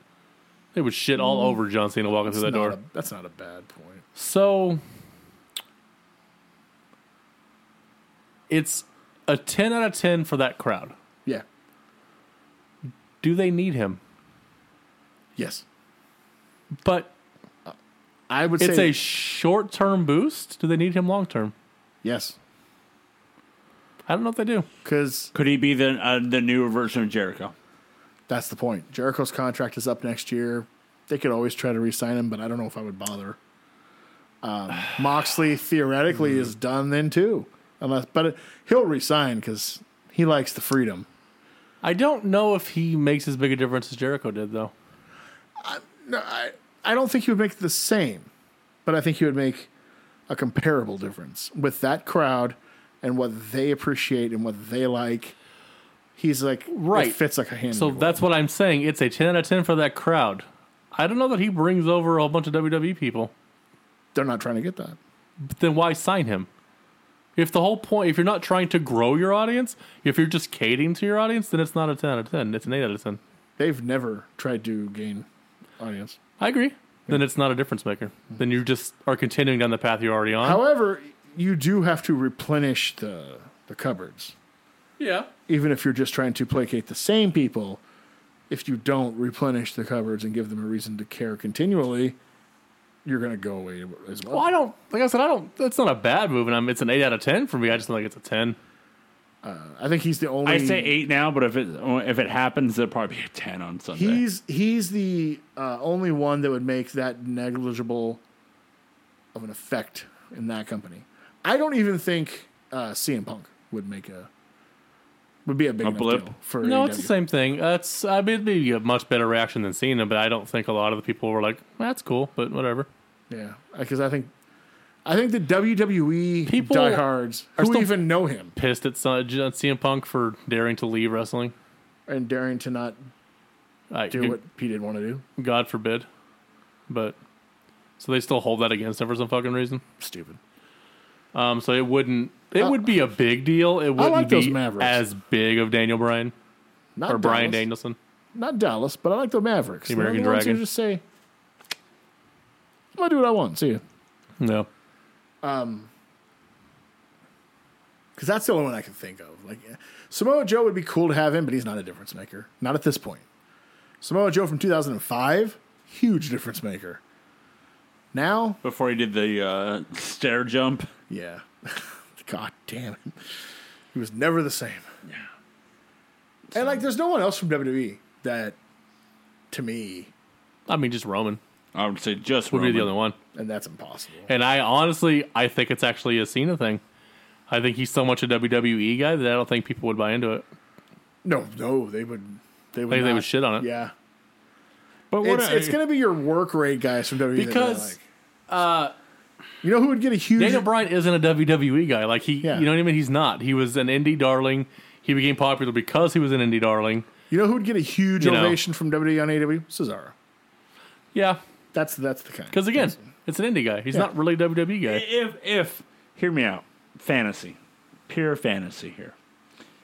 Speaker 3: They would shit all over John Cena walking through
Speaker 2: that's,
Speaker 3: that
Speaker 2: Mm. not
Speaker 3: door.
Speaker 2: a, that's not a bad point.
Speaker 3: So it's a ten out of ten for that crowd.
Speaker 2: Yeah.
Speaker 3: Do they need him?
Speaker 2: Yes.
Speaker 3: But
Speaker 2: I would
Speaker 3: it's
Speaker 2: say
Speaker 3: a short term boost. Do they need him long term?
Speaker 2: yes.
Speaker 3: I don't know if they do.
Speaker 2: Because
Speaker 1: Could he be the uh, the newer version of Jericho?
Speaker 2: that's the point. Jericho's contract is up next year. They could always try to re sign him, but I don't know if I would bother. Um, Moxley theoretically
Speaker 3: Hmm.
Speaker 2: is done then too. Unless, but it, he'll resign because he likes the freedom.
Speaker 3: I don't know if he makes as big a difference as Jericho did, though.
Speaker 2: No, I, I don't think he would make the same, but I think he would make a comparable difference with that crowd and what they appreciate and what they like. He's like
Speaker 3: Right.
Speaker 2: It fits like a hand.
Speaker 3: So that's what I'm saying. It's a 10 out of 10 for that crowd. I don't know that he brings over a whole bunch of WWE people.
Speaker 2: they're not trying to get that.
Speaker 3: But then why sign him? If the whole point, if you're not trying to grow your audience, if you're just catering to your audience, then it's not a 10 out of 10. It's an 8 out of 10.
Speaker 2: They've never tried to gain audience.
Speaker 3: I agree. Then it's not a difference maker. Then you just are continuing down the path you're already on.
Speaker 2: However, you do have to replenish the the cupboards,
Speaker 3: yeah.
Speaker 2: even if you're just trying to placate the same people. If you don't replenish the cupboards and give them a reason to care continually, you're going to go away as well.
Speaker 3: Well, I don't, like I said, I don't, that's not a bad move. And I'm, it's an 8 out of 10 for me. I just don't think it's a 10.
Speaker 2: I think he's the only.
Speaker 1: I say eight now, but if it if it happens, it'll probably be a ten on Sunday.
Speaker 2: He's he's the uh, only one that would make that negligible of an effect in that company. I don't even think uh, CM Punk would make a would be a big enough
Speaker 1: blip?
Speaker 2: deal for E
Speaker 3: No,
Speaker 2: AEW.
Speaker 3: it's the same thing. That's I mean, it'd be a much better reaction than Cena, but I don't think a lot of the people were like, "That's cool," but whatever.
Speaker 2: Yeah, because I think I think the WWE
Speaker 3: People
Speaker 2: diehards who
Speaker 3: still-
Speaker 2: even know him
Speaker 3: Pissed at Son- J- CM Punk for daring to leave wrestling.
Speaker 2: and daring to not
Speaker 3: I,
Speaker 2: do what he didn't want to do.
Speaker 3: God forbid. But so they still hold that against him for some fucking reason.
Speaker 2: Stupid.
Speaker 3: Um, so it wouldn't. It
Speaker 2: Uh,
Speaker 3: would be a big deal. It wouldn't
Speaker 2: like those
Speaker 3: be
Speaker 2: Mavericks.
Speaker 3: as big of Daniel Bryan
Speaker 2: Not
Speaker 3: or Bryan
Speaker 2: Dallas.
Speaker 3: Danielson.
Speaker 2: Not Dallas, but I like the Mavericks.
Speaker 3: The
Speaker 2: They're
Speaker 3: American
Speaker 2: ones who
Speaker 3: Dragon.
Speaker 2: Just say, I'm gonna do what I want. See you.
Speaker 3: No,
Speaker 2: Because that's the only one I can think of. Like yeah. Samoa Joe would be cool to have him, but he's not a difference maker. Not at this point. Samoa Joe from 2005, huge difference maker. Now,
Speaker 1: before he did the uh, stair jump.
Speaker 2: yeah. God damn it. He was never the same. Yeah. And like, there's no one else from WWE that, to me,
Speaker 3: I mean just Roman
Speaker 1: I would say just
Speaker 3: would be
Speaker 1: Roman.
Speaker 3: the only one.
Speaker 2: and that's impossible.
Speaker 3: And I honestly, I think it's actually a Cena thing. I think he's so much a WWE guy that I don't think people would buy into it.
Speaker 2: No, no, they would. They would.
Speaker 3: Like, they
Speaker 2: not.
Speaker 3: would shit on it.
Speaker 2: Yeah.
Speaker 1: But what
Speaker 2: It's, it's going to be your work rate guys from E WWE.
Speaker 3: Because, uh,
Speaker 2: Because, you know who would get a huge.
Speaker 3: Daniel Bryan isn't a WWE guy. Like he,
Speaker 2: Yeah.
Speaker 3: you know what I mean. He's not. He was an indie darling. He became popular because he was an indie darling.
Speaker 2: You know who would get a huge
Speaker 3: You know.
Speaker 2: ovation from WWE on AW? Cesaro.
Speaker 3: Yeah,
Speaker 2: That's that's the kind.
Speaker 3: because again, it's an indie guy. He's not really a WWE guy.
Speaker 1: if if hear me out, fantasy, pure fantasy here.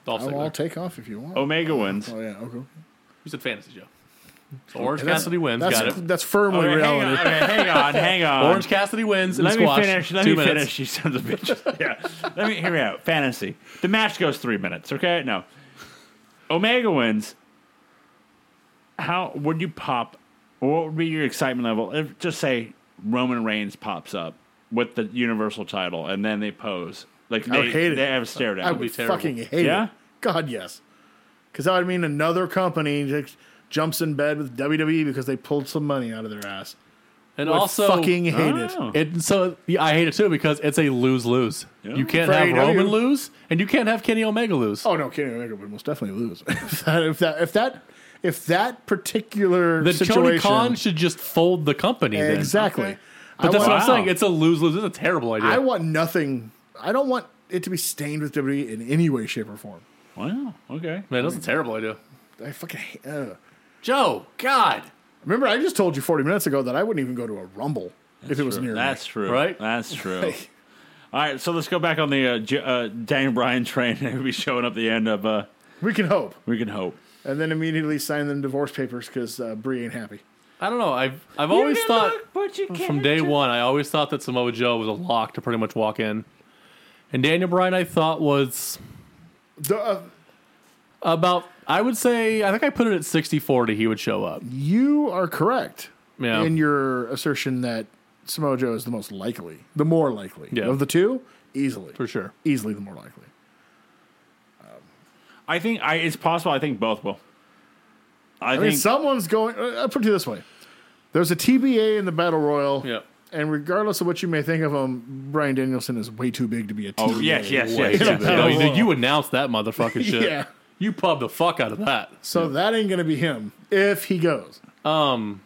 Speaker 3: Dolph
Speaker 2: I'll, I'll
Speaker 3: Ziggler.
Speaker 2: take off if you want. Oh,
Speaker 1: Omega wins.
Speaker 2: yeah, okay.
Speaker 3: He's a fantasy Joe. So Orange Cassidy wins.
Speaker 2: That's,
Speaker 3: Got it. Oh,
Speaker 2: that's firmly
Speaker 1: Okay, hang on,
Speaker 2: reality.
Speaker 1: okay, hang on, hang on.
Speaker 3: Orange Cassidy wins. In a
Speaker 1: let me
Speaker 3: squash.
Speaker 1: finish. Let
Speaker 3: Two
Speaker 1: me
Speaker 3: minutes.
Speaker 1: finish. You sons of bitches. Yeah. let me hear me out. Fantasy. The match goes three minutes. Okay. No. Omega wins. How would you pop? What would be your excitement level? If just say Roman Reigns pops up with the Universal title, and then they pose like
Speaker 2: I would
Speaker 1: they,
Speaker 2: hate it.
Speaker 1: they have a stare
Speaker 2: I
Speaker 1: down.
Speaker 2: would
Speaker 3: be terrible.
Speaker 2: fucking hate
Speaker 1: Yeah?
Speaker 2: it. God, yes. Because that would mean another company just jumps in bed with WWE because they pulled some money out of their ass.
Speaker 3: And
Speaker 2: I would
Speaker 3: also,
Speaker 2: fucking hate
Speaker 1: Oh.
Speaker 2: it.
Speaker 3: It, so yeah, I hate it too because it's a lose lose. You can't
Speaker 2: For
Speaker 3: have
Speaker 2: AEW.
Speaker 3: Roman lose, and you can't have Kenny Omega lose.
Speaker 2: Oh no, Kenny Omega would most definitely lose if that if that if that if that particular
Speaker 3: then Tony
Speaker 2: situation
Speaker 3: Khan should just fold the company. then.
Speaker 2: exactly.
Speaker 1: Okay.
Speaker 2: I
Speaker 3: But that's
Speaker 2: want-
Speaker 3: what I'm
Speaker 1: Wow.
Speaker 3: saying. It's a lose lose. It's a terrible idea.
Speaker 2: I want nothing. I don't want it to be stained with WWE in any way, shape, or form.
Speaker 1: Wow. Okay.
Speaker 3: Man, that's a terrible idea.
Speaker 2: I fucking hate, uh.
Speaker 3: Joe, God.
Speaker 2: remember. I just told you 40 minutes ago that I wouldn't even go to a Rumble. if it was near me.
Speaker 1: That's true.
Speaker 3: Right?
Speaker 1: That's true. All right, so let's go back on the uh, J- uh, Daniel Bryan train. He'll be showing up the end of uh,
Speaker 2: We can hope.
Speaker 1: We Can Hope.
Speaker 2: And then immediately sign them divorce papers because uh, Brie ain't happy.
Speaker 3: I don't know. I've I've always thought from day one. I always thought that Samoa Joe was a lock to pretty much walk in, and Daniel Bryan I thought was
Speaker 2: The, uh,
Speaker 3: about. I would say I think I put it at 60-40 He would show up.
Speaker 2: you are correct
Speaker 3: Yeah.
Speaker 2: in your assertion that Samoa Joe is the most likely, the more likely
Speaker 3: Yeah.
Speaker 2: of the two. Easily,
Speaker 3: for sure.
Speaker 2: easily the more likely.
Speaker 1: I think I, it's possible. I think both will. I,
Speaker 2: I
Speaker 1: think
Speaker 2: mean, someone's going. uh, I'll put it this way: there's a TBA in the battle royal,
Speaker 3: Yeah.
Speaker 2: and regardless of what you may think of him, Brian Danielson is way too big to be a TBA.
Speaker 1: Oh yes, yes, yes. yes,
Speaker 3: No,
Speaker 1: yes.
Speaker 3: you, you announced that motherfucking shit.
Speaker 2: Yeah.
Speaker 3: You pub the fuck out of that.
Speaker 2: So that ain't gonna be him if he goes.
Speaker 3: Um,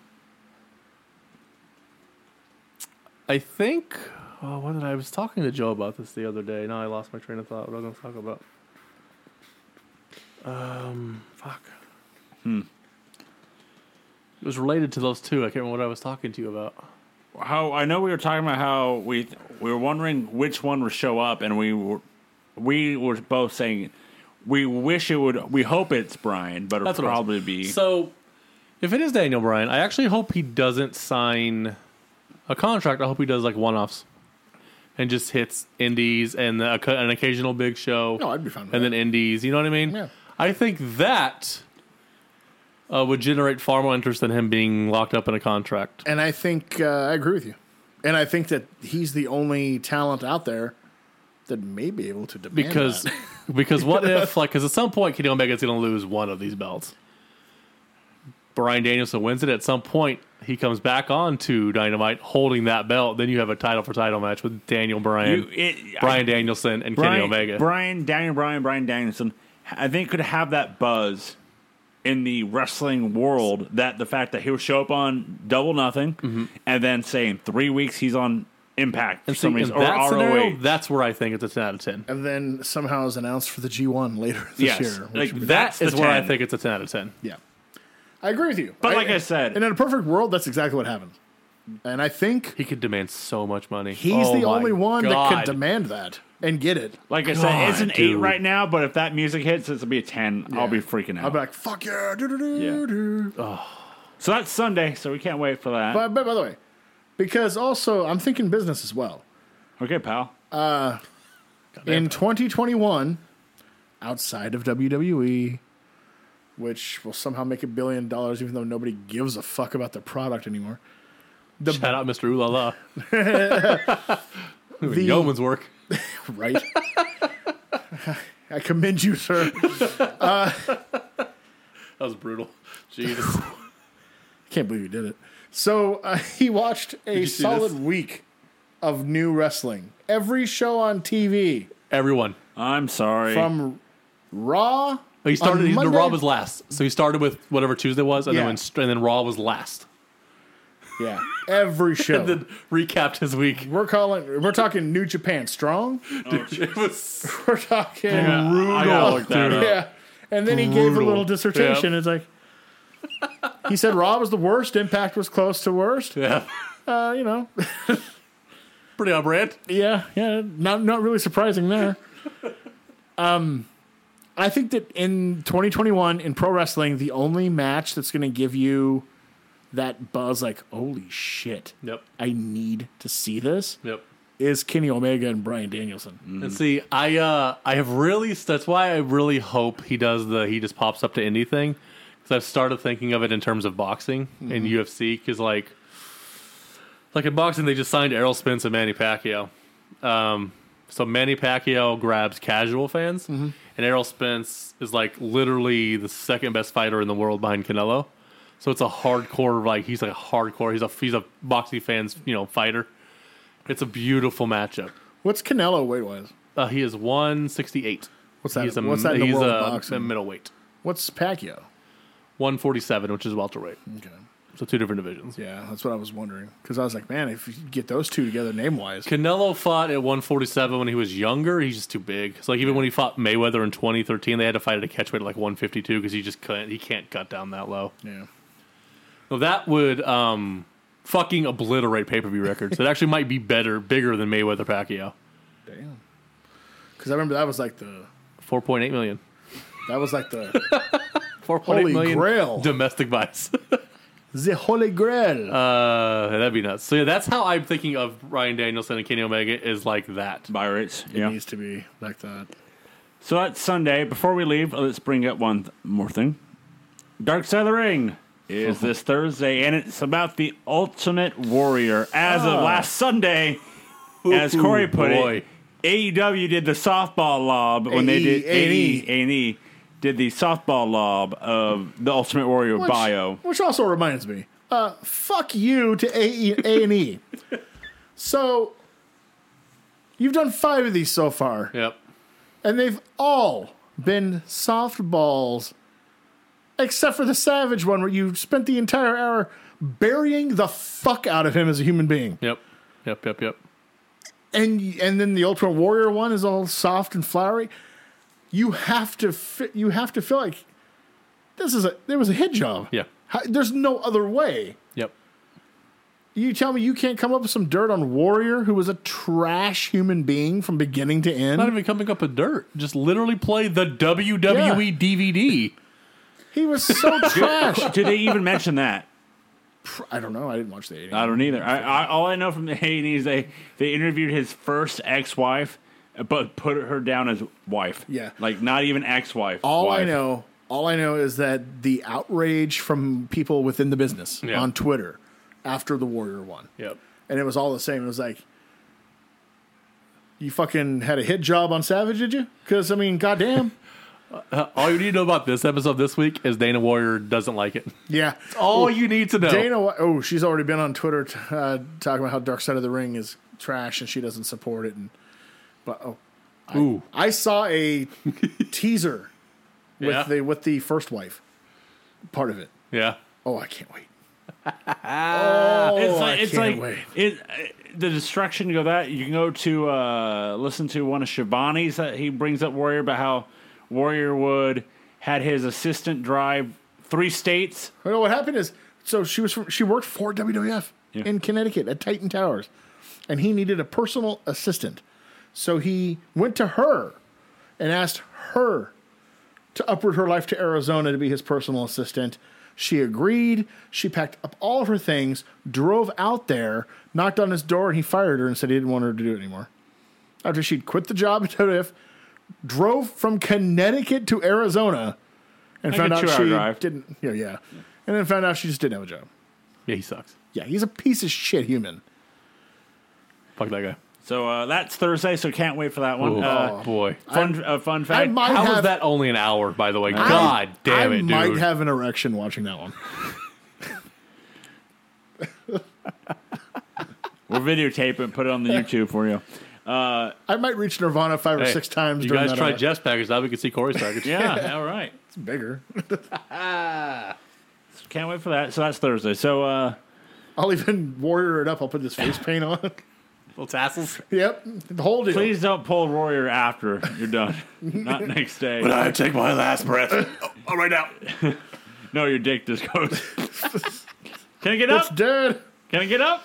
Speaker 3: I think. Oh, what did I, I was talking to Joe about this the other day? Now I lost my train of thought. What was I going to talk about? Um, fuck. Hmm. It was related to those two. I can't remember what I was talking to you about.
Speaker 1: How I know we were talking about how we we were wondering which one would show up, and we were we were both saying we wish it would. We hope it's Brian, but it'll
Speaker 3: That's what it was.
Speaker 1: probably be.
Speaker 3: So, if it is Daniel Bryan, I actually hope he doesn't sign a contract. I hope he does like one offs and just hits indies and the, an occasional big show.
Speaker 2: No, I'd be fine with
Speaker 3: and
Speaker 2: that.
Speaker 3: then indies. You know what I mean?
Speaker 2: Yeah.
Speaker 3: I think that uh, would generate far more interest than him being locked up in a contract.
Speaker 2: And I think uh, I agree with you. And I think that he's the only talent out there that may be able to demand
Speaker 3: Because,
Speaker 2: that.
Speaker 3: because what if like because at some point Kenny Omega's going to lose one of these belts. Brian Danielson wins it at some point. He comes back on to Dynamite holding that belt. Then you have a title for title match with Daniel Bryan,
Speaker 1: You- it-
Speaker 3: Brian Danielson, and
Speaker 1: Brian,
Speaker 3: Kenny Omega.
Speaker 1: Brian, Daniel Bryan, Brian Danielson, I think could have that buzz in the wrestling world that the fact that he'll show up on Double Nothing and then say in three weeks he's on Impact for
Speaker 3: Mm-hmm. and see,
Speaker 1: some
Speaker 3: in
Speaker 1: reason, or
Speaker 3: that scenario,
Speaker 1: ROH.
Speaker 3: that's where I think it's a ten out of ten.
Speaker 2: and then somehow is announced for the G1 later this
Speaker 1: Yes.
Speaker 2: year. which
Speaker 1: Like,
Speaker 2: would-
Speaker 1: That's
Speaker 3: That is
Speaker 1: the
Speaker 3: where
Speaker 1: 10.
Speaker 3: I think it's a ten out of ten.
Speaker 2: yeah. I agree with you.
Speaker 1: But like I said-
Speaker 2: and in a perfect world, that's exactly what happens. And I think
Speaker 3: He could demand so much money.
Speaker 2: he's
Speaker 3: Oh
Speaker 2: the
Speaker 3: my
Speaker 2: only one that
Speaker 3: God.
Speaker 2: could demand that and get it.
Speaker 1: Like I said, it's
Speaker 3: God,
Speaker 1: an eight
Speaker 3: dude.
Speaker 1: right now, but if that music hits, it'll be a ten. I'll be freaking
Speaker 2: I'll
Speaker 1: out.
Speaker 2: be like, fuck yeah. doo-doo-doo-doo.
Speaker 1: so that's Sunday, so we can't wait for that.
Speaker 2: But, but by the way, because also I'm thinking business as well.
Speaker 1: okay, pal.
Speaker 2: in 2021 outside of WWE, which will somehow make a billion dollars, even though nobody gives a fuck about the product anymore.
Speaker 3: Shout out, Mr. Ooh La La.
Speaker 2: The,
Speaker 3: Yeoman's work.
Speaker 2: right? I commend you, sir.
Speaker 3: That was brutal. Jesus.
Speaker 2: Can't believe you did it. So uh, he watched a
Speaker 3: you see
Speaker 2: solid
Speaker 3: this?
Speaker 2: week of new wrestling. Every show on TV
Speaker 3: Everyone.
Speaker 1: I'm sorry.
Speaker 2: from Raw.
Speaker 3: He started.
Speaker 2: on
Speaker 3: He, the
Speaker 2: Monday-
Speaker 3: Raw was last, so he started with whatever Tuesday was, and
Speaker 2: Yeah.
Speaker 3: then when, and then Raw was last.
Speaker 2: Yeah, every show.
Speaker 3: And then recapped his week.
Speaker 2: we're calling. We're talking New Japan Strong.
Speaker 3: It was
Speaker 2: We're talking.
Speaker 1: I gotta look that up.
Speaker 2: Yeah. And then he gave a
Speaker 3: Brutal.
Speaker 2: little dissertation. It's like he said Raw was the worst, Impact was close to worst.
Speaker 3: yeah,
Speaker 2: Uh, you know,
Speaker 3: pretty on brand.
Speaker 2: yeah, yeah, not not really surprising there. Um, I think that in 2021 in pro wrestling, the only match that's going to give you that buzz, like holy shit,
Speaker 3: Yep.
Speaker 2: I need to see this,
Speaker 3: Yep.
Speaker 2: is Kenny Omega and Brian Danielson.
Speaker 3: And see, I uh, I have really. That's why I really hope he does the. He just pops up to indie thing because I've started thinking of it in terms of boxing and UFC because like, like in boxing they just signed Errol Spence and Manny Pacquiao. Um, so Manny Pacquiao grabs casual fans, and Errol Spence is like literally the second best fighter in the world behind Canelo. So it's a hardcore like he's like a hardcore. He's a he's a boxing fans you know fighter. It's a beautiful matchup.
Speaker 2: What's Canelo weight wise?
Speaker 3: Uh, he is 168.
Speaker 2: What's that?
Speaker 3: he's a,
Speaker 2: what's that in the
Speaker 3: he's
Speaker 2: world
Speaker 3: a,
Speaker 2: of boxing?
Speaker 3: a middleweight.
Speaker 2: what's Pacquiao?
Speaker 3: 147, which is welterweight.
Speaker 2: Okay.
Speaker 3: So two different divisions.
Speaker 2: Yeah, that's what I was wondering because I was like, man, if you get those two together name wise,
Speaker 3: Canelo fought at 147 when he was younger. He's just too big. It's like even when he fought Mayweather in 2013, they had to fight at a catchweight at like 152 because he just couldn't. He can't cut down that low.
Speaker 2: yeah,
Speaker 3: So that would um, fucking obliterate pay per view records. It actually might be better, bigger than Mayweather Pacquiao.
Speaker 2: Damn. Because I remember that was like the
Speaker 3: Four point eight million.
Speaker 2: that was like the
Speaker 3: Four point eight
Speaker 2: Holy
Speaker 3: million
Speaker 2: grail.
Speaker 3: domestic violence.
Speaker 2: the holy grail.
Speaker 3: Uh, that'd be nuts. So yeah, that's how I'm thinking of Ryan Danielson and Kenny Omega is like that.
Speaker 1: Buy rates.
Speaker 2: It
Speaker 1: Yeah.
Speaker 2: needs to be like that.
Speaker 1: So that's Sunday. Before we leave, let's bring up one th- more thing. Dark Side of the Ring is this Thursday, and it's about the Ultimate Warrior. As of last Sunday, as Corey put
Speaker 3: boy.
Speaker 1: it, AEW did the softball lob when they did
Speaker 2: AE.
Speaker 1: AE A&E E did the softball lob of the Ultimate Warrior
Speaker 2: Which-
Speaker 1: bio.
Speaker 2: which also reminds me, uh, fuck you to A A and E. So you've done five of these so far,
Speaker 3: Yep.
Speaker 2: and they've all been softballs, except for the Savage one where you spent the entire hour burying the fuck out of him as a human being,
Speaker 3: Yep. Yep. Yep. Yep.
Speaker 2: and and then the Ultra Warrior one is all soft and flowery. You have to fi- you have to feel like this is a there was a hit job.
Speaker 3: Yeah.
Speaker 2: How, there's no other way.
Speaker 3: Yep.
Speaker 2: You tell me you can't come up with some dirt on Warrior, who was a trash human being from beginning to end.
Speaker 3: Not even coming up with dirt. Just literally play the E WWE DVD.
Speaker 2: he was so trash.
Speaker 1: Did they even mention that?
Speaker 2: I don't know. I didn't watch the
Speaker 3: Uh,
Speaker 2: 80s.
Speaker 1: I don't either. I, I, all I know from the A&E is they, they interviewed his first ex-wife, but put her down as wife.
Speaker 2: Yeah.
Speaker 1: Like, not even ex-wife.
Speaker 2: all I
Speaker 1: wife.
Speaker 2: know, all I know is that the outrage from people within the business
Speaker 3: Yeah.
Speaker 2: on Twitter after the Warrior one,
Speaker 3: Yep.
Speaker 2: and it was all the same. It was like, you fucking had a hit job on Savage, did you? Because I mean, goddamn,
Speaker 3: All you need to know about this episode this week is Dana Warrior doesn't like it.
Speaker 2: yeah.
Speaker 3: All you need to know.
Speaker 2: Dana, Wh- oh, she's already been on Twitter t- uh, talking about how Dark Side of the Ring is trash and she doesn't support it. And but oh,
Speaker 3: Ooh.
Speaker 2: I saw a teaser with
Speaker 3: Yeah.
Speaker 2: the with the first wife part of it.
Speaker 3: Yeah.
Speaker 2: Oh, I can't wait. oh,
Speaker 1: It's
Speaker 2: I
Speaker 1: like, it's
Speaker 2: can't
Speaker 1: like
Speaker 2: wait.
Speaker 1: it, uh, the destruction to go that. You can go to uh, listen to one of Shivani's that he brings up Warrior about how Warrior would had his assistant drive three states.
Speaker 2: You know what happened is so she was from, she worked for WWF
Speaker 1: Yeah.
Speaker 2: in Connecticut at Titan Towers, and he needed a personal assistant, so he went to her and asked her to uproot her life to Arizona to be his personal assistant. She agreed. She packed up all of her things, drove out there, knocked on his door, and he fired her and said he didn't want her to do it anymore. After she'd quit the job at WWF, drove from Connecticut to Arizona, and
Speaker 1: Like
Speaker 2: found
Speaker 1: a
Speaker 2: out
Speaker 1: two-hour
Speaker 2: she
Speaker 1: drive.
Speaker 2: didn't. Yeah, yeah, and then found out she just didn't have a job.
Speaker 3: Yeah, he sucks.
Speaker 2: Yeah, he's a piece of shit human.
Speaker 3: Fuck that guy.
Speaker 1: So uh, that's Thursday. So can't wait for that
Speaker 3: Ooh.
Speaker 1: one. Uh,
Speaker 3: oh boy.
Speaker 1: fun uh, fun fact.
Speaker 2: might- I
Speaker 3: How
Speaker 2: have-
Speaker 3: was that only an hour, by the way?
Speaker 2: I-
Speaker 3: God damn
Speaker 2: I
Speaker 3: it, dude.
Speaker 2: might have an erection watching that one.
Speaker 1: we'll videotape it and put it on the YouTube for you.
Speaker 2: I might reach Nirvana five or
Speaker 3: Hey,
Speaker 2: six times.
Speaker 3: You
Speaker 2: during
Speaker 3: guys
Speaker 2: that
Speaker 3: tried
Speaker 2: hour.
Speaker 3: Jeff's package. Now we can see Corey's package.
Speaker 1: Yeah. all right.
Speaker 2: It's bigger.
Speaker 1: Can't wait for that. So that's Thursday. So uh,
Speaker 2: I'll even warrior it up. I'll put this face paint on.
Speaker 3: Little tassels.
Speaker 2: yep, the whole deal.
Speaker 1: please don't pull Warrior after you're done. Not next day.
Speaker 3: I take my last breath. oh, right now.
Speaker 1: No, your dick just goes. Can I get
Speaker 2: it's
Speaker 1: up?
Speaker 2: dead.
Speaker 1: Can I get up?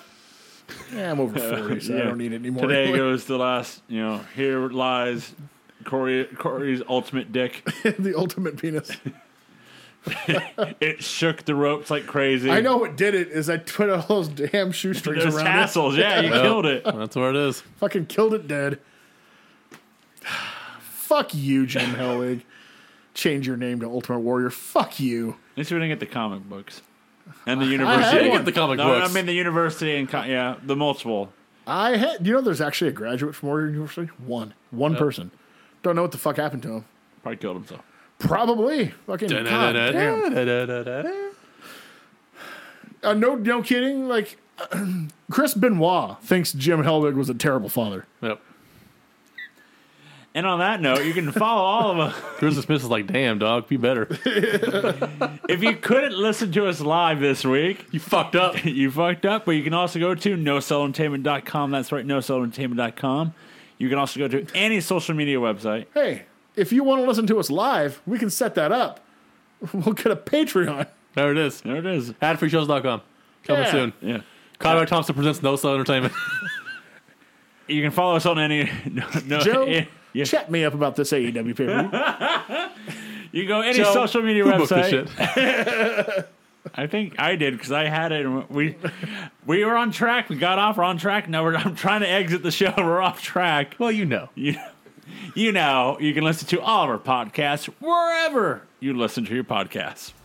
Speaker 2: Yeah, I'm over forty, so I
Speaker 1: yeah.
Speaker 2: don't need it anymore.
Speaker 1: Today
Speaker 2: anyway.
Speaker 1: goes the last. You know, here lies Corey, Corey's ultimate dick.
Speaker 2: the ultimate penis.
Speaker 1: It shook the ropes like crazy.
Speaker 2: I know what did it is I put all those damn shoestrings
Speaker 1: Those
Speaker 2: around
Speaker 1: tassels. Yeah, you killed it.
Speaker 3: That's where it is.
Speaker 2: it. Fucking killed it dead. Fuck you, Jim Helwig. Change your name to Ultimate Warrior. Fuck you.
Speaker 1: At least we didn't get the comic books and the
Speaker 2: I
Speaker 1: university.
Speaker 2: didn't
Speaker 3: get the comic
Speaker 1: no,
Speaker 3: books.
Speaker 1: I mean the university and co- yeah, the multiple.
Speaker 2: I had you know there's actually a graduate from Warrior University? One. One person. Don't know what the fuck happened to him.
Speaker 1: Probably killed himself.
Speaker 2: Probably. Fucking God, damn. Uh, no, no kidding. Like Chris Benoit thinks Jim Helwig was a terrible father.
Speaker 3: Yep.
Speaker 1: And on that note, you can follow all of us.
Speaker 3: Chris Smith is like, damn, dog, be better.
Speaker 1: If you couldn't listen to us live this week,
Speaker 3: you fucked up.
Speaker 1: you fucked up, but you can also go to nocellentertainment.com. That's right, nocellentertainment.com. You can also go to any social media website.
Speaker 2: Hey, if you want to listen to us live, we can set that up. We'll get a Patreon.
Speaker 3: There it is.
Speaker 1: There it is.
Speaker 3: Adfreeshows.com. Coming
Speaker 2: Yeah.
Speaker 3: soon.
Speaker 1: Yeah.
Speaker 3: Conrad Thompson presents No Cell Entertainment.
Speaker 1: You can follow us on any. No, no,
Speaker 2: Joe,
Speaker 1: yeah.
Speaker 2: chat me up about this E AEW pay per view.
Speaker 1: You can go any
Speaker 3: Joe,
Speaker 1: social media
Speaker 3: Who booked this
Speaker 1: website.
Speaker 3: shit?
Speaker 1: I think I did because I had it. And we we were on track. We got off. We're on track. Now we're, I'm trying to exit the show. We're off track.
Speaker 3: Well, you know.
Speaker 1: You, you know, you can listen to all of our podcasts wherever you listen to your podcasts.